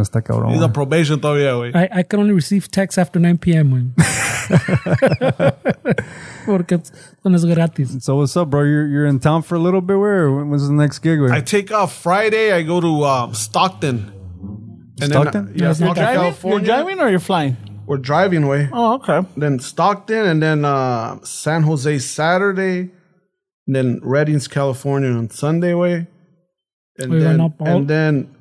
S2: está cabrón.
S4: He's
S2: güey.
S4: on probation, though. Yeah, wait.
S3: I, I can only receive texts after 9 p.m. when. Porque son es gratis.
S2: So what's up, bro? You're you're in town for a little bit. Where? When was the next gig? Where?
S4: I take off Friday. I go to um, Stockton. And then-
S2: Stockton?
S4: yeah,
S3: You're
S4: Stockton,
S3: driving?
S1: You're
S4: California.
S1: driving or you're flying?
S4: We're driving way.
S1: Oh, okay.
S4: Then Stockton, and then uh, San Jose Saturday, and then Reddings, California on Sunday way, and
S3: We went
S4: then
S3: up all-
S4: and then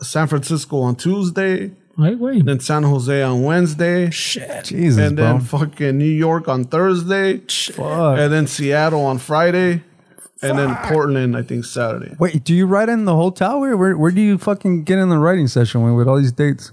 S4: San Francisco on Tuesday,
S3: Ay, güey.
S4: then San Jose on Wednesday,
S2: Jesus,
S4: and
S2: bro.
S4: then fucking New York on Thursday,
S2: Fuck.
S4: and then Seattle on Friday, and then Portland I think Saturday.
S2: Wait, do you write in the hotel? Where, where where do you fucking get in the writing session with, with all these dates?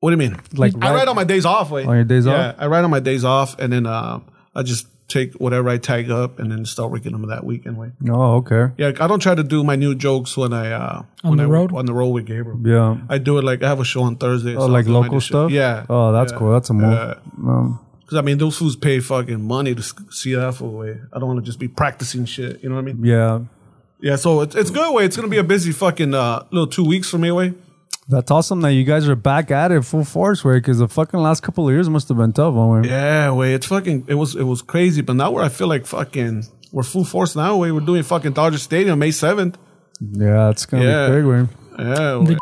S4: What do you mean?
S2: Like
S4: I
S2: write-
S4: write on my days off. Wait.
S2: On your days
S4: yeah,
S2: off?
S4: I write on my days off, and then um, I just take whatever I tag up, and then start working them that weekend way.
S2: Oh, okay.
S4: Yeah, I don't try to do my new jokes when I uh,
S3: On
S4: when
S3: the
S4: I,
S3: road?
S4: on the road with Gabriel.
S2: Yeah.
S4: I do it like I have a show on Thursday.
S2: Oh, like local stuff?
S4: Yeah.
S2: Oh, that's cool. That's a move. Um,
S4: Because I mean, those fools pay fucking money to s- see that for way. I don't want to just be practicing shit. You know what I mean?
S2: yeah.
S4: Yeah. So it's it's good way. It's gonna be a busy fucking uh, little two weeks for me way.
S2: That's awesome that you guys are back at it full force, way, because the fucking last couple of years must have been tough, homie.
S4: Yeah, way. It's fucking. It was it was crazy, but now where I feel like fucking we're full force now. Way we're doing fucking Dodger Stadium May seventh.
S2: Yeah, it's going to
S4: Yeah.
S2: be big, way.
S4: Yeah. Way.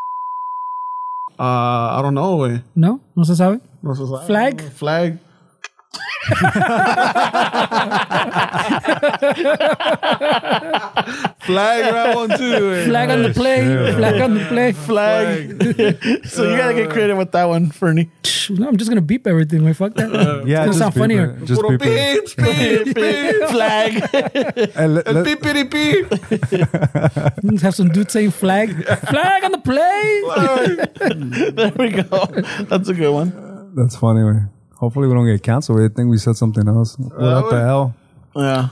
S4: Uh, I don't know. Way.
S3: No, no se sabe.
S4: What's his-
S3: Flag?
S4: Flag. Flag right one too. eh.
S3: Flag on the play. Flag on the play.
S1: Flag. so you gotta get creative with that one, Fernie.
S3: No, I'm just gonna beep everything. Like, fuck that.
S2: Yeah, just
S3: it's gonna sound
S2: beep
S3: funnier.
S2: it. Just
S4: Puro
S2: beep it.
S4: beeps, beep, beep.
S1: Flag.
S2: Hey, let-
S4: El
S2: let-
S4: beepity beep.
S3: Let's Have some dude saying flag. Flag on the play.
S1: there we go. That's a good one.
S2: That's funny, man. Hopefully we don't get canceled. I think we said something else. what the
S4: well.
S2: hell?
S1: Yeah.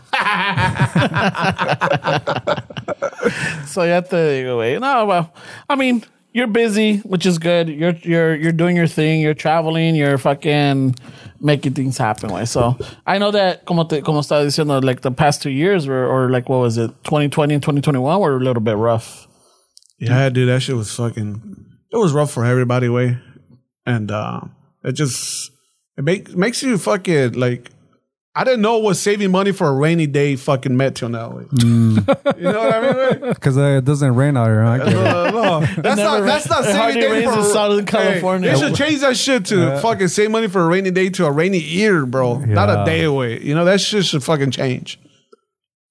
S1: so you have to go away. No, well, I mean, you're busy, which is good. You're you're you're doing your thing. You're traveling. You're fucking making things happen. Way. So I know that como te, como estaba diciendo, like the past two years were or like what was it, 2020 and 2021 were a little bit rough.
S4: Yeah, dude, that shit was fucking. It was rough for everybody, way, and uh, it just it make, makes you fucking like. I didn't know what saving money for a rainy day fucking meant till now. way. you know what I mean? way?
S2: Because uh, it doesn't rain out here. I get it.
S4: Uh, no, that's not that's not
S1: it hardly
S4: saving day
S1: rains
S4: for
S1: in Southern California.
S4: Hey, they should change that shit to fucking save money for a rainy day to a rainy year, bro. Not
S2: Yeah.
S4: a day away. You know that shit should fucking change.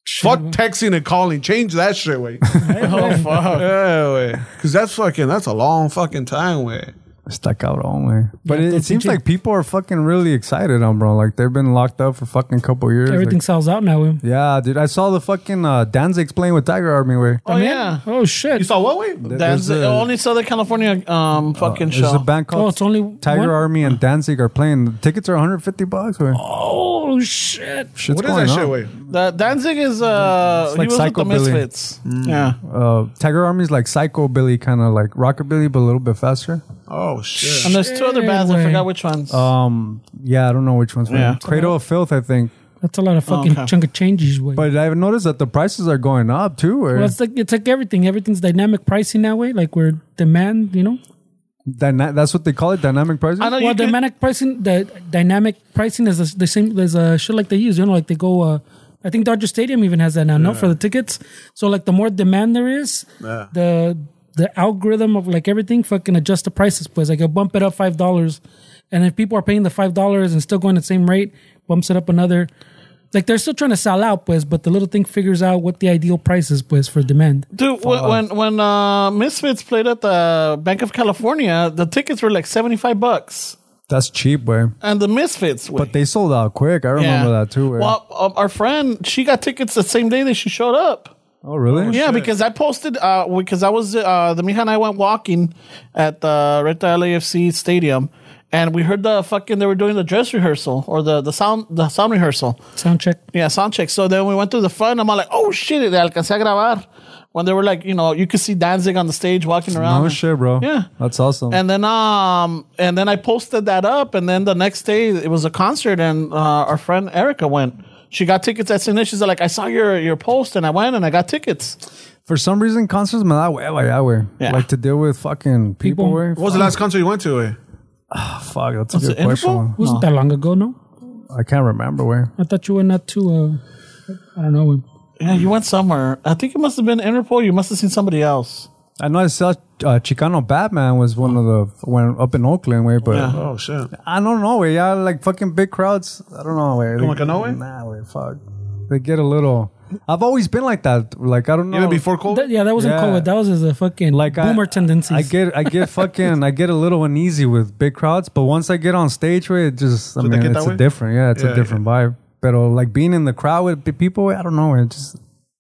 S4: Fuck texting and calling. Change that shit, way.
S1: Oh fuck.
S4: yeah, way. Because that's fucking that's a long fucking time, way.
S2: Está cabrón, way. But
S3: Yeah,
S2: it, it
S3: don't
S2: seems
S3: you-
S2: like people are fucking really excited on, bro. Like they've been locked up for fucking couple years. Like,
S3: Everything sells out now. Will.
S2: yeah, dude. I saw the fucking uh, Danzig playing with Tiger Army, way.
S1: Oh yeah.
S3: Oh shit.
S4: You saw what way?
S1: That's the
S2: a- Uh,
S1: only Southern California um fucking
S2: There's
S1: show.
S2: a band called
S3: Oh, it's only
S2: Tiger
S3: one?
S2: Army and Danzig are playing. The tickets are 150 bucks, way.
S3: Oh shit.
S2: Shit's
S4: What is
S2: going
S4: that shit
S2: on.
S4: way?
S1: The Danzig is uh
S2: like
S1: he was with the
S2: psychobilly.
S1: Misfits. Yeah.
S2: Uh, Tiger Army's like psycho Billy, kind of like rockabilly, but a little bit faster.
S4: Oh shit.
S1: And there's two other bands. I
S3: Anyway.
S1: forgot which ones.
S2: Um, yeah, I don't know which one's.
S1: Yeah.
S2: Yeah. Cradle of Filth, I think.
S3: That's a lot of fucking
S1: okay.
S3: chunk of changes. Way.
S2: But I've noticed that the prices are going up too. Or
S3: well, it's like it's like everything. Everything's dynamic pricing that way. Like we're demand. You know.
S2: dyna- that's what they call it, dynamic pricing.
S1: I know
S3: well,
S1: you can,
S3: dynamic pricing, the dynamic pricing is the, the same. There's a shit like they use, you know, like they go. Uh, I think Dodger Stadium even has that now, no, for the tickets. So like, the more demand there is, the the algorithm of like everything fucking adjust the prices. Pues like, I bump it up five dollars, and if people are paying the five dollars and still going at the same rate, bumps it up another. Like they're still trying to sell out, pues, but the little thing figures out what the ideal price is, pues, for demand.
S1: dude. When when, when uh, Misfits played at the Bank of California, the tickets were like seventy five bucks,
S2: that's cheap, way.
S1: and the Misfits. Way.
S2: But they sold out quick. I remember that too. eh? Way.
S1: Well, um, our friend she got tickets the same day that she showed up.
S2: oh, really?
S1: Yeah, because I posted uh because I was uh the Mija and I went walking at the right to LAFC stadium and we heard the fucking they were doing the dress rehearsal or the the sound the sound rehearsal.
S3: Sound check.
S1: Yeah, sound check. So then we went through the front. I'm all like, oh shit, le alcancé a grabar. When they were like, you know, you could see Danzig on the stage walking around.
S2: No shit, bro.
S1: Yeah.
S2: That's awesome.
S1: And then um and then I posted that up and then the next day it was a concert and uh, our friend Erica went. She got tickets at Cine. She's like, I saw your your post and I went and I got tickets.
S2: For some reason, concerts, man, I wear, I wear.
S1: Yeah.
S2: Like to deal with fucking people.
S3: People.
S2: way.
S4: What was the last concert you went to? Way?
S2: Fuck, that's a
S1: Was
S2: good
S1: it Interpol?
S2: question.
S3: Wasn't that long ago? No,
S2: I can't remember where.
S3: I thought you were not too. Uh, I don't know.
S1: Yeah, you went somewhere. I think it must have been Interpol. You must have seen somebody else.
S2: I know I saw uh, Chicano Batman was one of the when up in Oakland, way, but
S1: Yeah.
S4: Oh shit.
S2: I don't know, way. Yeah, like fucking big crowds. I don't know, way.
S4: Como que no, way?
S2: Nah, way. Fuck. They get a little. I've always been like that. Like I don't know.
S4: Even before COVID.
S3: That- yeah, that wasn't
S2: Yeah.
S3: COVID. That was just a fucking
S2: like
S3: boomer
S2: I,
S3: tendencies.
S2: I get, I get fucking, I get a little uneasy with big crowds, but once I get on stage, way, it just, I
S4: So they
S2: mean,
S4: get
S2: it's
S4: that
S2: a
S4: way?
S2: different, yeah, it's
S4: Yeah,
S2: a different vibe. But like being in the crowd with p- people, I don't know, it just,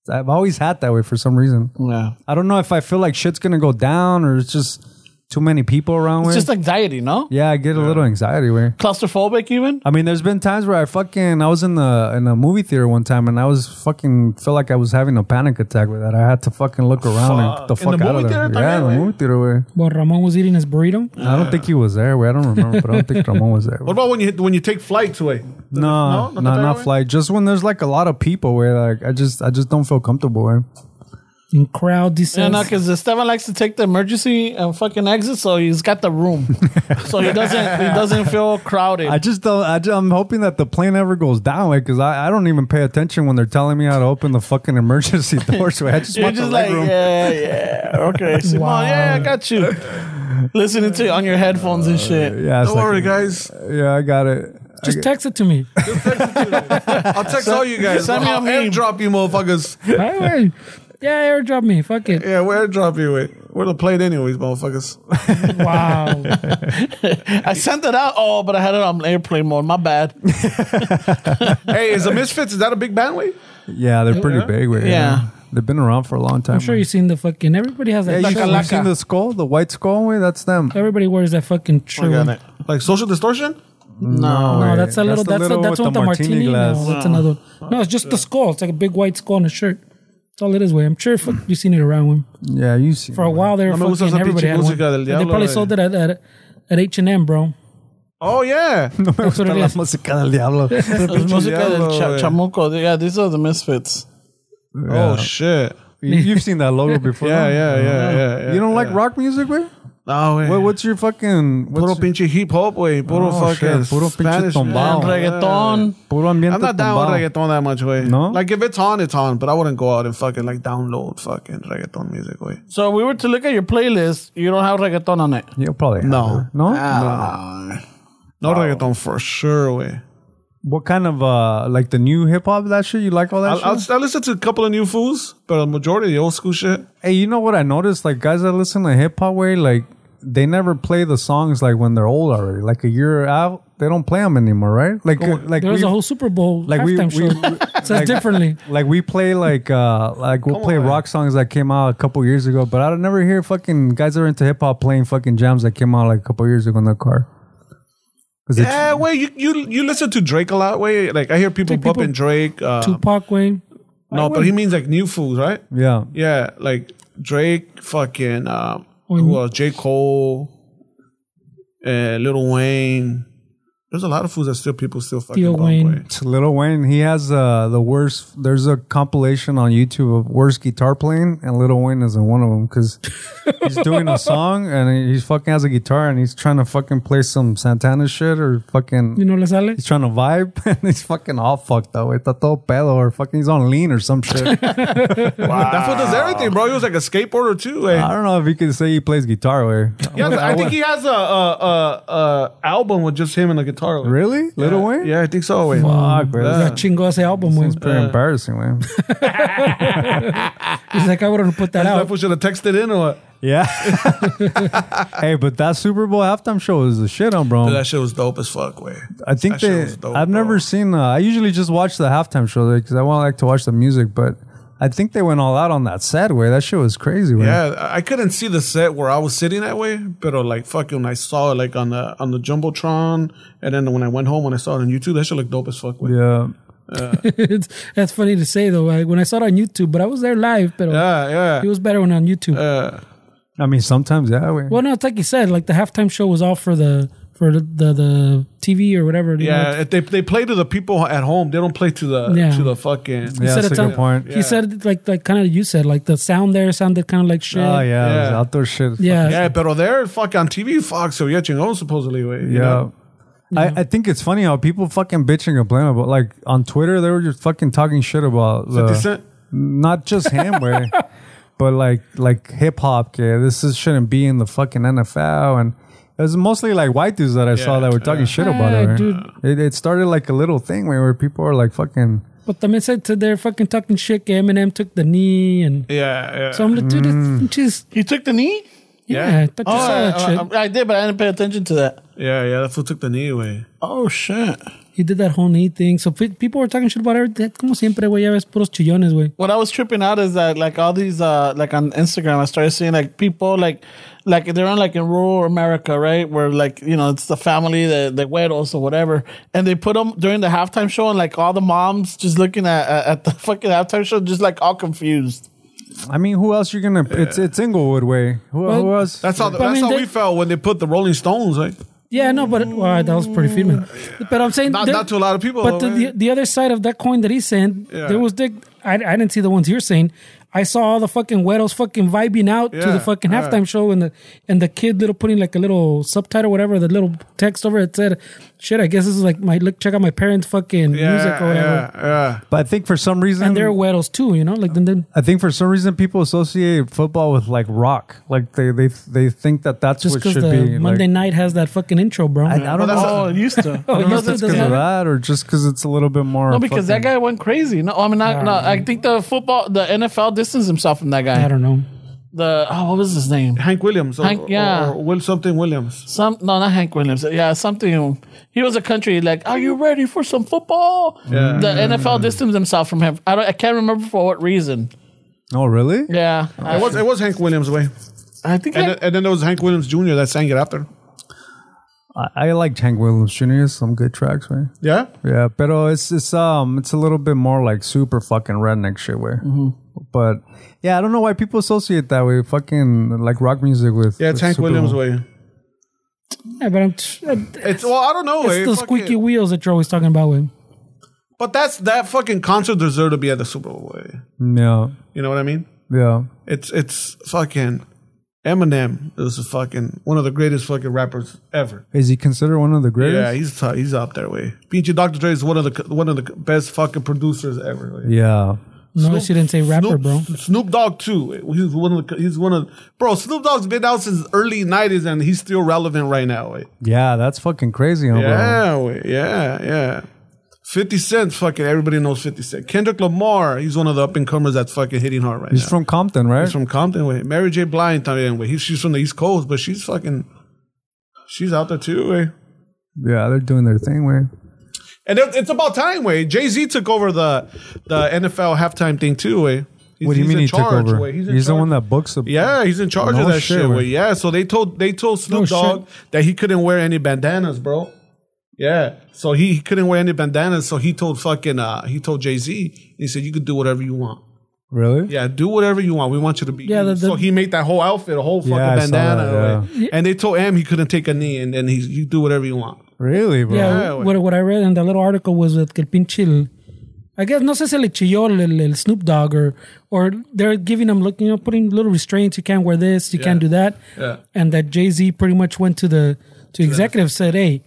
S2: I've always had that way for some reason.
S1: Yeah.
S2: I don't know if I feel like shit's gonna go down or it's just too many people around.
S1: It's
S2: way.
S1: just anxiety, no?
S2: yeah, I get a little anxiety. Way.
S1: Claustrophobic even?
S2: I mean, there's been times where I fucking I was in the in a movie theater one time and I was fucking felt like I was having a panic attack with that. I had to fucking look around and get the
S4: In
S2: fuck
S4: the
S2: out
S4: movie
S2: of there.
S4: theater también,
S2: yeah, in the
S4: güey.
S2: movie theater. Way.
S3: While Ramon was eating his burrito,
S2: I don't think he was there. Wait, I don't remember, but I don't think Ramon was there.
S4: What about when you when you take flights away?
S2: no, no,
S4: Not that
S2: not
S4: way?
S2: flight. Just when there's like a lot of people, where like I just, I just don't feel comfortable. Where.
S3: in crowd, he
S1: Yeah,
S3: says,
S1: no, because Esteban likes to take the emergency and fucking exit, so he's got the room, so he doesn't he doesn't feel crowded.
S2: I just don't. I am hoping that the plane ever goes down, way, because I, I don't even pay attention when they're telling me how to open the fucking emergency doors. Way. I just
S1: You're
S2: want the
S1: just
S2: leg
S1: like,
S2: room.
S1: yeah, yeah, okay, Simon,
S3: Wow.
S1: yeah, I got you. Listening to it on your headphones and shit.
S2: Yeah, it's
S4: Don't
S2: like,
S4: worry, guys.
S2: yeah, I got it.
S3: Just text it to me.
S4: I'll text all you guys.
S1: send me a
S4: I'll
S1: meme.
S4: airdrop you motherfuckers.
S3: All right. Yeah, airdrop me. Fuck it.
S4: Yeah, we'll airdrop you it. We're the plate anyways, motherfuckers.
S3: Wow.
S1: I sent it out. Oh, but I had it on airplane mode. My bad.
S4: hey, is the Misfits, is that a big band, wait?
S2: Yeah, they're pretty big. Right?
S1: Yeah.
S2: They've been around for a long time.
S3: I'm sure you've seen the fucking. Everybody has
S2: yeah,
S3: that.
S2: you
S3: fucking-
S2: seen, you seen the skull, the white skull? Wait, that's them.
S3: everybody wears that fucking true.
S4: Like Social Distortion?
S1: No.
S3: No,
S2: Wait,
S3: that's a little. That's
S2: the
S3: a, that's
S2: with
S3: what the martini. No, that's another. One. No, it's just the skull. It's like a big white skull on a shirt. That's all it is. Way I'm sure fuck, you've seen it around him
S2: Yeah, you see.
S3: for a while. There,
S4: No
S3: were
S4: me gusta
S3: fucking
S4: esa
S3: everybody
S4: pinche
S3: had one.
S4: música del
S3: They
S4: diablo,
S3: probably
S4: eh.
S3: sold it at at at H and M, bro.
S4: Oh, yeah.
S3: That's what it
S2: La
S3: is.
S2: música del diablo.
S1: It's música del
S4: diablo,
S1: cha-
S4: eh.
S1: chamuco. Yeah, these are the misfits.
S4: Oh, shit.
S2: You- You've seen that logo before.
S4: Yeah,
S2: no?
S4: yeah, yeah, yeah. yeah
S2: You don't like
S4: yeah.
S2: rock music, man?
S4: No, wait.
S2: What, what's your fucking what's
S4: Puro
S2: your,
S4: pinche hip hop, way. Puro
S2: Oh,
S4: fucking
S2: shit. Puro pinche
S4: Spanish, man.
S1: And
S2: tumbao.
S1: reggaeton.
S2: puro ambiente
S4: I'm not down with
S2: tumbado?
S4: reggaeton that much, way.
S2: No?
S4: Like if it's on, it's on. But I wouldn't go out and fucking like download fucking reggaeton music, way.
S1: So we were to look at your playlist. You don't have reggaeton on it.
S2: You'll probably have
S4: No.
S2: it. no.
S4: Ah. No reggaeton for sure, way.
S2: What kind of uh like the new hip hop that shit? You like all that
S4: I'll, I'll,
S2: shit?
S4: I'll listen to a couple of new fools, but a majority of the old school shit.
S2: hey, you know what I noticed? Like guys that listen to hip hop way, like they never play the songs like when they're old already, like a year out. They don't play them anymore, right? Like uh, like
S3: There was
S2: we-
S3: a whole Super Bowl
S2: like we-
S3: halftime
S2: we-
S3: show. It says
S2: like-
S3: differently.
S2: Like we play like uh like we'll play rock songs that came out a couple years ago, but I don't never hear fucking guys that are into hip hop playing fucking jams that came out like a couple years ago in the car. 'Cause it's-
S4: Yeah, wait, Eh, you, you you listen to Drake a lot, way. Like I hear people
S3: Dude, people-
S4: bumping Drake. Uh,
S3: Tupac Wayne.
S4: no, but he means like new fools, right?
S2: yeah.
S4: Yeah, like Drake, fucking uh,
S3: Mhm.
S4: who else? J Cole, uh, Little Wayne. There's a lot of fools that still people still fucking
S3: Theo
S4: bump,
S3: Wayne.
S4: way.
S2: Little Wayne, he has uh, the worst. There's a compilation on YouTube of worst guitar playing, and Little Wayne isn't one of them because he's doing a song and he's fucking has a guitar and he's trying to fucking play some Santana shit or fucking
S3: You know, Les Ale.
S2: he's trying to vibe and he's fucking all fucked up. Está todo pedo or fucking he's on lean or some shit.
S4: That fool does everything, bro. He was like a skateboarder too. way.
S2: I don't know if you can say he plays guitar way.
S4: He has- I think he has a, a, a, a album with just him and a guitar. way.
S2: Really, Little
S4: Yeah,
S2: Wayne?
S4: Yeah, I think so. Way.
S2: Fuck, bro.
S3: That
S2: That's
S3: chingo ese album, güey.
S2: pretty embarrassing, man.
S3: He's like, I wouldn't put that
S4: That
S3: out.
S4: fool should have texted in or what?
S2: Yeah. hey, but that Super Bowl halftime show is the shit on, bro.
S4: Dude, that shit was dope as fuck. Way.
S2: I think
S4: That shit
S2: they.
S4: was dope,
S2: I've
S4: bro.
S2: never seen. Uh, I usually just watch the halftime show because I want like to watch the music, but I think they went all out on that sad way. That shit was crazy. Man.
S4: Yeah, I- I couldn't see the set where I was sitting that way, but uh, like fucking, I saw it like on the on the jumbotron, and then when I went home, when I saw it on YouTube, that shit looked dope as fuck. Yeah,
S2: Yeah.
S3: It's- That's funny to say, though. Like, when I saw it on YouTube, but I was there live, but
S4: yeah,
S3: it was better when on YouTube.
S2: I mean, sometimes yeah. We,
S3: Well, no, it's like you said, like the halftime show was all for the for the the, the TV or whatever. you know,
S4: yeah. If they they play to the people at home. They don't play to the
S3: Yeah.
S4: to the fucking.
S2: yeah,
S3: said
S2: that's a
S3: it's
S2: good
S3: on-
S2: point.
S3: He said it like like kind of you said like the sound there sounded kind of like shit.
S2: Oh yeah, it was
S4: Yeah.
S2: outdoor shit.
S3: yeah.
S4: Yeah, but there, fuck on TV, fuck. So yeah, chingón supposedly. Way, you
S2: Yeah.
S4: know?
S3: Mm-hmm.
S2: I, I think it's funny how people fucking bitch and complain about like on Twitter they were just fucking talking shit about the,
S4: 50 Cent?
S2: not just him way, but like like hip hop kid. This is, shouldn't be in the fucking NFL and it was mostly like white dudes that I saw
S4: Yeah,
S2: that were talking shit about
S3: Ah,
S2: it, right?
S3: dude.
S2: it. It started like a little thing where, where people are like fucking
S3: But the man said to their fucking talking shit. Eminem took the knee and
S4: yeah, yeah.
S3: so I'm like, dude,
S2: Mm.
S3: it's just
S1: You took the knee.
S3: yeah. uh, I thought you
S1: Oh,
S3: saw
S4: uh,
S3: that
S1: I,
S3: shit.
S4: um,
S1: I- I did, but I didn't pay attention to that.
S4: yeah, yeah. That fool took the knee away.
S1: Oh shit!
S3: he did that whole knee thing. So pe- people were talking shit about everything. Como siempre, güey, ya ves puros chillones, güey.
S1: What I was tripping out is that like all these uh like on Instagram, I started seeing like people like like they're on like in rural America, right? Where like you know it's the family the the widows or whatever, and they put them during the halftime show, and like all the moms just looking at at, at the fucking halftime show, just like all confused.
S2: I mean who else you're gonna it's it's Inglewood way. Who, who
S3: Well,
S2: else?
S4: That's how
S3: I
S4: that's
S3: mean,
S4: how
S3: they-
S4: we felt when they put the Rolling Stones. Like
S3: Yeah, no, but well, that was pretty female. But I'm saying
S4: Mm. not
S3: there-
S4: not to a lot of people.
S3: But the,
S4: though,
S3: the
S4: man.
S3: the other side of that coin that he sent,
S4: Yeah.
S3: there was dick. I, I didn't see the ones you're saying. I saw all the fucking weirdos fucking vibing out to
S4: Yeah,
S3: the fucking
S4: yeah.
S3: halftime show and the and the kid little putting like a little subtitle whatever the little text over it said shit I guess this is like my look check out my parents fucking
S4: Yeah,
S3: music or whatever
S4: yeah, yeah.
S2: But I think for some reason,
S3: and they're weirdos too you know like then then
S2: I think for some reason people associate football with like rock. Like they they they think that that's
S3: just
S2: what
S3: because
S2: should
S3: the
S2: be.
S3: Monday
S2: like,
S3: night has that fucking intro bro
S2: I, I don't
S4: that's-
S2: know.
S1: Oh, it used to.
S3: Oh,
S2: I don't know
S3: yes,
S2: if
S3: it
S2: it's
S3: does
S2: because of
S3: have-
S2: that or just because it's a little bit more.
S1: No, because that
S2: fucking-
S1: guy went crazy. No, I mean, not, no, I think the football, the NFL distanced himself from that
S3: I
S1: guy.
S3: don't know
S1: The oh, what was his name?
S4: Hank Williams. Or,
S1: Hank-
S4: or-
S1: yeah.
S4: Or Will something Williams.
S1: Some no, not Hank Williams. Yeah, something. He was a country like, are you ready for some football?
S4: Yeah.
S1: The NFL distanced himself from him. I don't. I can't remember for what reason.
S2: Oh, really?
S1: Yeah, I,
S4: It was, it was Hank Williams' way.
S1: I think.
S4: And,
S1: I,
S4: then, and then there was Hank Williams Jr. that sang it after.
S2: I, I like Hank Williams Jr. Some good tracks, right?
S4: Yeah?
S2: Yeah, pero it's it's um it's a little bit more like super fucking redneck shit way. But yeah, I don't know why people associate that with fucking like rock music with.
S4: Yeah, it's
S2: with
S4: Hank
S2: Super
S4: Williams'
S2: Bowl.
S4: way.
S3: yeah but I'm t-
S4: It's, well, I don't know. eh,
S3: it's the
S4: fuck
S3: squeaky
S4: it.
S3: wheels that you're always talking about with
S4: But that's that fucking concert deserved to be at the Super Bowl. eh.
S2: Yeah,
S4: You know what I mean?
S2: yeah.
S4: It's it's fucking Eminem is a fucking one of the greatest fucking rappers ever.
S2: Is he considered one of the
S4: Yeah,
S2: greatest?
S4: he's t- he's up there way. Pinchy Dr. Dre is one of the c- one of the c- best fucking producers ever. way.
S2: Yeah,
S3: no she didn't say rapper
S4: Snoop,
S3: bro
S4: Snoop Dogg too. He's one of the, he's one of bro. Snoop Dogg's been out since early '90s and he's still relevant right now. way.
S2: yeah. That's fucking crazy, huh, bro?
S4: Yeah, way. yeah, yeah. Fifty Cent, fucking everybody knows Fifty Cent. Kendrick Lamar, he's one of the up and comers that's fucking hitting hard right
S2: He's
S4: now.
S2: from Compton, right?
S4: He's from Compton way. Mary J. Blige también way. He- She's from the East Coast, but she's fucking she's out there too way.
S2: yeah, they're doing their thing, way.
S4: And it, it's about time way. Jay Z took over the the NFL halftime thing too way. He's-
S2: What do you
S4: he's
S2: mean
S4: in
S2: he took
S4: charge,
S2: over?
S4: way.
S2: He's,
S4: in
S2: the
S4: charge.
S2: one that books. The,
S4: Yeah, he's in charge
S2: No
S4: of that shit.
S2: shit, man.
S4: well, yeah, so they told they told Snoop
S3: No
S4: Dogg that he couldn't wear any bandanas, bro. Yeah, so he, he couldn't wear any bandanas. So he told fucking uh he told Jay Z. He said you could do whatever you want.
S2: Really?
S4: Yeah, do whatever you want. We want you to be.
S3: Yeah,
S4: you."
S3: the- the-
S4: so he made that whole outfit, a whole fucking
S2: Yeah, I saw
S4: bandana.
S2: that,
S4: right? And they told him he couldn't take a knee, and then he's you do whatever you want.
S2: Really, bro?
S3: Yeah,
S4: Ah,
S3: what, what I read in the little article was that que el pinche, el- I guess, no sé si le chilló el, el- el Snoop Dogg or, or they're giving him, look, you know, putting little restraints. You can't wear this, you can't do that.
S4: Yeah.
S3: And that Jay Z pretty much went to the to executives, said, hey,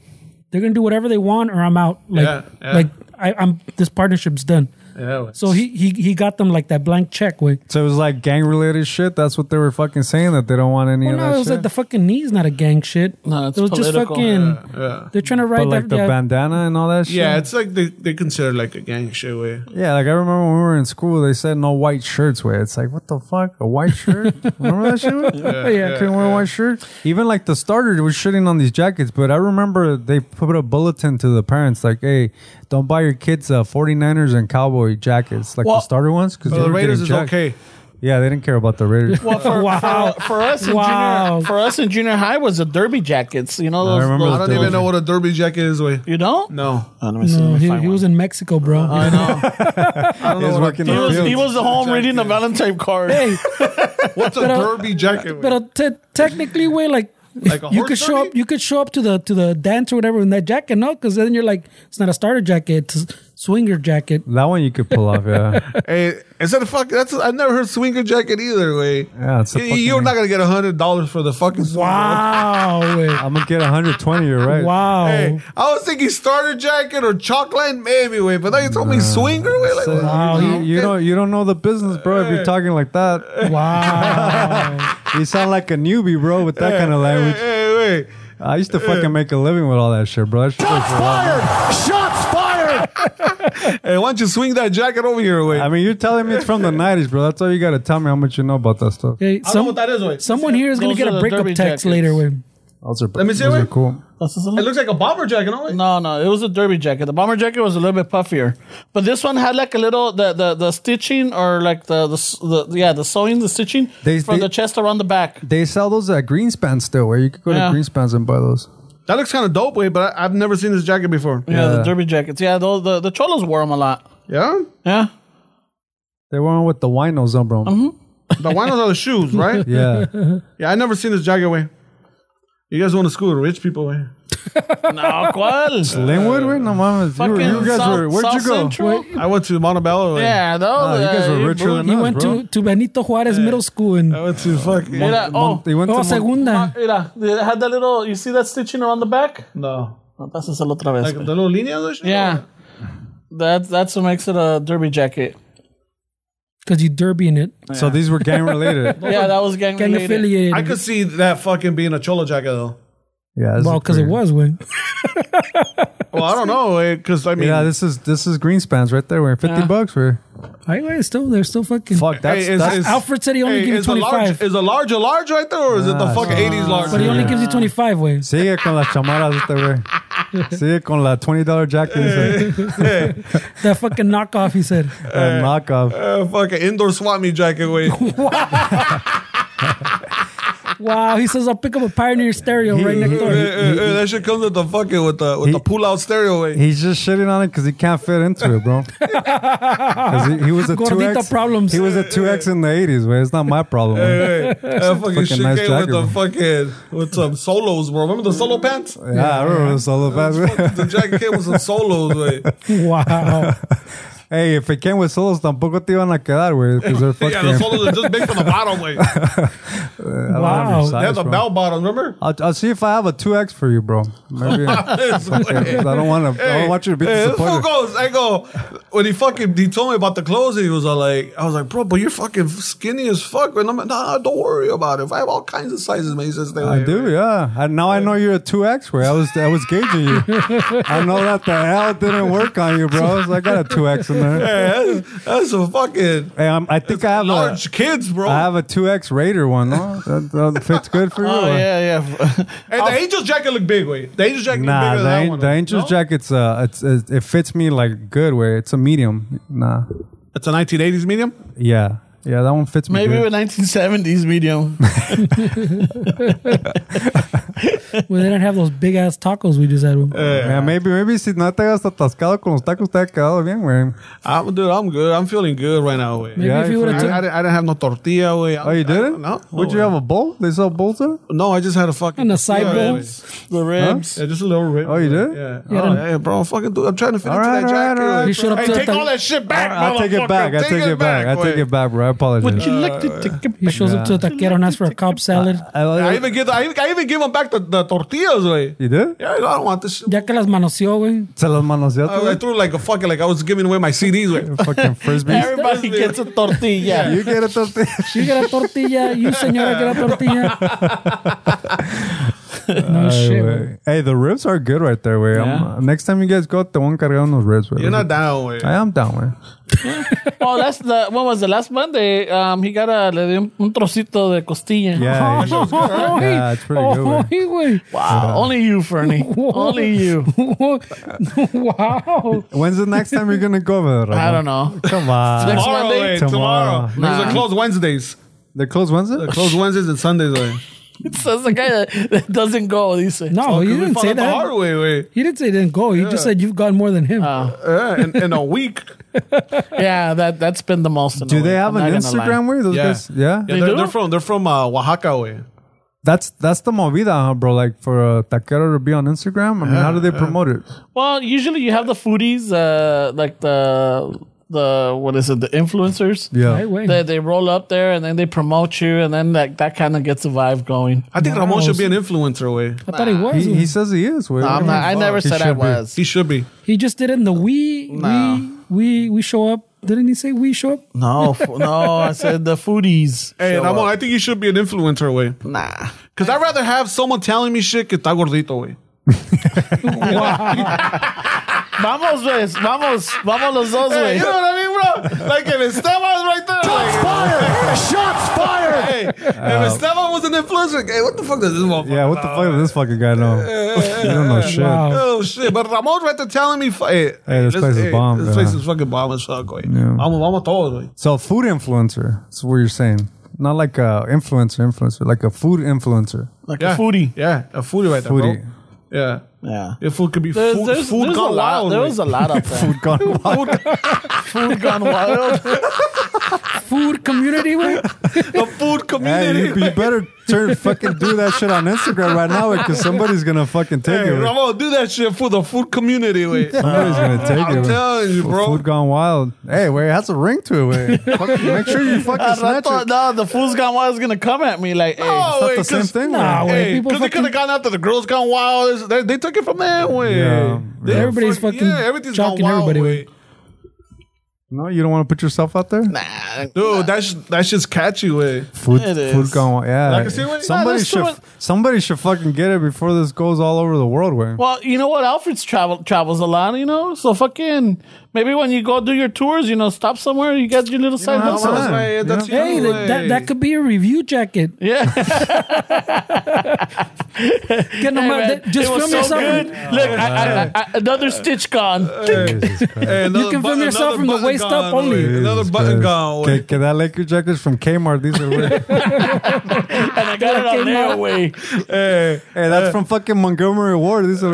S3: they're going to do whatever they want or I'm out. Like,
S4: Yeah, yeah.
S3: like I, I'm, this partnership's done.
S4: Yeah, well.
S3: So he, he, he got them like that blank check way.
S2: So it was like gang related shit. That's what they were fucking saying that they don't want any
S3: Well,
S2: of that
S3: "Oh, no, it was
S2: shit.
S3: like the fucking knee's not a gang shit.
S1: No, it's
S3: it was just
S1: political.
S3: fucking. They're trying to write
S2: but like
S3: that.
S2: the
S3: yeah,
S2: bandana and all that shit.
S4: Yeah, it's like they they consider like a gang shit way.
S2: Yeah, like I remember when we were in school, they said no white shirts. Way it's like what the fuck, a white shirt? remember that shit? Yeah, couldn't wear a white shirt. Even like the starter was shitting on these jackets, but I remember they put a bulletin to the parents like, "Hey, don't buy your kids uh, 49ers and cowboy jackets, like the
S1: Well-
S2: starter ones, because
S4: But the Raiders is okay.
S2: Yeah, they didn't care about the Raiders.
S1: well, for,
S3: Wow.
S1: for, for us in
S3: Wow.
S1: junior, for us in junior high was the derby jackets. You know,
S2: I
S1: those,
S2: remember
S1: those-
S4: I don't
S2: Derby.
S4: even know what a derby jacket is. Way
S1: you don't.
S4: no,
S1: Oh, let me
S3: no,
S1: let me
S3: he,
S1: find
S3: he
S1: one.
S3: was in Mexico, bro.
S1: I know.
S2: He was working
S1: He
S2: the
S1: was, he
S2: fields.
S1: was at home reading the Valentine card.
S3: Hey,
S4: what's a derby jacket? way?
S3: But uh, te- technically, way like,
S4: Like a
S3: you
S4: horse
S3: could show
S4: derby?
S3: up, you could show up to the to the dance or whatever in that jacket, no? Because then you're like, it's not a starter jacket, it's a swinger jacket.
S2: That one you could pull off, yeah.
S4: Hey, is that a fuck? That's I never heard swinger jacket either. Way,
S2: Yeah, it's a
S4: You-
S2: fucking-
S4: you're not gonna get a hundred dollars for the fucking. Swinger.
S3: Wow, way.
S2: I'm gonna get 120. You're right.
S3: wow.
S4: Hey, I was thinking starter jacket or chocolate maybe way, but now you told me swinger way. Like, what?
S3: Wow,
S2: You, you don't you don't know the business, bro. If you're talking like that,
S3: Wow.
S2: you sound like a newbie, bro, with that kind of
S4: Hey,
S2: language.
S4: hey, wait.
S2: I used to fucking make a living with all that shit, bro. That shit was for a while.
S6: Shots fired!
S4: Hey, why don't you swing that jacket over here way?
S2: I mean, you're telling me it's from the '90s, bro. That's all you gotta tell me how much you know about that stuff.
S3: Hey,
S4: know what that is, wait.
S3: someone here is gonna
S1: Those
S3: get
S1: are
S3: a
S1: the
S3: breakup
S1: derby
S3: text later, way.
S2: Those are,
S4: Let me see
S2: those
S4: it.
S2: are cool.
S1: That's just a
S4: it
S1: little-
S4: looks like a bomber jacket, no? way?
S1: No, no, it was a derby jacket. The bomber jacket was a little bit puffier, but this one had like a little the the, the stitching or like the, the s- the yeah the sewing the stitching
S2: They-
S1: from
S2: they-
S1: the chest around the back.
S2: They sell those at Greenspan still, where you could go
S1: Yeah.
S2: to Greenspan's and buy those.
S4: That looks kind of dope way, but I, I've never seen this jacket before.
S1: Yeah, the derby jackets. Yeah, those, the the cholos wore them a lot.
S4: Yeah,
S1: Yeah,
S2: They were on with the winos on, bro.
S4: the winos are the shoes, right?
S2: Yeah,
S4: Yeah, I never seen this jacket way. You guys want to school the rich people way?
S1: No, ¿cuál?
S2: Linwood, wait, no mames. You, were- you
S1: Fucking
S2: guys were,
S1: South,
S2: where'd
S1: South
S2: you go?
S1: Central?
S4: I went to Montebello. and
S1: Yeah, no. uh,
S2: Ah, you guys were richer than
S3: He
S2: us,
S3: went
S2: bro.
S3: to, to Benito Juarez Middle School and
S4: I went to fucking.
S1: Mira, oh, ah,
S2: Mon- they went
S3: oh,
S2: to Mon-
S3: segunda.
S1: mira, it had that little, you see that stitching around the back?
S4: No.
S1: No, pásaselo otra vez.
S4: Like the
S1: güey.
S4: little lineas and shit?
S1: Yeah. That, that's what makes it a derby jacket.
S3: because you derby in it.
S2: So these were gang related.
S1: Yeah, that was gang
S3: Gang
S1: related.
S3: affiliated.
S4: I could see that fucking being a cholo jacket though.
S2: yeah, this
S3: well,
S2: is
S3: because it
S2: pretty-
S3: was when
S4: Well, I don't know, because I mean,
S2: Yeah, this is this is Greenspan's right there. We're fifty bucks. We're
S3: I was still they're still fucking.
S2: fuck. That's
S4: is-
S2: that's
S4: is-
S3: Alfred said he only
S4: hey,
S3: gives you
S4: is a large-
S3: 25,
S4: Is a large a large right there, or is it the
S2: Ah,
S4: fucking eighties large?
S3: but he only gives you 25 ways.
S2: sigue con las chamaras este güey. Sigue con la twenty dollar jacket dice,
S3: That fucking knockoff, he said.
S2: uh, knockoff.
S4: uh, fucking indoor swap meet jacket. Wait,
S3: Wow, he says I'll pick up a Pioneer stereo right
S2: He-
S3: next door.
S4: Eh, eh, eh, that shit comes with the fucking with the with
S2: He-
S4: the pull out stereo. Wait,
S2: He's just shitting on it because he can't fit into it, bro. 'Cause he, he was a two
S3: Gordita
S2: X.
S3: problems.
S2: He was a two X in the eighties, man. It's not my problem.
S4: Hey,
S2: man.
S4: that fucking, shit
S2: nice
S4: came
S2: jacket,
S4: with the fucking with some solos, bro. Remember the solo pants?
S2: Yeah, I remember this all about.
S4: the jacket came with some solos. Wait,
S3: Wow,
S2: Hey, if it came with solos, tampoco te iban a quedar, güey, because they're fucking.
S4: yeah, the solos are just made from the bottom. Wait, they
S3: wow.
S4: had the
S2: bro.
S4: bell bottom. Remember?
S2: I'll, I'll see if I have a two X for you, bro. Maybe. I don't want to. I don't want you to be
S4: Hey, this fool
S2: disappointed.
S4: goes, I go, when he fucking, he told me about the clothes, he was all like, I was like, bro, but you're fucking skinny as fuck. And I'm like, nah, don't worry about it. I have all kinds of sizes, man. He says,
S2: I do, yeah. And now I know you're a two X. Where I was, I was gauging you. I know that the hell didn't work on you, bro. So I got a two X in there.
S4: That's, that's a fucking
S2: Hey, I'm, I think I have
S4: large
S2: a,
S4: kids, bro.
S2: I have a two X Raider one. No, that, that fits good for you.
S1: Oh,
S2: or-
S1: yeah, yeah.
S4: hey, the Angels jacket look big, wait. The Angels jacket look
S2: Nah,
S4: bigger
S2: the,
S4: than that
S2: an-
S4: one.
S2: the Angels jacket's uh, it's, it, it fits me like good. Where it's a medium. Nah,
S4: It's a 1980s medium?
S2: yeah, yeah, that one fits me.
S1: Maybe
S2: good.
S1: a 1970s medium.
S3: Well, they didn't have those big ass tacos we just had.
S2: Yeah, maybe, maybe si no te hagas atascado con los tacos, te ha quedado bien, güey.
S4: I'm, dude, I'm good. I'm feeling good right now, wait.
S3: Maybe
S2: yeah,
S3: if you
S2: if
S3: would
S4: I, I,
S3: have took,
S4: didn't, I didn't have no tortilla, wait.
S2: Oh, you didn't?
S4: No.
S2: Would you have a bowl? They sell bowls there?
S4: No, I just had a fucking.
S3: And a side
S4: Yeah,
S3: bowl?
S4: wait.
S1: The ribs.
S4: Yeah, just a little rip.
S2: Oh, you did?
S4: Yeah.
S3: Yeah,
S4: oh,
S3: then-
S4: yeah, bro. I'm fucking dude. I'm trying to fit
S2: All
S4: into
S2: right,
S4: that
S2: all right,
S4: jacket.
S2: all right.
S3: You should've
S4: hey,
S3: took
S4: take
S3: the-
S4: all that shit back,
S2: I take it back. I take it back. I take it back, bro. I apologize.
S1: you like
S2: Oh,
S1: to take a
S3: he shows up to the taquero and asks for a cob salad.
S2: I- I-
S4: I even give. I even, I even give them back the, the tortillas, way.
S2: you did?
S4: Yeah, I don't want this shit.
S3: Ya que las manoseó, güey.
S2: Se los manos
S4: I, I threw like a fucking like I was giving away my CDs. Way.
S2: Fucking frisbees.
S1: Everybody gets a tortilla.
S2: you get it, tortilla.
S3: She got a tortilla. You, señora, got a tortilla. no shit. güey.
S2: Oh, Hey, the ribs are good right there, way.
S1: Yeah.
S2: next time you guys go, te voy a encargar unos ribs, güey.
S4: You're not down, way.
S2: I am down, way.
S1: oh, that's the when was the last Monday? Um, he got a le di un, un trocito de costilla.
S2: Yeah. you should- Yeah, it's pretty good,
S3: Oh, güey.
S1: Wow, only you, Fernie. only you.
S3: wow.
S2: When's the next time you're gonna go over there?
S1: I don't know.
S2: Come on.
S1: Next
S4: Tomorrow,
S1: Monday?
S4: way,
S2: Tomorrow.
S4: tomorrow. Because
S1: Nah.
S4: they're closed Wednesdays.
S2: They're closed Wednesday.
S4: They're closed Wednesdays and Sundays, way.
S1: Says the guy that, that doesn't go. Dice.
S3: No, you
S4: We
S3: didn't
S4: found
S3: say
S4: out the
S3: that.
S4: hard way, way.
S3: He didn't say he didn't go. You just said you've gone more than
S1: Uh,
S3: him.
S4: Yeah, Uh, in, in a week.
S1: Yeah, that that's been the most.
S2: Do
S1: annoying.
S2: they have
S1: I'm
S2: an
S1: not gonna lie.
S2: Instagram? Where those
S4: Yeah.
S2: guys? Yeah.
S4: Yeah,
S1: They
S4: they're,
S1: do?
S4: they're from they're from uh, Oaxaca, way.
S2: That's that's the movida, huh, bro. Like for a taquero to be on Instagram. I mean, how do they promote it?
S1: Well, usually you have the foodies, uh, like the the what is it, the influencers.
S2: Yeah.
S3: Right, güey.
S1: They, they roll up there and then they promote you and then like that kind of gets the vibe going.
S4: I think Ramon should be an influencer, way.
S3: I thought he was.
S2: He,
S3: güey.
S2: he says he is. Wait,
S1: I'm not, I never
S2: He
S1: said I
S2: should be.
S1: was.
S4: He should be.
S3: He just did it in the we we we we show up. Didn't he say we show up?
S1: No, f- no, I said the foodies.
S4: Hey,
S1: show
S4: Ramon,
S1: up.
S4: I think you should be an influencer, way.
S1: nah.
S4: Because I'd rather have someone telling me shit que está gordito, way.
S1: Vamos, pues, vamos, vamos los dos, güey.
S4: Hey, you know what I mean, bro? Like if Esteban was right there, like,
S2: Fire! Shots fired!
S4: hey, if Esteban was an influencer, hey, what the fuck does this motherfucker?
S2: Yeah, what the fuck does this fucking guy know? He don't know shit.
S3: Wow.
S4: Oh shit! But Ramon's right there telling me, fu- hey,
S2: Hey, this
S4: let's-
S2: place is bomb,
S4: This
S2: yeah.
S4: place is fucking bomb as fuck, way. Vamos, vamos todos, way.
S2: So food influencer. That's what you're saying. Not like a influencer, influencer, like a food influencer.
S1: Like
S4: Yeah,
S1: a foodie.
S4: Yeah, a foodie right there, bro.
S2: Foodie.
S4: Yeah,
S1: Yeah.
S4: your food could be
S1: There's,
S4: food.
S1: there's,
S4: food
S1: there's a
S4: gone
S1: lot.
S4: wild.
S1: There
S4: way.
S1: was a lot up there.
S2: Gone wild.
S1: food gone wild.
S3: food community, way.
S4: The food
S2: Hey,
S4: community.
S2: you, you better turn fucking do that shit on Instagram right now because somebody's gonna fucking take
S4: Hey,
S2: it. wey.
S4: Ramon, do that shit for the food community, wait.
S2: Somebody's gonna take it.
S4: I'm
S2: wey.
S4: telling you,
S2: F-
S4: bro.
S2: Food gone wild. Hey, wait, it has a ring to it. Wait, fucking, make sure you fucking
S1: I
S2: snatch
S1: thought,
S2: it.
S1: no, the fool's gone wild is gonna come at me like, hey,
S4: Oh,
S2: It's not the same
S4: 'cause-
S2: thing.
S3: nah,
S2: wey.
S3: wey.
S4: Hey,
S3: people
S4: because they could
S3: fucking-
S4: have gone after the girls gone wild. They, they took it from there, way.
S2: Yeah,
S4: They-
S2: yeah.
S3: Everybody's
S4: fuck-
S3: fucking
S4: yeah, everything's gone
S3: jocking
S4: wild, way.
S3: everybody,
S2: No, you don't want to put yourself out there.
S1: eh,
S4: Dude, that's that's just catchy, way.
S2: Food,
S1: It is.
S2: food gone wild. Yeah,
S4: Like, see what-
S1: Nah,
S2: somebody
S1: there's too
S2: should.
S1: much-
S2: Somebody should fucking get it before this goes all over the world. Way.
S1: Well, you know what? Alfred's travel travels a lot, you know. So fucking maybe when you go do your tours, you know, stop somewhere. You get your little side
S2: have
S1: hustle.
S2: time.
S4: way, that's
S2: Yeah.
S3: Hey,
S4: you,
S3: that, that, that
S4: way.
S3: could be a review jacket.
S1: Yeah,
S3: Get them out
S1: man.
S3: there.
S1: it
S3: Just
S1: was so
S3: film yourself.
S1: good. Look, I, I, I, another stitch gone.
S4: Hey, another
S3: can film
S4: button-
S3: yourself
S4: another
S3: from the
S4: button
S3: waist up
S4: gone,
S3: only.
S4: way. Another
S2: Jesus
S4: button
S2: Christ.
S4: gone, way.
S2: Okay, okay, that Laker jacket's from Kmart. These are. Way.
S1: I got it on their way.
S4: Hey,
S2: Hey, that's from fucking Montgomery Ward. This is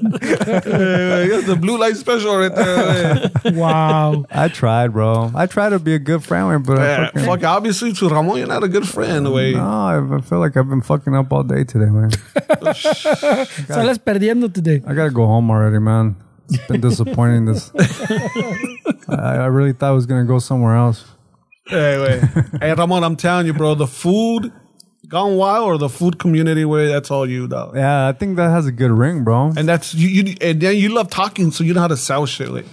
S4: hey, that's the blue light special right there. way.
S3: Wow.
S2: I tried, bro. I tried to be a good friend, but I
S4: Yeah,
S2: fucking,
S4: fuck, obviously, to Ramon, you're not a good friend, way.
S2: no, I I feel like I've been fucking up all day today, man.
S3: Sales perdiendo today.
S2: I gotta go home already, man. It's been disappointing. This, I, I really thought I was gonna go somewhere else.
S4: Hey, wait. hey, Ramon, I'm telling you, bro, the food gone wild or the food community, way, that's all you, though.
S2: Yeah, I think that has a good ring, bro.
S4: And that's you, you. And then you love talking, so you know how to sell shit. Like,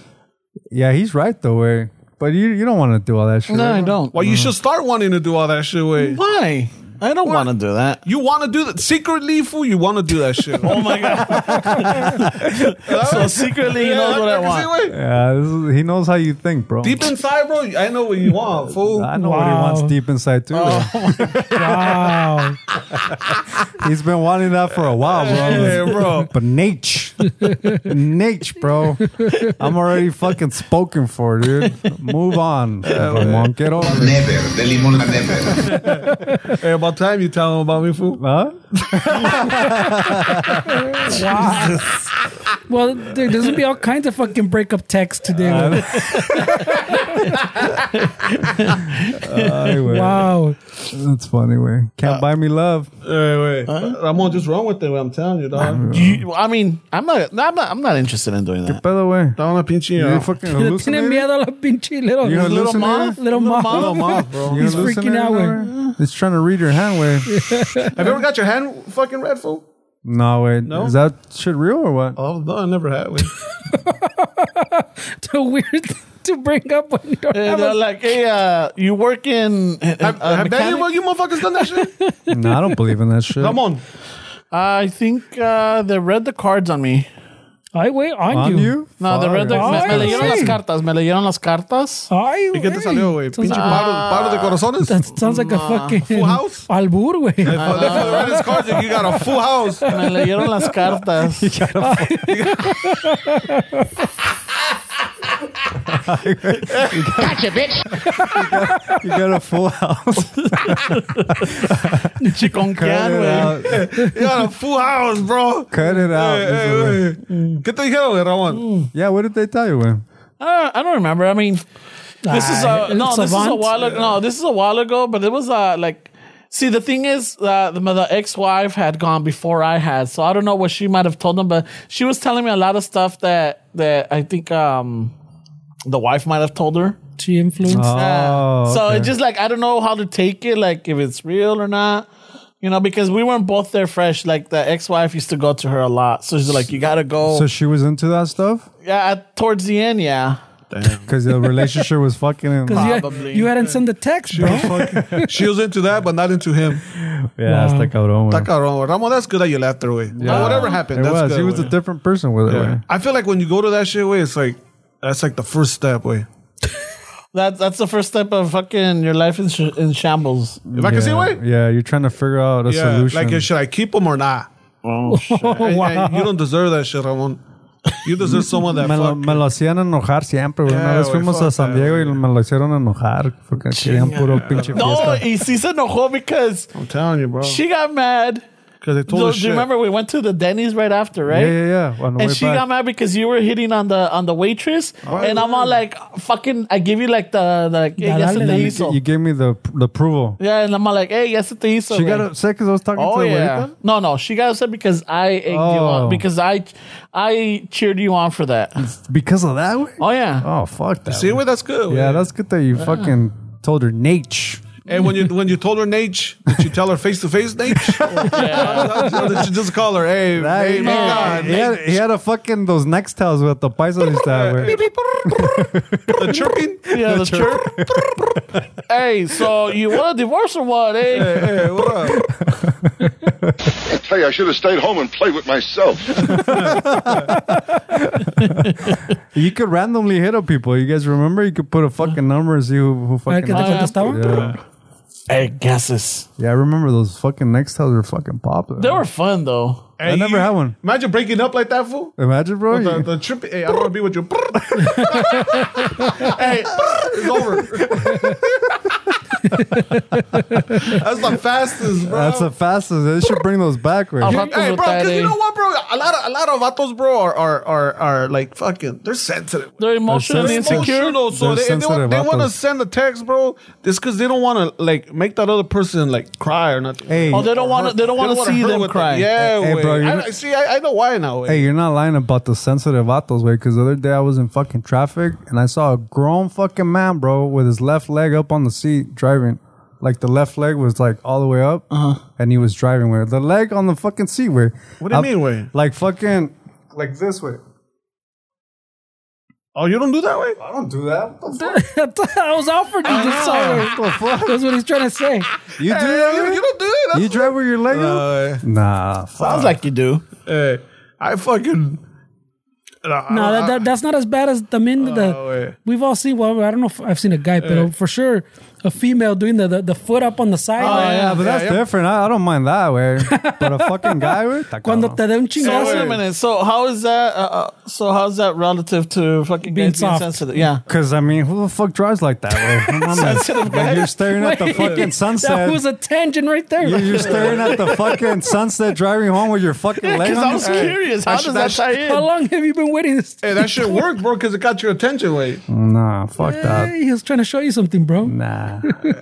S2: Yeah, he's right though, way. But you you don't want to do all that shit.
S1: No,
S2: right?
S1: I don't.
S4: well, you should start wanting to do all that shit. Way
S1: Why? I don't want to do that.
S4: you want to do that secretly, fool. You want to do that shit.
S1: Oh my god! so secretly, he knows what I want.
S2: Yeah, this is, he knows how you think, bro.
S4: Deep inside, bro, I know what you want, fool.
S2: I know what he
S3: Wow.
S2: wants deep inside too.
S3: Wow.
S2: He's been wanting that for a while, bro.
S4: Yeah, bro.
S2: But Nate, Nate, bro, I'm already fucking spoken for, dude. Move on, come on, get over. it.
S7: Never, de limón a never.
S4: Hey, about time you tell him about me, fool.
S2: Huh?
S3: Well, there doesn't be all kinds of fucking breakup texts today.
S4: Uh,
S3: man.
S2: Anyway,
S3: wow.
S2: that's funny. Way can't buy me love.
S4: Hey, wait, Ramon, just wrong with it. Way, I'm telling you, dog.
S1: You, I mean, I'm not. I'm not. I'm not interested in doing that.
S2: By the way,
S4: Down a pinche.
S2: you
S4: uh,
S2: fucking
S3: Le tiene
S2: hallucinating.
S3: miedo a la pinche little,
S2: You
S3: little
S2: hallucinating?
S3: moth. Little moth.
S1: moth?
S4: Mom, bro.
S2: You
S3: He's
S2: hallucinating
S3: freaking out, way.
S2: now, way? He's trying to read your hand, way.
S4: Have you ever got your hand fucking red, fool?
S2: No, wait. Is that shit real or what?
S4: Oh, no, I never had. Wait.
S3: It's a weird thing to bring up when you don't
S1: And
S3: have
S1: they're
S3: a
S1: like, hey, uh, you work in?
S4: have
S1: uh,
S4: have any
S1: mechanic?
S4: of you motherfuckers done that shit?
S2: No, I don't believe in that shit.
S4: Ramon,
S1: I think uh, they read the cards on me.
S3: I wait on,
S2: on
S3: you.
S2: you?
S1: No, de
S2: Fuck.
S1: verdad,
S3: Ay,
S1: me, me leyeron las
S3: sí.
S1: cartas, me leyeron las cartas.
S3: Ay,
S4: ¿y qué te
S3: güey.
S4: salió, güey?
S3: Sounds
S4: Pinche
S3: like-
S4: paro, paro de corazones.
S3: That sounds like a fucking
S4: Full house? Ah,
S3: albur, güey.
S4: But that's the reddest cards. You got a full house.
S1: Me leyeron las cartas.
S6: Gotcha, bitch.
S2: You got a full house.
S1: Chiconquean,
S2: Cut it
S1: güey.
S2: out.
S4: You got a full house, bro.
S2: Cut it out.
S4: Hey, hey, hey. ¿Qué te dijeron, güey, Ramón?
S2: Yeah, what did they tell you, man?
S1: Uh, I don't remember. I mean, this is
S3: Ah,
S1: a, no,
S3: it's a
S1: this is a
S3: vaunt.
S1: while ago. No, this is a while ago. But it was uh, like, see, the thing is, uh, the, the ex-wife had gone before I had, so I don't know what she might have told them. But she was telling me a lot of stuff that that I think um, the wife might have told her.
S3: She influenced.
S4: ah,
S1: Uh,
S2: Oh,
S1: so
S2: okay.
S1: it's just like I don't know how to take it, like if it's real or not. You know, because we weren't both there fresh. Like the ex-wife used to go to her a lot, so she's like, "You gotta go."
S2: So she was into that stuff
S1: yeah, at- towards the end, yeah.
S2: because the relationship was fucking. In.
S3: You,
S2: Yeah,
S3: had-
S1: Probably.
S3: you hadn't sent the text, bro.
S2: Mm.
S4: She was into that, but not into him.
S2: that's the cabrón.
S4: That
S2: güey.
S4: cabrón, güey. Ramon, that's good that you left her, way. Whatever happened,
S2: It
S4: that's
S2: was.
S4: good.
S2: He was
S4: güey.
S2: a different person with it.
S4: Yeah.
S2: güey.
S4: I feel like when you go to that shit, way, it's like, that's like the first step, way.
S1: That's that's the first step of fucking your life in, sh- in shambles.
S4: If I can see,
S2: Yeah.
S4: way.
S2: Yeah, you're trying to figure out a
S4: Yeah,
S2: solution.
S4: like, should I keep him or not?
S3: Oh,
S4: Hey,
S3: wow.
S4: hey, you don't deserve that shit, Ramon. You deserve someone that
S2: me, lo,
S4: fuck.
S2: me lo hacían enojar siempre. güey. Una
S4: Yeah,
S2: vez
S4: güey,
S2: fuimos
S4: fuck
S2: a San
S4: that,
S2: Diego y
S4: güey.
S2: me lo hicieron enojar porque querían puro pinche
S1: No,
S2: fiesta.
S1: y sí se enojó because
S4: I'm telling you, bro.
S1: she got mad
S4: because they told
S1: So,
S4: her
S1: do
S4: shit.
S1: you remember we went to the Denny's right after, right?
S2: Yeah, yeah, yeah. On the
S1: And
S2: way
S1: she
S2: back.
S1: got mad because you were hitting on the on the waitress, and I'm all like, "Fucking, I give you like the the like,
S3: Dale,
S1: yeah, yes, it
S3: dale.
S1: te
S2: You-
S1: hizo.
S2: You gave me the the approval.
S1: yeah." And I'm all like, "Hey, yes, it te hizo."
S2: She
S1: güey."
S2: got upset because I was talking
S1: Oh
S2: to the
S1: yeah,
S2: waiter.
S1: no, no, she got upset because I egged you
S2: Oh.
S1: on because I I cheered you on for that.
S2: Because of that? Way?
S1: Oh yeah,
S2: Oh fuck that.
S4: See
S2: way.
S4: what? That's good.
S2: Yeah, that's good that you fucking told her Nate.
S4: And when you when you told her Nate, did you tell her face to face Nate? Or did you just call her, hey,
S2: That-
S4: hey,
S2: man.
S4: God,
S2: He had, he had a fucking those next towels with the paisas and stuff. Where,
S4: the chirping?
S1: yeah, the chirp. hey, so you want a divorce or what? eh? Hey,
S4: Hey, what up?
S7: tell you, I should have stayed home and played with myself.
S2: you could randomly hit up people. You guys remember? You could put a fucking number and see who, who
S3: A ver
S2: fucking.
S3: qué te contestaba.
S2: Yeah.
S1: hey, guesses.
S2: yeah, I remember those fucking next towels were fucking popular.
S1: They were fun though.
S2: I never had one.
S4: Imagine breaking up like that, fool.
S2: Imagine, bro.
S4: The,
S2: you-
S4: the trippy, hey, I don't want to be with you. hey, it's over. That's the fastest, bro.
S2: that's the fastest. They should bring those back. Where.
S1: I'll-
S4: Hey,
S1: with
S4: bro,
S1: that,
S4: because
S1: eh?
S4: you know what, bro? A lot of a lot of vatos, bro, are are are, are like fucking. They're sensitive.
S1: They're emotionally insecure.
S4: Emotional, so
S2: They're
S4: they, if they,
S2: sensitive
S4: want, they want to
S2: vatos.
S4: send a text, bro. Just because they don't want to like make that other person like cry or nothing.
S2: hey,
S1: Oh, they don't want to. They don't want to
S4: wanna
S1: see
S4: hurt
S1: them
S4: with
S1: cry.
S4: Yeah,
S2: Hey,
S4: way.
S2: bro, you
S4: I,
S2: know-
S4: I- see, I, I know why now. way.
S2: Hey, you're not lying about the sensitive vatos, way. Because the other day I was in fucking traffic and I saw a grown fucking man, bro, with his left leg up on the seat driving. Like the left leg was like all the way up,
S4: Uh-huh.
S2: and he was driving where the leg on the fucking seat where.
S4: What do you mean, way?
S2: Like fucking like this way.
S4: Oh, you don't do that way.
S2: I don't do that. What the
S3: I was offered you just saw her.
S2: fuck? What the fuck?
S3: That's what he's trying to say.
S2: You do
S4: Hey,
S2: that?
S4: you,
S2: way?
S4: you don't do it.
S2: You
S4: That's-
S2: drive with your leg up?
S4: Uh,
S2: Nah, fuck.
S1: Sounds like you do.
S4: hey, I fucking.
S3: No, that, that, that's not as bad as the men.
S1: Oh,
S4: wait.
S3: the we've all seen. Well, I don't know if I've seen a guy, but for sure, a female doing the the, the foot up on the side.
S1: Oh, yeah,
S2: But that's
S4: yeah.
S2: different. I, I don't mind that way. But a fucking guy way?
S3: Cuando te dé un
S1: So
S3: chingazo.
S1: wait a minute. So how is that? Uh, uh, so how's that relative to fucking being,
S3: Being
S1: guys being
S3: soft.
S1: sensitive? Yeah.
S2: Cause I mean, who the fuck drives like that? Way? Come on, man. Like, you're staring at the
S3: Wait,
S2: fucking sunset.
S3: That was a tangent right there.
S2: you're, you're staring at the fucking sunset, driving home with your fucking leg.
S1: Because
S2: on
S1: I was
S2: the-
S1: curious. How does that tie
S3: How
S1: in?
S3: long have you been waiting?
S4: Hey, that shit worked, bro, because it got your attention. Wait,
S2: Nah, fuck that.
S3: Hey, he was trying to show you something, bro.
S2: Nah.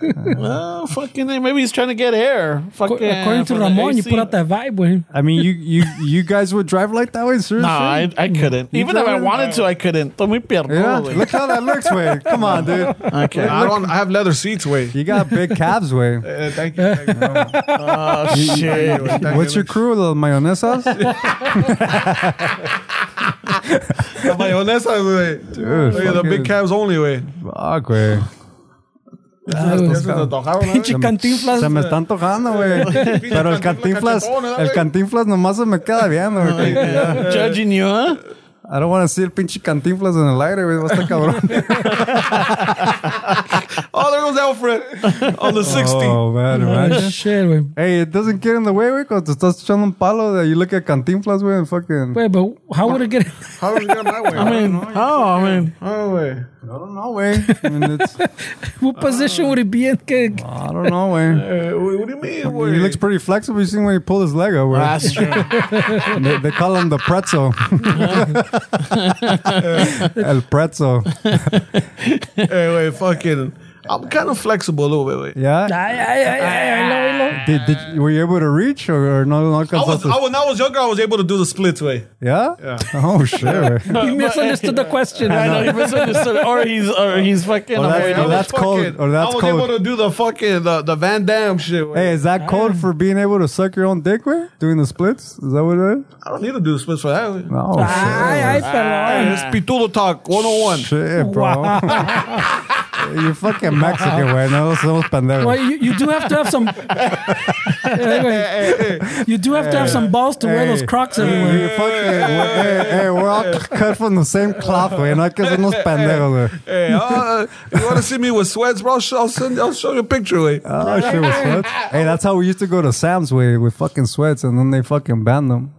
S1: Well, fucking, maybe he's trying to get hair. Fucking,
S3: According to
S1: from the
S3: Ramon, you
S1: AC.
S3: put out that vibe with him.
S2: I mean, you you you guys would drive like that way, seriously?
S1: No, I, I couldn't. Even if I
S2: drove it?
S1: wanted to, I couldn't. Don't me
S2: yeah.
S1: pierdo, güey.
S2: Look how that looks, way. Come on, dude.
S1: Okay.
S4: I don't. I have leather seats. Wait,
S2: You got big calves, way.
S4: Uh, thank you. Thank you.
S1: Oh shit.
S2: What's your crew, the mayonesas?
S4: The mayonesa, wait.
S2: Dude,
S4: Look at the big
S2: fucking
S4: cabs only way.
S2: Fuck, way.
S4: This is the Tojaro, ¿no?
S3: Pinche cantinflas.
S2: Se me está antojando, güey. Pero el
S4: Cantinflas
S2: cantinflas,
S4: cachetón, ¿eh,
S2: el
S4: güey?
S2: cantinflas nomás se me queda viendo, güey.
S1: Judging you, huh?
S2: I don't want to see el pinche cantinflas en el aire, güey. Va a estar cabrón.
S4: Oh, there goes Alfred on the 60.
S2: Oh, man,
S3: Oh,
S2: imagine.
S3: shit, güey.
S2: Hey, it doesn't get in the way, güey. Cuando te estás echando un palo, that you look at cantinflas, güey, and fucking.
S3: Wait, but how would it get?
S4: How did it get my way?
S1: I mean, oh, I mean,
S4: oh, way.
S2: I don't know, güey. I mean, it's.
S3: what position would it be in? Que-
S2: I don't know, güey.
S4: Uh, wait, what do you mean?
S2: He looks pretty flexible. You seen when he pulled his leg out,
S4: Ah,
S1: that's
S2: güey.
S1: true.
S2: They, they call him the pretzel. El pretzel.
S4: Hey, wait, fucking. I'm kind of flexible a little bit. Wait.
S2: Yeah.
S3: Ay, ay, ay, ay, ay, lo, lo.
S2: Did, did, were you able to reach or, or no? no
S4: I was,
S2: alcanzaste?
S4: I, when I was younger, I was able to do the splits way.
S2: yeah? Oh, shit, güey.
S3: You misunderstood the question.
S1: I know he misunderstood, or he's, or he's fucking.
S2: Well, that's-
S1: afraid.
S2: well,
S4: I was
S2: that's cold,
S4: fucking-
S2: or that's
S4: I was
S2: cold.
S4: able to do the fucking the, the Van Damme shit. Wait.
S2: Hey, is that code for being able to suck your own dick with? Doing the splits? Is that what it is?
S4: I don't need to do the splits for that. Wait.
S2: No.
S3: Ay, ay, perdón.
S4: It's Pitudo Talk 101.
S2: shit. Shit, bro. You're fucking Mexican, güey. No somos
S3: Well,
S2: pendejos.
S3: you, you do have to have some. Anyway, you do have to have some balls to wear those Crocs
S2: You're
S3: everywhere.
S2: fucking, we're, hey, hey, we're all cut from the same cloth, güey. No hay que ser unos pendejos, güey.
S4: Hey, uh, you want to see me with sweats, bro? I'll sh- I'll, send, I'll show you a picture. Wait.
S2: Oh, shit, with sweats. Hey, that's how we used to go to Sam's, way with fucking sweats, and then they fucking banned them.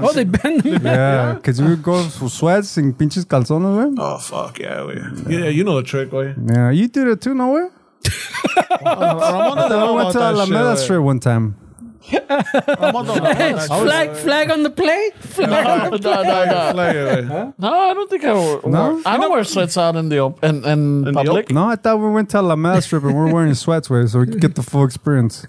S3: Oh, they bend them.
S2: Yeah, because we would go for sweats sin pinches calzones, güey.
S4: Oh, fuck, yeah, wait. Yeah, you know the trick, wait.
S2: Yeah, you did it too, no way? I went to Alameda Street one time.
S3: flag, flag on the plate. Flag on
S1: No, no,
S3: the
S1: no, no. No, I don't think I wore.
S2: No?
S1: I don't wear sweats out in the op- in, in,
S4: the
S1: public.
S2: No, I thought we went to La Mad Strip and we're wearing sweats, way, so we could get the full experience.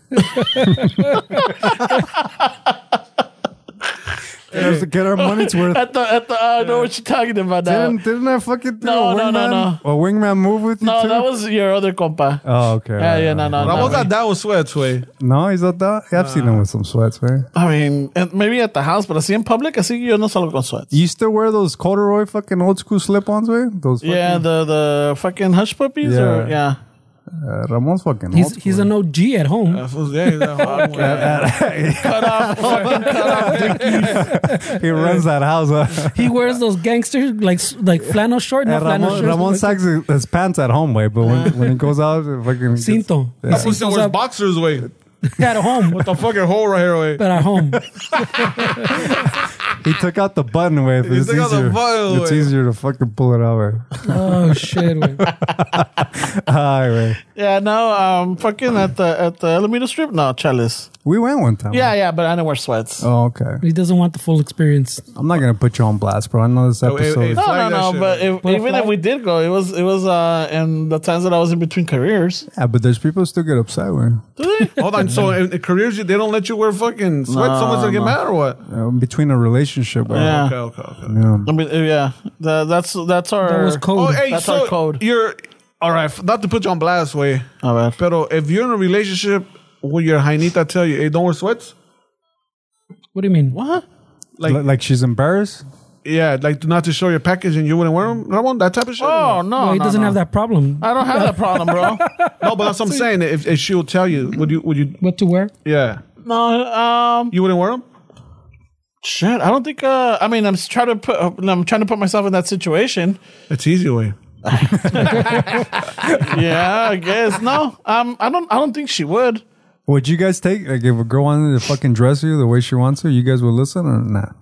S2: Just to get our money's worth.
S1: At the at the. I know what you're talking about now.
S2: Didn't, didn't I fucking do
S1: No,
S2: a
S1: no,
S2: wingman?
S1: no, no.
S2: A wingman move with you
S1: no,
S2: too?
S1: that was your other compa.
S2: Oh, okay.
S1: yeah,
S2: right,
S1: yeah,
S2: right.
S1: no, no,
S4: I
S1: no.
S4: was at that with sweats, way.
S2: No, he's not that. Yeah, I've seen him with some sweats, man.
S1: I mean, and maybe at the house, but así en public, así yo no salgo con sweats.
S2: You still wear those corduroy fucking old school slip-ons, way? Those fucking,
S1: Yeah, the the fucking hush puppies, or yeah.
S2: Yeah. uh, Ramon's fucking
S3: He's
S2: old
S3: he's an OG at home.
S4: That was- Yeah, he's at home, wey.
S2: school. He runs that house. Huh?
S3: He wears those gangster like s- like flannel short, no
S2: And
S3: flannel
S2: Ramon,
S3: shorts,
S2: Ramon
S3: like
S2: sacks his, his pants at home, way, but when, when he goes out, he fucking... gets-
S3: cinto.
S4: That pussy wears boxers, way.
S3: At home,
S4: What the fucking hole right here, way.
S3: but at home.
S2: He took out the button, way. It's
S4: took out the
S2: easier.
S4: button,
S2: It's
S4: way.
S2: easier to fucking pull it out, way.
S3: Oh shit! man.
S2: Hi, way.
S1: Yeah, no, um, fucking at the at the Alameda Strip, no chalice.
S2: We went one time.
S1: Yeah, yeah, but I don't wear sweats.
S2: Oh, okay.
S3: He doesn't want the full experience.
S2: I'm not gonna put you on blast, bro. I know this
S4: hey,
S2: episode.
S4: hey,
S1: no,
S4: flag that
S1: no, no.
S4: shit,
S1: But
S4: man.
S1: if, even if we did go, it was it was uh in the times that I was in between careers.
S2: yeah, but there's people who still get upset, way.
S4: Hold on. So in the careers, you- they don't let you wear fucking sweats.
S1: No,
S4: Someone's gonna get
S1: no.
S4: mad or what?
S2: Uh, between a relationship, way.
S1: Yeah.
S4: Okay, okay, okay.
S2: Yeah.
S1: I mean, uh, yeah, the, that's that's our.
S3: That was
S4: Oh,
S3: cold.
S4: hey,
S1: That's
S4: so
S1: our code.
S4: You're all right. f- Not to put you on blast, way.
S1: All right.
S4: Pero if you're in a relationship, will your jainita tell you, "Hey, don't wear sweats"?
S3: What do you mean?
S1: What?
S2: Like, like she's embarrassed.
S4: Yeah, like not to show your package and you wouldn't wear them. Ramon, that type of shit.
S1: Oh no,
S3: Well, he
S1: no,
S3: doesn't
S1: no. Uh,
S3: have that problem.
S1: I don't have that problem, bro.
S4: no, but that's what I'm saying. If, if she will tell you, would you? Would you?
S3: What to wear?
S4: Yeah,
S1: no, um,
S4: you wouldn't wear them.
S1: shit. I don't think. Uh, I mean, I'm s- trying to put. uh, I'm trying to put myself in that situation.
S4: It's easy way.
S1: Yeah, I guess. No, um, I don't. I don't think she would.
S2: Would you guys take like if a girl wanted to fucking dress you the way she wants to, you guys would listen or not?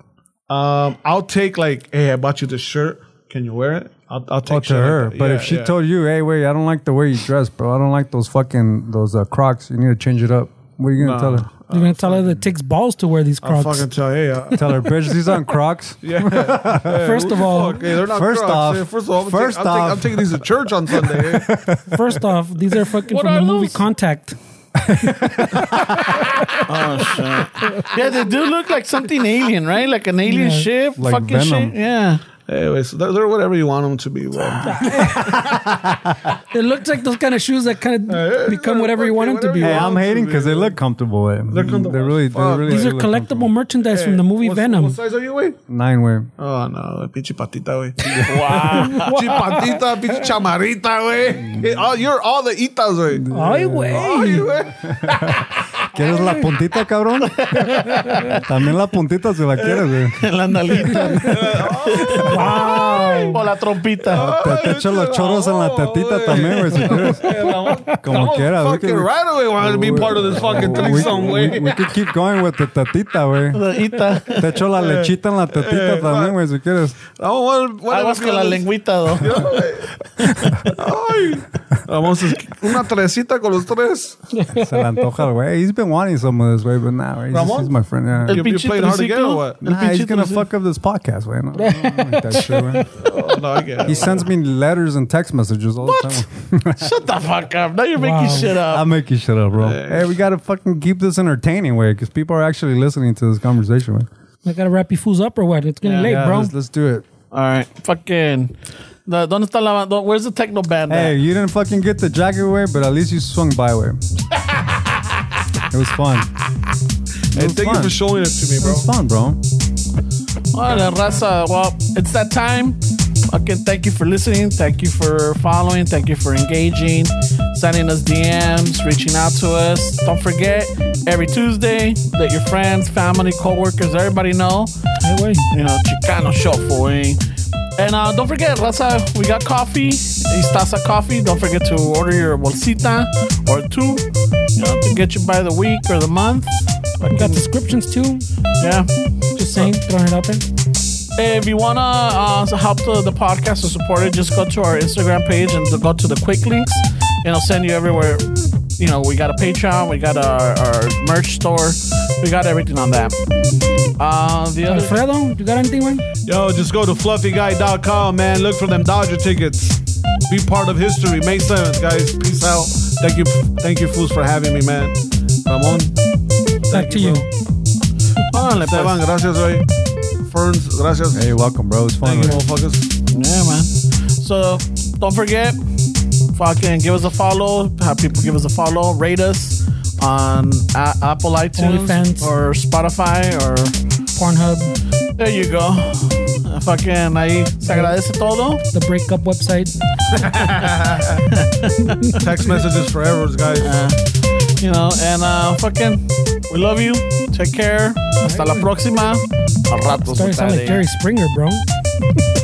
S4: Um, I'll take like, hey, I bought you this shirt. Can you wear it? I'll, I'll take
S2: Oh,
S4: it.
S2: to her. but if she told you, "Hey, wait, I don't like the way you dress, bro. I don't like those fucking those uh, Crocs. You need to change it up." What are you gonna tell her?
S3: You're gonna tell her that it takes balls to wear these
S4: I'll
S3: Crocs.
S4: fucking tell you. Yeah.
S2: Tell her, bitch, these aren't Crocs.
S3: first of all,
S4: Hey, they're not
S2: First
S4: Crocs.
S2: off-
S4: Hey, first of all, I'm,
S2: first
S4: taking, I'm, taking, I'm
S2: off-
S4: taking these to church on Sunday. eh?
S3: first off, these are fucking
S1: What
S3: from the
S1: are
S3: movie
S1: those?
S3: Contact.
S1: Yeah, they do look like something alien, right? Like an alien
S3: Yeah.
S1: ship,
S2: Like
S1: fucking
S2: Venom.
S1: shit. Yeah.
S4: Anyway, so they're, they're whatever you want them to be. Bro.
S3: It looks like those kind of shoes that kind of become whatever you want them to be.
S2: Hey,
S4: whatever
S2: I'm hating because they look comfortable. eh? They're
S4: comfortable
S2: They
S4: as
S2: really, they
S4: fuck.
S2: really.
S3: These
S2: do
S3: are
S2: look
S3: collectible merchandise from the movie
S4: What's-
S3: Venom.
S4: What size are you, wey?
S2: comfortable. Nine way.
S4: Oh, no, pinche patita, wey. wow. Pinche patita, pinche chamarita, wey. Hey, all- You're all the itas, wey.
S3: Ay, güey.
S4: All you, wey.
S2: ¿Quieres la puntita, cabrón? También la puntita si la quieres, güey.
S1: La nalguita. O la trompita.
S2: Te, te echo los choros en
S4: Oh,
S2: la tetita también, güey, si quieres. Como quieras. we
S4: fucking
S2: can-
S4: right away wanted to be part of this fucking threesome,
S2: we, we,
S4: wey.
S2: we could keep going with the tetita, güey.
S1: La ita.
S2: Te echo la lechita en la tetita también, güey, si quieres.
S4: I don't want
S1: I was con la lengüita, though.
S4: Vamos una tresita con los tres.
S2: Se le antoja, al güey. He's been wanting some of this, güey, but nah, güey. He's,
S4: Ramón?
S2: he's my friend, yeah.
S1: El
S4: You- you
S1: pinche
S4: played hard to get
S1: triciclo.
S4: or what?
S1: El
S2: Nah, he's
S1: pinche
S2: gonna
S1: triciclo.
S2: fuck up this podcast, güey. No, I don't like that shit, güey.
S4: Oh, no, I get
S2: He
S4: it.
S2: sends me letters and text messages all the time.
S1: Shut the fuck up. Now you're making
S3: Wow.
S1: shit
S2: I'm
S1: up.
S2: making shit up, bro. Hey, we gotta fucking keep this entertaining, way, because people are actually listening to this conversation, way.
S3: I gotta wrap you fools up or what? It's getting late,
S2: Yeah,
S3: bro.
S2: let's, let's do it.
S1: All right. Fucking. The, ¿Dónde está la do- Where's the techno band?
S2: Hey, you didn't fucking get the jacket way, but at least you swung by way. it was fun.
S4: Hey,
S2: was
S4: thank you
S2: fun.
S4: for showing it to me,
S2: It
S4: bro.
S2: was fun, bro.
S1: Well, raza. Well, it's that time. Fucking thank you for listening. Thank you for following. Thank you for engaging, sending us DMs, reaching out to us. Don't forget, every Tuesday, let your friends, family, coworkers, everybody know.
S3: Ay, güey.
S1: You know, Chicano Shuffle, eh? And uh, don't forget, raza, we got coffee. Istaza coffee. Don't forget to order your bolsita or two. You know, to get you by the week or the month.
S3: We got descriptions too.
S1: Yeah.
S3: Just saying, throwing it out there.
S1: If you wanna uh, so help the, the podcast or support it, just go to our Instagram page and go to the quick links, and I'll send you everywhere. You know, we got a Patreon, we got our, our merch store, We got everything on that. Uh, the other
S3: Alfredo, you got anything, man?
S4: Yo, just go to fluffyguy.com, man. Look for them Dodger tickets. Be part of history. May 7th, guys. Peace out. Thank you, thank you, fools, for having me, man. Ramon,
S3: Back to you.
S1: Órale, pues.
S4: Esteban, gracias, way. Ferns, gracias.
S2: Hey, welcome, bro. It's fun.
S4: Thank you,
S2: man.
S4: motherfuckers.
S1: Yeah, man. So don't forget, fucking give us a follow. Have people give us a follow. Rate us on a- Apple iTunes
S3: OnlyFans.
S1: or Spotify or
S3: Pornhub,
S1: there you go. Uh, Fucking ahí se agradece todo.
S3: the breakup website.
S4: Text messages forever, guys.
S1: You know, and uh, fucking we love you. Take care. Hasta la próxima. A ratos.
S3: Sorry, I sound like
S1: ustedes.
S3: Jerry Springer, bro.